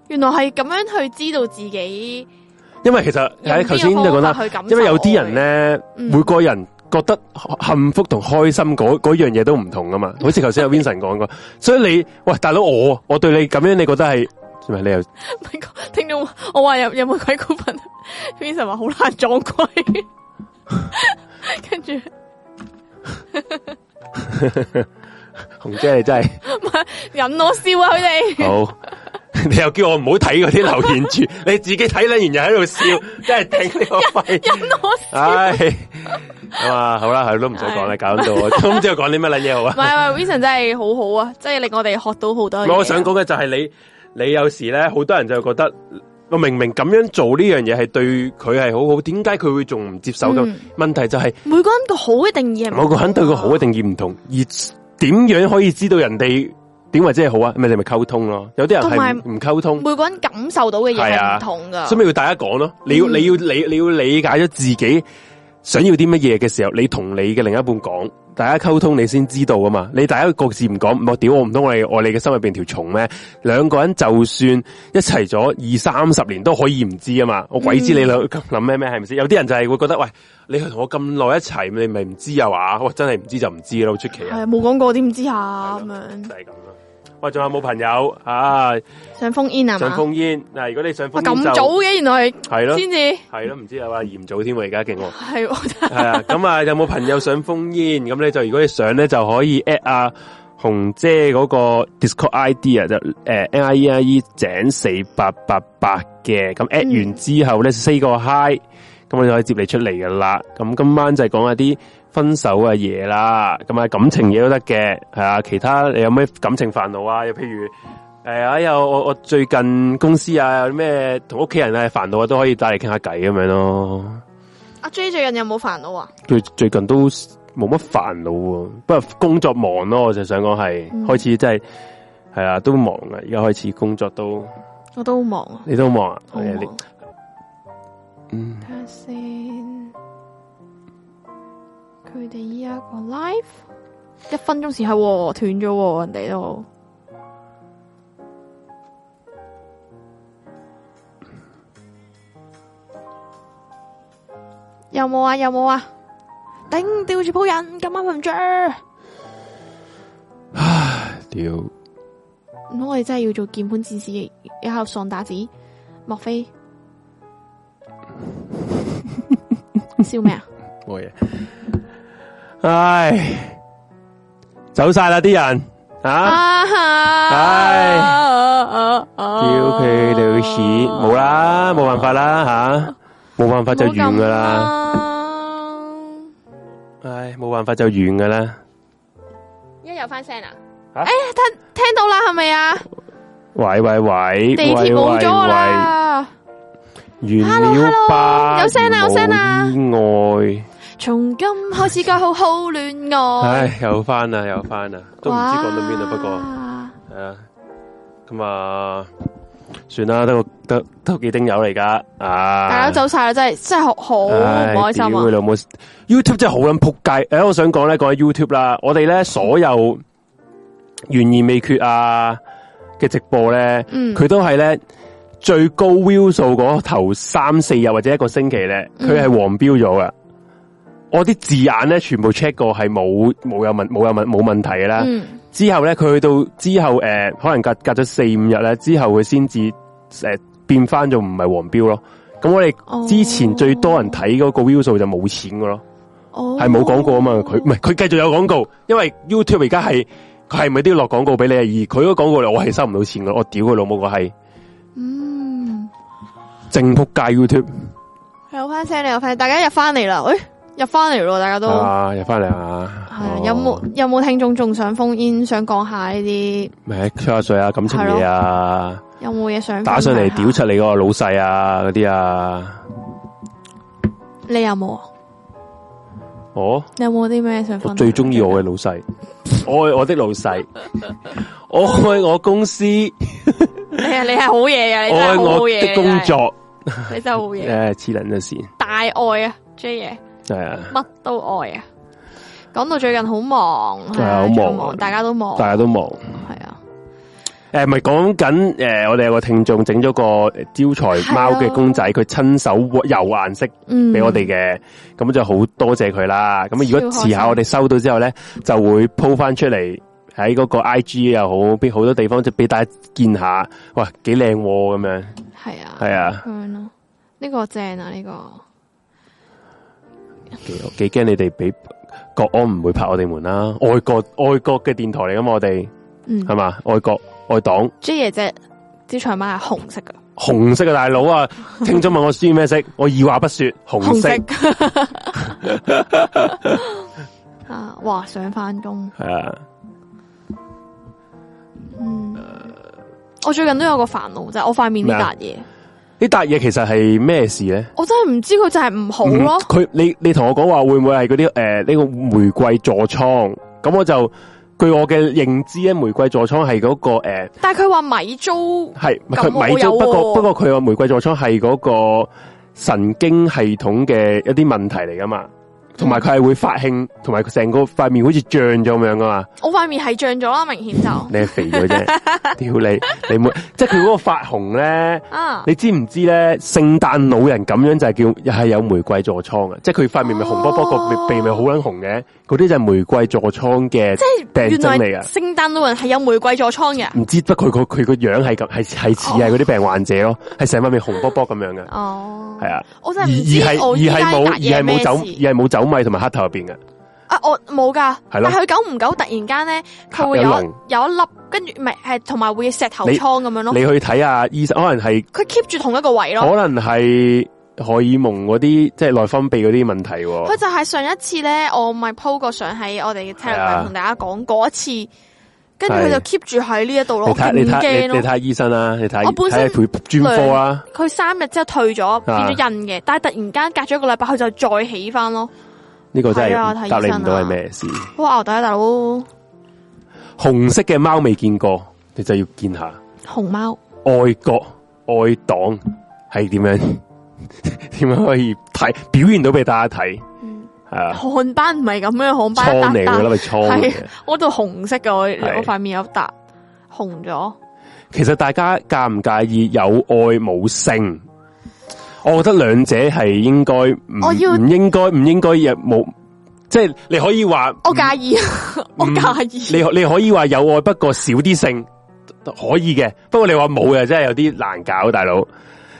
Speaker 1: 原來係咁樣去知道自己
Speaker 2: 因為其實
Speaker 1: 用
Speaker 2: 喺頭先
Speaker 1: 邊
Speaker 2: 就
Speaker 1: 個
Speaker 2: 講
Speaker 1: 方
Speaker 2: 啦，
Speaker 1: 法去感受愛，
Speaker 2: 因為有啲人咧，
Speaker 1: 嗯
Speaker 2: 每個人覺得幸福同開心嗰嗰樣嘢都唔同噶嘛。
Speaker 1: 嗯
Speaker 2: 好似頭先阿 Vincent 講 過，所以你喂大佬我我對你咁樣，你覺得係唔係你又？
Speaker 1: 唔係講 聽眾，我話有有冇鬼故份？Vincent 話好難撞鬼， 跟住
Speaker 2: 紅姐你真 係
Speaker 1: 引我笑啊！佢哋
Speaker 2: 好， 你又叫我唔好睇嗰啲留言 住，你自己睇咧，然又喺度笑，真係頂你個 肺！
Speaker 1: 引我笑。
Speaker 2: 唉，咁啊，好啦，係都唔想講啦，搞 到我都唔知我講啲乜撚嘢好啊
Speaker 1: 唔。係唔係，Vincent 真係好好啊，即係令我哋學到好多
Speaker 2: 唔
Speaker 1: 嘢。
Speaker 2: 係，我想講嘅就係你，你有時咧，好多人就覺得我明明咁樣做呢樣嘢係對佢係好好，點解佢會仲唔接受咁？
Speaker 1: 嗯
Speaker 2: 問題就係、
Speaker 1: 每個人個好嘅定義係唔同啊，
Speaker 2: 某個人對佢好嘅定義唔同，而點樣可以知道人哋點為之係好啊？咪你咪溝通咯。有啲人
Speaker 1: 同埋
Speaker 2: 係唔唔溝通，
Speaker 1: 每個人感受到嘅嘢
Speaker 2: 係
Speaker 1: 係
Speaker 2: 啊
Speaker 1: 唔同噶。
Speaker 2: 所以咪要大家講咯。你要、
Speaker 1: 嗯
Speaker 2: 你要你你要理解咗自己想要啲乜嘢嘅時候，你同你嘅另一半講。大家溝通你先知道啊嘛，你大家各自唔講，我屌我唔通我係我哋嘅心入邊條蟲咩？兩個人就算一齊咗二三十年都可以唔知啊嘛，
Speaker 1: 嗯
Speaker 2: 我鬼知你兩咁諗咩咩係咪先？有啲人就係會覺得喂，你同我咁耐一齊，你咪唔知啊話，哇真係唔知就唔知咯，好出奇
Speaker 1: 係
Speaker 2: 啊，
Speaker 1: 啊冇講過點知啊咁樣
Speaker 2: 就，係咁咯。喂，仲有冇朋友啊？
Speaker 1: 想封煙啊
Speaker 2: 上
Speaker 1: 嘛？
Speaker 2: 封煙嗱，如果你上
Speaker 1: 哇
Speaker 2: 封
Speaker 1: 咁
Speaker 2: 煙就
Speaker 1: 早嘅，原來係
Speaker 2: 係咯。
Speaker 1: 先至
Speaker 2: 系咯，唔知有啊，嫌早添喎，而家勁喎。
Speaker 1: 係喎真係
Speaker 2: 系啊，咁啊，有冇朋友想封煙？咁你就如果你想咧，就可以 at 阿紅姐嗰個 Discord ID 啊，就诶 N I E I E 井四八八八嘅。咁 at 完之後咧，say 個 hi，咁我就可以接你出嚟噶啦。咁今晚就係講一啲分手嘅嘢啦，咁啊感情嘢都得嘅，係啊。其他你有咩感情煩惱啊？又譬如。诶，哎呀，我我最近公司啊，有啲咩同屋企人啊煩惱啊，都可以帶你傾下偈咁樣咯。
Speaker 1: 阿 J 最近有冇煩惱啊？
Speaker 2: 佢最近都冇乜煩惱喎，不過工作忙咯，我就想講係、
Speaker 1: 嗯
Speaker 2: 開始真係係啊，都忙啊，而家開始工作都
Speaker 1: 我都好忙啊，
Speaker 2: 你都忙啊，
Speaker 1: 好忙。
Speaker 2: 係啊你嗯
Speaker 1: 睇下先，佢哋依家個 live 一分鐘時刻喎斷咗喎，人哋都有冇啊？有冇啊？頂吊住鋪人，今晚瞓唔着。
Speaker 2: 屌，
Speaker 1: 唔通我哋真係要做鍵盤戰士，一口喪打子？莫 非？笑咩啊？
Speaker 2: 冇嘢，唉，走晒啦啲人啊，
Speaker 1: 唉，
Speaker 2: 唉叫佢哋去冇啦，冇辦法啦吓，冇、辦
Speaker 1: 哦
Speaker 2: 法就
Speaker 1: 啊
Speaker 2: 完噶啦，
Speaker 1: 啦。
Speaker 2: 唉，冇辦法就完噶啦，
Speaker 1: 一有翻聲啦，
Speaker 2: 啊
Speaker 1: 哎呀，聽聽到啦，係咪啊？
Speaker 2: 喂喂喂，
Speaker 1: 地鐵
Speaker 2: 喂
Speaker 1: 冇咗我
Speaker 2: 喂喂
Speaker 1: 啦，
Speaker 2: 完了吧
Speaker 1: Hello，hello，有聲啦啊有聲啦
Speaker 2: 冇意
Speaker 1: 從今開始個好好戀
Speaker 2: 外，
Speaker 1: 愛，
Speaker 2: 唉，又翻啦，又翻啦，都唔知講到邊啦。啊不
Speaker 1: 過
Speaker 2: 過係啊，咁啊，算啦，得個得得幾丁友嚟噶啊！
Speaker 1: 大家都走晒啦，真係真係好好唔
Speaker 2: 唉
Speaker 1: 開心
Speaker 2: 屌佢
Speaker 1: 啊！
Speaker 2: 老母！YouTube 真係好撚仆街。诶，我想講咧，講喺 YouTube 啦，我哋咧所有懸而未決啊嘅直播咧，
Speaker 1: 嗯
Speaker 2: 佢都係咧最高 view 數嗰頭三四日或者一個星期咧，
Speaker 1: 嗯
Speaker 2: 佢係黃標咗噶。我啲字眼咧，全部 check 過係冇冇有問冇有問冇問題㗎啦。
Speaker 1: 嗯，
Speaker 2: 之後咧，佢去到之後诶、呃可能隔隔咗四五日咧，之後佢先至诶变翻做唔係黃標咯。咁我
Speaker 1: 哦
Speaker 2: 哋之前最多人睇嗰個 view 數就冇錢噶咯，
Speaker 1: 哦，
Speaker 2: 係冇廣告啊嘛。佢唔係佢繼續有廣告，因為 YouTube 而家係佢係咪都要落廣告俾你啊？而佢嗰個廣告我係收唔到錢噶，我屌佢老母個係
Speaker 1: 嗯，
Speaker 2: 正仆街 YouTube
Speaker 1: 有翻聲，你有翻聲，大家入翻嚟啦，喂，入翻嚟咯，大家都係
Speaker 2: 啊！入翻嚟啊！
Speaker 1: 啊有冇有冇聽眾仲想封煙，想講下呢啲
Speaker 2: 咪吹下水啊？感情嘢啊！
Speaker 1: 有冇嘢想
Speaker 2: 打上
Speaker 1: 分
Speaker 2: 嚟
Speaker 1: 享
Speaker 2: 屌
Speaker 1: 下
Speaker 2: 柒你嗰個老細啊！嗰啲啊！
Speaker 1: 你有冇啊？
Speaker 2: 哦。
Speaker 1: 你有冇啲咩想分
Speaker 2: 我
Speaker 1: 享？
Speaker 2: 最中意我嘅老细，我愛我的老细，我愛我公司，
Speaker 1: 你係你係好嘢啊！你
Speaker 2: 我
Speaker 1: 真
Speaker 2: 愛
Speaker 1: 係好
Speaker 2: 我
Speaker 1: 嘢，
Speaker 2: 的工作，
Speaker 1: 你真係好嘢，
Speaker 2: 诶，黐捻咗線，
Speaker 1: 大愛啊，J 嘢
Speaker 2: 係啊，
Speaker 1: 乜都愛啊！讲到最近好忙，
Speaker 2: 係啊
Speaker 1: 係啊
Speaker 2: 好忙
Speaker 1: 大家都忙，
Speaker 2: 大家都忙。
Speaker 1: 系啊，
Speaker 2: 诶，咪讲紧诶，我哋有个听众整咗个招财猫嘅公仔，佢亲手油颜色
Speaker 1: 啊嗯，
Speaker 2: 俾我哋嘅，咁就好多谢佢啦。咁啊如果
Speaker 1: 超開
Speaker 2: 迟
Speaker 1: 心
Speaker 2: 下我哋收到之后咧，就会铺翻出嚟喺嗰个 I G 又好，俾好多地方即係俾大家见下，哇，几靓喎咁样，
Speaker 1: 系啊，
Speaker 2: 系啊，
Speaker 1: 咁样咯，呢个正啊，呢个
Speaker 2: 几几惊你哋俾国安唔会拍我哋门啦，外国外国嘅电台嚟噶嘛，我哋
Speaker 1: 嗯
Speaker 2: 系嘛，外国外党。
Speaker 1: ，J 爷只招财猫系红色噶，
Speaker 2: 红色嘅大佬 啊，听咗问我书咩色，我二话不说，红
Speaker 1: 红
Speaker 2: 色
Speaker 1: 色
Speaker 2: 系
Speaker 1: 啊，哇，想翻工，
Speaker 2: 啊，
Speaker 1: 嗯，我最近都有个烦恼就系我块面呢
Speaker 2: 咩啊
Speaker 1: 笪嘢，
Speaker 2: 呢笪嘢其实系咩事咧？
Speaker 1: 我真系唔知佢就系唔好
Speaker 2: 嗯
Speaker 1: 咯，
Speaker 2: 佢你你同我讲话会唔会系嗰啲诶呢个玫瑰痤瘡？咁我就据我嘅认知咧，玫瑰痤瘡係嗰個诶
Speaker 1: 但系佢话米租
Speaker 2: 系佢
Speaker 1: 咁我
Speaker 2: 米糟，
Speaker 1: 有
Speaker 2: 不過
Speaker 1: 喎
Speaker 2: 不過佢話玫瑰痤瘡係嗰個神經系統嘅一啲問題嚟噶嘛，同埋佢係會發興，同埋佢成個塊面好似漲咗咁樣噶嘛。
Speaker 1: 我块面系涨咗啦，明显就
Speaker 2: 你係肥 咗啫，屌你！你冇即係佢嗰個發紅咧，
Speaker 1: 啊，
Speaker 2: 你知唔知咧？聖誕老人咁樣就係叫又係有玫瑰痤瘡啊！即係佢塊面咪紅卜卜，個
Speaker 1: 哦
Speaker 2: 鼻鼻咪好撚紅嘅，嗰啲就係玫瑰痤瘡嘅病
Speaker 1: 原
Speaker 2: 徵
Speaker 1: 来
Speaker 2: 嚟噶。
Speaker 1: 圣诞老人系有玫瑰座仓嘅，
Speaker 2: 唔知不過佢佢佢個樣係咁係係似係嗰啲病患者咯，係成塊面紅卜卜咁樣嘅，
Speaker 1: 哦，
Speaker 2: 係啊。
Speaker 1: 我
Speaker 2: 而
Speaker 1: 真
Speaker 2: 而
Speaker 1: 系唔知
Speaker 2: 係
Speaker 1: 我
Speaker 2: 而
Speaker 1: 依家
Speaker 2: 係冇而
Speaker 1: 係
Speaker 2: 係冇酒
Speaker 1: 走
Speaker 2: 而係冇酒米同埋黑頭入邊嘅，
Speaker 1: 啊，我冇噶，
Speaker 2: 係
Speaker 1: 但
Speaker 2: 咯
Speaker 1: 系佢久唔久突然間咧，佢會
Speaker 2: 有
Speaker 1: 有
Speaker 2: 龍
Speaker 1: 有一粒，跟住唔係係同埋會石頭
Speaker 2: 你
Speaker 1: 瘡咁樣咯。
Speaker 2: 你去睇下醫生，可能係
Speaker 1: 佢 keep 住同一個位咯。
Speaker 2: 可能係荷爾蒙嗰啲即係內分泌嗰啲問題喎。
Speaker 1: 佢就係上一次咧，我咪 po 個相喺我哋嘅
Speaker 2: 係啊
Speaker 1: Telegram 同大家講嗰一次，跟住佢
Speaker 2: 係
Speaker 1: 就 keep 住喺呢一度咯，
Speaker 2: 你
Speaker 1: 我
Speaker 2: 睇下
Speaker 1: 勁
Speaker 2: 你睇下你
Speaker 1: 驚
Speaker 2: 你
Speaker 1: 咯。
Speaker 2: 睇下醫生啦，你睇
Speaker 1: 我本
Speaker 2: 睇下
Speaker 1: 身
Speaker 2: 佢專科啊啦，
Speaker 1: 佢三日之後退咗，變咗印嘅，但係突然間隔咗一個禮拜，佢就再起翻咯。
Speaker 2: 呢個真
Speaker 1: 係啊睇
Speaker 2: 係
Speaker 1: 醫
Speaker 2: 答你唔
Speaker 1: 生
Speaker 2: 到
Speaker 1: 啊
Speaker 2: 係咩事。
Speaker 1: 哇！大家大佬，
Speaker 2: 紅色嘅貓未見過，你就要見下
Speaker 1: 熊貓
Speaker 2: 愛國愛黨係點樣 點樣可以睇表現到俾大家睇，
Speaker 1: 嗯
Speaker 2: 係啊，
Speaker 1: 汗斑唔係咁樣，汗斑一笪
Speaker 2: 瘡嚟㗎
Speaker 1: 笪
Speaker 2: 啦，咪瘡嚟嘅
Speaker 1: 係。我度紅色嘅，我
Speaker 2: 係
Speaker 1: 我塊面有笪紅咗。
Speaker 2: 其實大家介唔介意有愛冇性？我覺得兩者係應該唔
Speaker 1: 我要
Speaker 2: 唔應該唔應該有冇，即係你可以話
Speaker 1: 我介意，啊
Speaker 2: 嗯
Speaker 1: 我介
Speaker 2: 你
Speaker 1: 意。
Speaker 2: 可你可以話有愛，不過少啲性可以嘅。不過你話冇啊嘅，真係有啲難搞，大佬。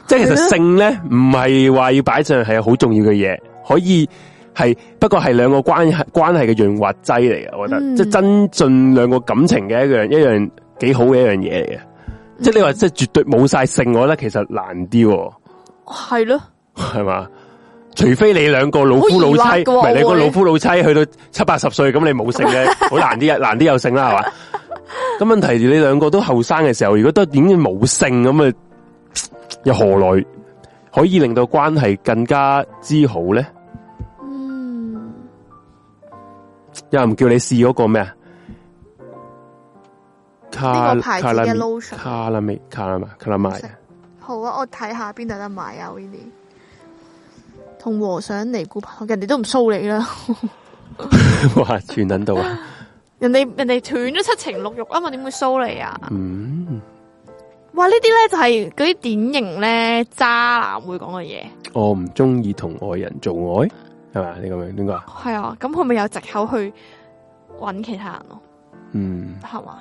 Speaker 2: 即係其實
Speaker 1: 係咯
Speaker 2: 性咧，唔係話要擺上係好重要嘅嘢，可以係不過係兩個關係關係嘅潤滑劑嚟嘅。我覺得、
Speaker 1: 嗯
Speaker 2: 即係增進兩個感情嘅一樣一樣幾好嘅一樣嘢嚟嘅。即係你話即係絕對冇晒性，我覺得其實難啲喎，
Speaker 1: 系咯，
Speaker 2: 係嘛？除非你兩個老夫老
Speaker 1: 好
Speaker 2: 妻，
Speaker 1: 疑惑㗎
Speaker 2: 唔
Speaker 1: 喎
Speaker 2: 係你個
Speaker 1: 會
Speaker 2: 老夫老妻去到七八十歲，咁你冇性咧， 好難啲，難啲有性啦，係嘛？咁問題你兩個都後生嘅時候，如果都點解冇性咁啊，又何來可以令到關係更加之好咧？
Speaker 1: 嗯，
Speaker 2: 有人叫你試嗰個咩啊？
Speaker 1: 呢
Speaker 2: 卡
Speaker 1: 個牌子
Speaker 2: 卡拉
Speaker 1: 嘅
Speaker 2: 米
Speaker 1: lotion
Speaker 2: 卡拉米卡拉米卡拉米
Speaker 1: 色好啊，我睇下邊度有得買啊呢啲。同和尚尼姑拍拖，人哋都唔騷你啦，
Speaker 2: 哇！全撚到啊！
Speaker 1: 人哋人哋斷咗七情六欲啊嘛，點會騷你啊？
Speaker 2: 嗯，
Speaker 1: 哇！呢啲咧就係嗰啲典型咧渣男會講嘅嘢，
Speaker 2: 我唔中意同愛人做愛，係嘛？你咁樣點解？
Speaker 1: 係啊，咁佢咪有藉口去揾其他人咯，
Speaker 2: 嗯。
Speaker 1: 係嘛？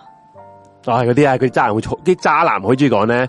Speaker 2: 啊，嗰啲啊，佢渣男好嘈，啲渣男好中意講咧。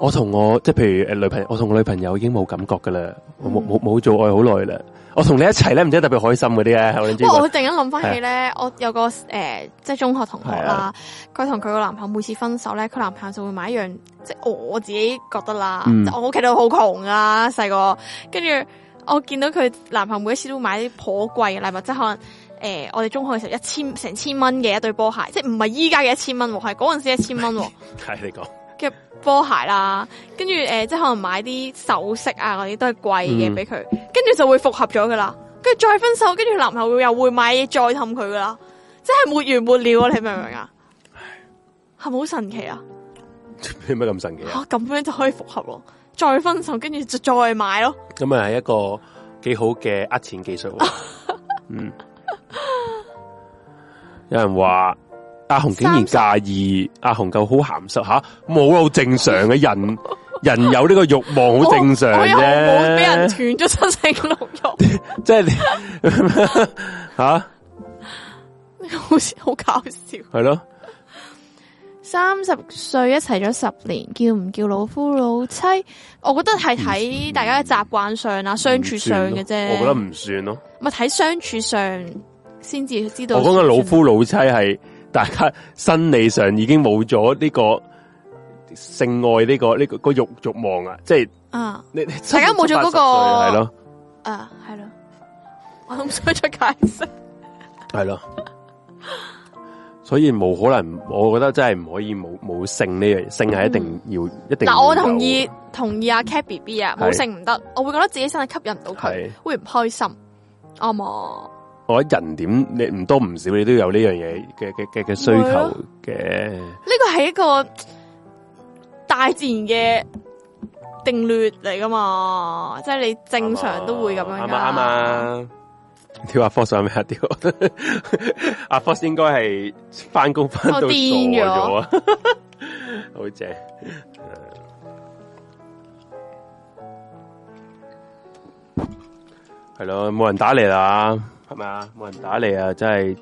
Speaker 2: 我同我即係譬如诶呃女朋友，我同我女朋友已經冇感覺噶啦，我
Speaker 1: 嗯
Speaker 2: 冇冇冇做愛好耐啦。我同你一齊咧，唔知特別開心嗰啲啊咧，我哋知
Speaker 1: 不過我
Speaker 2: 講
Speaker 1: 突然間諗翻起咧，我有個诶、即係中學同學
Speaker 2: 啊係啊
Speaker 1: 啦，佢同佢個男朋友每次分手咧，佢男朋友就會買一樣，即係我自己覺得啦，
Speaker 2: 嗯
Speaker 1: 即係我屋企都好窮啊，細個，跟住我見到佢男朋友每一次都買啲頗貴嘅禮物，即係可能。诶、我哋中學嘅時候一千成千蚊嘅一對波鞋，即係唔係依家嘅一千蚊喎，係嗰陣時一千蚊喎。
Speaker 2: 係你講
Speaker 1: 嘅波鞋啦，跟住诶，呃即系可能買啲首飾啊嗰啲都係貴
Speaker 2: 嗯
Speaker 1: 嘅俾佢，跟住就會復合咗噶啦，跟住再分手，跟住男朋友又會買嘢再氹佢噶啦，即係沒完沒了啊！你明唔明啊？係咪好神奇啊？
Speaker 2: 有咩咁神奇
Speaker 1: 吓
Speaker 2: 啊？
Speaker 1: 咁、樣就可以復合咯，再分手，跟住就再買咯，
Speaker 2: 咁啊係一個幾好嘅呃錢技術喎。嗯，有人話阿紅竟然介意，阿紅夠好鹹濕吓，冇啊好正常嘅 人，人有呢個慾望好正常
Speaker 1: 我又冇俾人
Speaker 2: 啫，
Speaker 1: 斷咗七成六肉，
Speaker 2: 即係你吓
Speaker 1: 好似好搞笑。
Speaker 2: 係咯，
Speaker 1: 三十歲一齊咗十年，叫唔叫老夫老妻？我覺得係睇大家嘅習慣上啦，相處上嘅
Speaker 2: 唔
Speaker 1: 啫
Speaker 2: 算。咯我覺得唔算咯。
Speaker 1: 咪睇相處上先至知道。
Speaker 2: 我講嘅老夫老妻係大家生理上已經冇咗呢個性愛呢、個呢、個個欲慾望啊，即係
Speaker 1: 啊
Speaker 2: 你你
Speaker 1: 大家冇咗嗰個
Speaker 2: 係咯
Speaker 1: 啊，係咯，我唔想再解釋。
Speaker 2: 係咯，所以冇可能，我覺得真係唔可以冇冇性呢樣嘢，性係一定要、一 定要
Speaker 1: 嗱，我
Speaker 2: 有
Speaker 1: 同意同意阿 Cat B B 啊，冇
Speaker 2: 係
Speaker 1: 性唔得，我會覺得自己身體吸引唔到佢，
Speaker 2: 係。
Speaker 1: 會唔開心。啱啊，
Speaker 2: 我覺得人點你唔多唔少，你都有呢樣嘢嘅嘅嘅嘅需
Speaker 1: 係咯
Speaker 2: 求嘅，
Speaker 1: 呢個係一個大自然嘅定律嚟噶嘛，即係你正常都會咁樣
Speaker 2: 啱
Speaker 1: 噶。
Speaker 2: 啊啱啊！跳阿 Fox 有咩啊？ 跳阿 Fox 應該係翻工翻到
Speaker 1: 我
Speaker 2: 傻
Speaker 1: 癲咗
Speaker 2: 咗 啊！好正，係咯，冇人打嚟啦，係咪啊？冇人打嚟啊，真係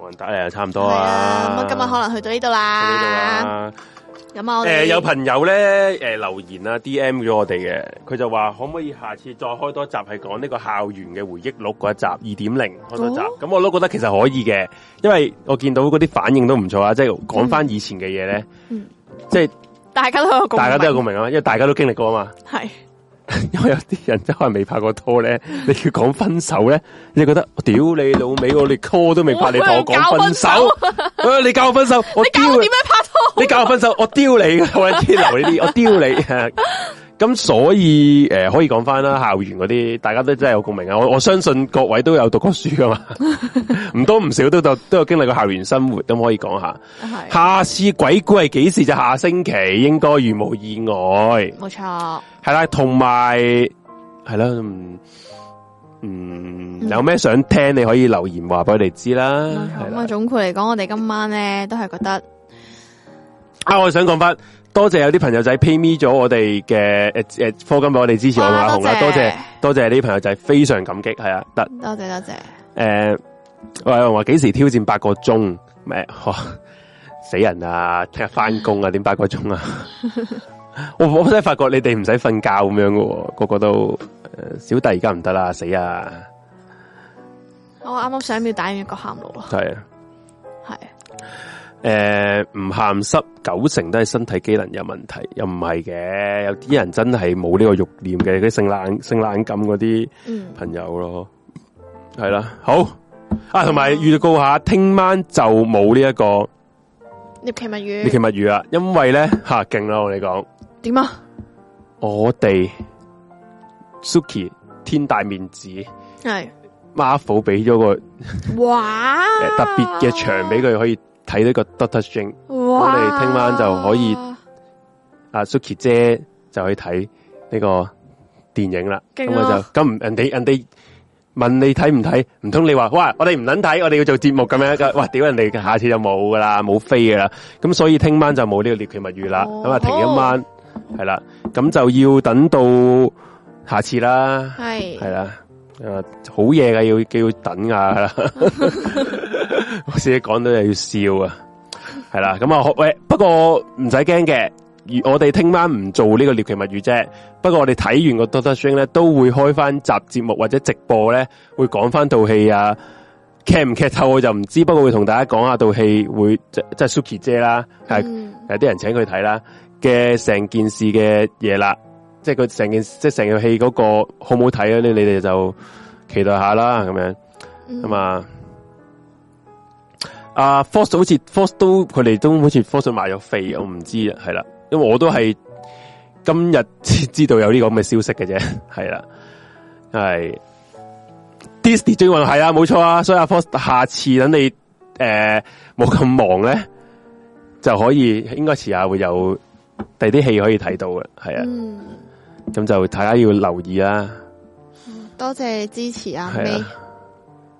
Speaker 2: 冇人打嚟啊，差唔多
Speaker 1: 係
Speaker 2: 啊
Speaker 1: 啊，。咁啊，今日可能去到呢度啦。
Speaker 2: 呢度啊。
Speaker 1: 咁啊，我
Speaker 2: 诶、
Speaker 1: 哋
Speaker 2: 有朋友咧，诶、留言啊，D M 咗我哋嘅，佢就話可唔可以下次再開多集係講呢個校園嘅回憶錄嗰一集二點零開多集，
Speaker 1: 哦
Speaker 2: 咁、我都覺得其實可以嘅，因為我見到嗰啲反應都唔錯啊，即係講翻以前嘅嘢咧，
Speaker 1: 嗯
Speaker 2: 即係
Speaker 1: 大家都有共鳴，
Speaker 2: 大家都有共鳴啊，因為大家都經歷過啊嘛，
Speaker 1: 係
Speaker 2: 因為有啲人真係未拍過拖咧，你要講分手咧，你覺得屌你老味，我哋 call 都未拍，你同我講分手， 喂你教我分手，我
Speaker 1: 你教
Speaker 2: 屌
Speaker 1: 我點
Speaker 2: 你
Speaker 1: 樣拍拖？
Speaker 2: 你教我分手，我丟你，我啲 留呢啲，我丟你。 咁所以诶、呃可以講翻啦，校園嗰啲，大家都真係有共鳴啊！我我相信各位都有讀過 書噶嘛，唔多唔少都有都有經歷過校園生活，咁可以講下。
Speaker 1: 係
Speaker 2: 下次鬼故係幾時？就下星期，應該如無意外。
Speaker 1: 冇錯，
Speaker 2: 係啦，同埋係啦，嗯嗯，
Speaker 1: 嗯
Speaker 2: 有咩想聽你可以留言話俾我哋知啦。
Speaker 1: 冇錯。
Speaker 2: 係
Speaker 1: 咁
Speaker 2: 啦
Speaker 1: 啊，總括嚟講，我哋今晚咧都係覺得
Speaker 2: 啊，我想講翻，多謝有啲朋友仔 pay me 咗我哋嘅诶诶科金俾我哋支持我同阿
Speaker 1: 哇
Speaker 2: 紅啦，
Speaker 1: 多
Speaker 2: 多
Speaker 1: 謝
Speaker 2: 謝多謝呢啲朋友仔，非常感激，係啊，得
Speaker 1: 多謝多謝。
Speaker 2: 诶，我有人話幾時挑戰八個鐘？咩、呵死人啊！聽日翻工啊，點八個鐘啊？ 我我真係發覺你哋唔使瞓覺咁樣嘅喎，個個都、呃小弟而家唔得啦，死啊！
Speaker 1: 我啱啱上一秒打完一個喊路咯，
Speaker 2: 係啊，
Speaker 1: 係
Speaker 2: 诶、呃唔鹹濕九成都係身體機能有問題，又唔係嘅，有啲人真係冇呢個慾念嘅，啲性冷性冷感嗰啲。
Speaker 1: 嗯，
Speaker 2: 朋友咯，系啦，好啊，同埋預告下，聽晚就冇呢一個
Speaker 1: 獵奇物
Speaker 2: 獵奇
Speaker 1: 語
Speaker 2: 物語啦，因為咧吓勁啦，我哋講，
Speaker 1: 點啊？
Speaker 2: 我哋 Suki 天大面子
Speaker 1: 係
Speaker 2: Marvel 俾咗個
Speaker 1: 哇
Speaker 2: 诶特別嘅場俾佢可以睇呢個 Doctor Strange，
Speaker 1: 哇！
Speaker 2: 我哋聽晚就可以啊 Suki 姐就去睇呢個電影啦，
Speaker 1: 勁
Speaker 2: 咁
Speaker 1: 啊
Speaker 2: 我就咁唔人哋人哋。問你睇唔睇？唔通你話哇，我哋唔撚睇，我哋要做節目咁樣？哇，屌人哋下次就冇噶啦，冇飛噶啦。咁所以聽晚就冇呢個獵奇物語啦。
Speaker 1: 哦
Speaker 2: 咁啊、停一晚係啦，咁就要等到下次啦，
Speaker 1: 係
Speaker 2: 係啦。誒、好嘢噶，要要等啊！係 啦我自己講到又要笑啊，係啦。咁啊，好喂，不過唔使驚嘅，如我哋聽晚唔做呢個獵奇物語啫。不過我哋睇完個 Doctor Strange 咧，都會開翻集節目或者直播咧，會講翻套戲啊。劇唔劇透我就唔知，不過會同大家講下套戲會即即係 Suki 姐啦，係
Speaker 1: 嗯
Speaker 2: 有啲人請佢睇啦嘅成件事嘅嘢啦，即係佢成件即係成套戲嗰個好唔好睇咧？你哋就期待下啦，咁樣
Speaker 1: 嗯
Speaker 2: 咁啊。阿啊 Force 好似 Force 都佢哋都好似 Force 買咗飛，我唔知啊，係啦，因為我都係今日先 知道有呢個咁嘅消息嘅啫，係啦，係 Disney 追運係啊，冇錯啊，所以阿 Force 下次等你诶冇咁忙咧，就可以應該遲下會有第啲戲可以睇到嘅，係啊，
Speaker 1: 嗯，
Speaker 2: 咁就大家要留意啦。
Speaker 1: 多謝支持啊，
Speaker 2: 係啊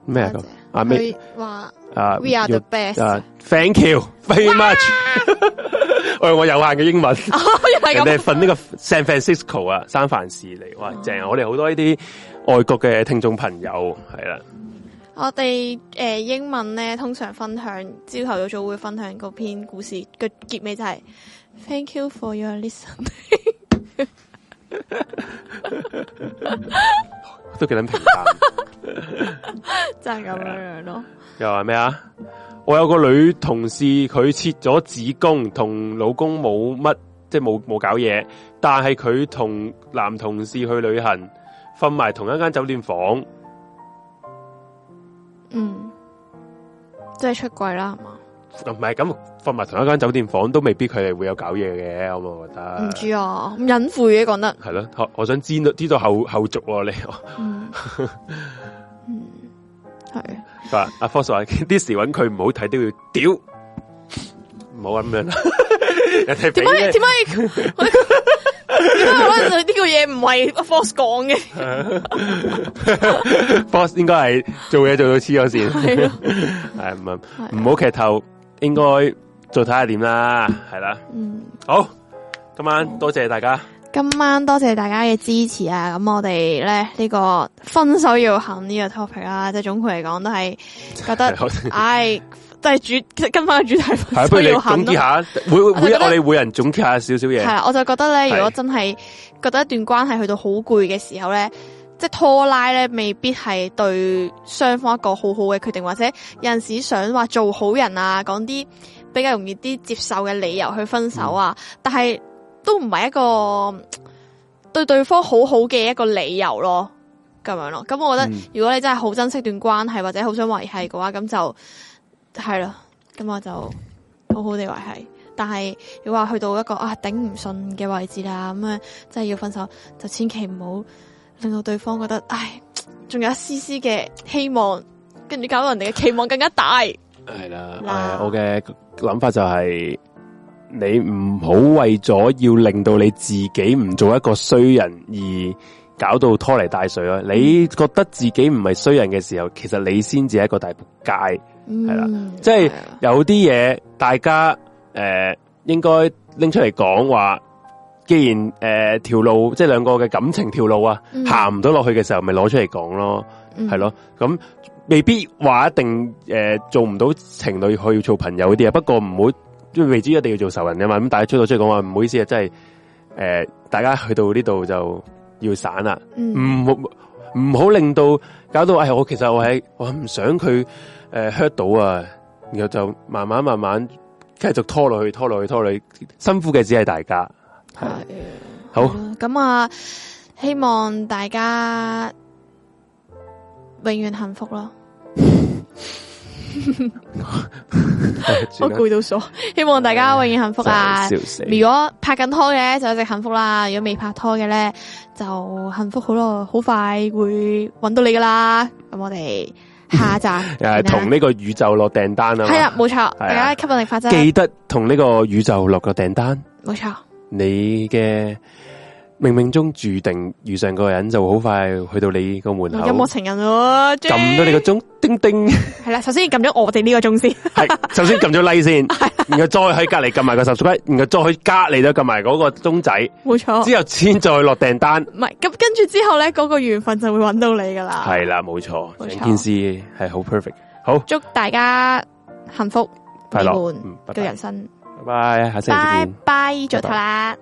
Speaker 1: 美
Speaker 2: 咩啊
Speaker 1: 多謝
Speaker 2: 咁？啊咩
Speaker 1: 佢話
Speaker 2: 啊
Speaker 1: We are the
Speaker 2: 要
Speaker 1: best
Speaker 2: 啊，thank you very much，喂， 我有限嘅英文。
Speaker 1: 哦，
Speaker 2: 人
Speaker 1: 原
Speaker 2: 哋
Speaker 1: 來
Speaker 2: 係瞓呢個 San Francisco 啊，三藩市嚟，哇，正啊！我哋好多呢啲外國嘅聽眾朋友，係啦，
Speaker 1: 我哋誒、呃英文咧，通常分享朝頭早早會分享嗰篇故事嘅結尾就係、Thank you for your listen。
Speaker 2: 都幾撚平淡。
Speaker 1: 就係咁樣樣咯。
Speaker 2: 又話咩啊？我有個女同事，佢切咗子宮，同老公冇乜，即係冇冇搞嘢，但係佢同男同事去旅行，瞓埋同一間酒店房，
Speaker 1: 嗯，即係出軌啦，係嘛？
Speaker 2: 唔係咁瞓埋同一間酒店房，都未必佢哋會有搞嘢嘅，我咪覺得。
Speaker 1: 唔知啊，咁隱晦嘅講得，
Speaker 2: 係咯，我我想知道知道後後續喎、你。
Speaker 1: 嗯，嗯，係。
Speaker 2: 話阿 Fox 話啲時揾佢唔好睇都要屌，唔好咁樣 啦。人哋俾
Speaker 1: 點解點
Speaker 2: 咧
Speaker 1: 解我點解我覺得呢個嘢唔係 Force 講嘅？
Speaker 2: ，Fox 應該係做嘢做到黐咗線，
Speaker 1: 係咯
Speaker 2: 係唔係唔好劇透，應該再睇下點啦，係啦。
Speaker 1: 嗯。
Speaker 2: 好，今晚多謝大家，
Speaker 1: 今晚多謝大家嘅支持啊！咁我哋咧呢、呢個分手要狠呢個 topic 啦，即係總括嚟講都係覺得
Speaker 2: 係，我
Speaker 1: 唉，都係主 今晚嘅主題分
Speaker 2: 係
Speaker 1: 手
Speaker 2: 不如你
Speaker 1: 要
Speaker 2: 總
Speaker 1: 狠
Speaker 2: 結
Speaker 1: 咯。
Speaker 2: 下，每
Speaker 1: 我就
Speaker 2: 每
Speaker 1: 覺得
Speaker 2: 我哋每人總結下少少嘢
Speaker 1: 系，啦，我就覺得咧，
Speaker 2: 係
Speaker 1: 如果真係覺得一段關係去到好攰嘅時候咧，即系拖拉咧，未必係對雙方一個好好嘅決定，或者有阵时想話做好人啊，講啲比較容易啲接受嘅理由去分手啊，但係都唔係一個嗯對對方好好嘅一個理由咯，咁樣咯。咁我覺得
Speaker 2: 嗯
Speaker 1: 如果你真係好珍惜段關係，或者好想維係嘅話，咁就係啦，咁我就好好地維係。但係如果話去到一個啊頂唔順嘅位置啦，咁啊真係要分手，就千祈唔好令到對方覺得，唉，仲有一絲絲嘅希望，跟住搞到人哋嘅期望更加大。
Speaker 2: 係啦。
Speaker 1: 嗱
Speaker 2: 誒我嘅諗法就係你唔好為咗要令到你自己唔做一個衰人而搞到拖泥帶水咯。你覺得自己唔係衰人嘅時候，其實你先至係一個大仆街。
Speaker 1: 嗯係啊
Speaker 2: 啦即係有啲嘢大家诶、呃、应该拎出嚟講話，既然诶条、路即係兩個嘅感情條路啊，
Speaker 1: 嗯
Speaker 2: 行唔到落去嘅時候，咪攞出嚟講咯。系咯，咁未必话一定诶、呃做唔到情侣去做朋友嗰啲啊，不过唔好因為未知一定要做仇人噶嘛，咁但系出到出嚟讲话唔好意思啊，真系诶、呃大家去到呢度就要散啦，
Speaker 1: 嗯
Speaker 2: 唔好唔好令到搞到哎呀，我其实我系我唔想佢诶 hurt 到啊，然後就慢慢慢慢繼續拖落去，拖落去，拖落去，辛苦嘅只係大家。
Speaker 1: 係啊
Speaker 2: 好，
Speaker 1: 咁啊，希望大家永遠幸福咯。我
Speaker 2: 算啦
Speaker 1: 嗯攰到傻，希望大家永遠幸福啊！
Speaker 2: 真係笑死，
Speaker 1: 如果拍緊拖嘅就一直幸福啦，如果未拍拖嘅咧就幸福好咯，好快會揾到你噶啦。咁我哋下 集
Speaker 2: 诶，同呢個宇宙落訂單啊嘛，
Speaker 1: 系啦，冇錯，
Speaker 2: 係啊
Speaker 1: 大家吸引力法則，
Speaker 2: 記得同呢個宇宙落個訂單。
Speaker 1: 冇錯，
Speaker 2: 你嘅冥冥中注定遇上個人，就好快去到你個門口，
Speaker 1: 音樂情人咯，
Speaker 2: 撳到你個鐘，叮叮，
Speaker 1: 系啦，首先撳咗我哋呢個鐘先，
Speaker 2: 係首先撳咗 like 先，然後再喺隔離撳埋個 subscribe，然後再喺隔離都撳埋嗰個鐘仔，
Speaker 1: 冇錯。
Speaker 2: 之後先再落訂單。
Speaker 1: 唔係咁，跟住之後咧，嗰、個緣分就會揾到你噶啦。
Speaker 2: 係啊啦，冇錯，
Speaker 1: 冇錯
Speaker 2: 成件事係好 perfect。好，
Speaker 1: 祝大家幸福
Speaker 2: 快
Speaker 1: 美
Speaker 2: 樂
Speaker 1: 滿
Speaker 2: 嗯拜拜
Speaker 1: 嘅人生，
Speaker 2: 拜拜，下星期
Speaker 1: 拜
Speaker 2: 見。
Speaker 1: 拜，早唞啦。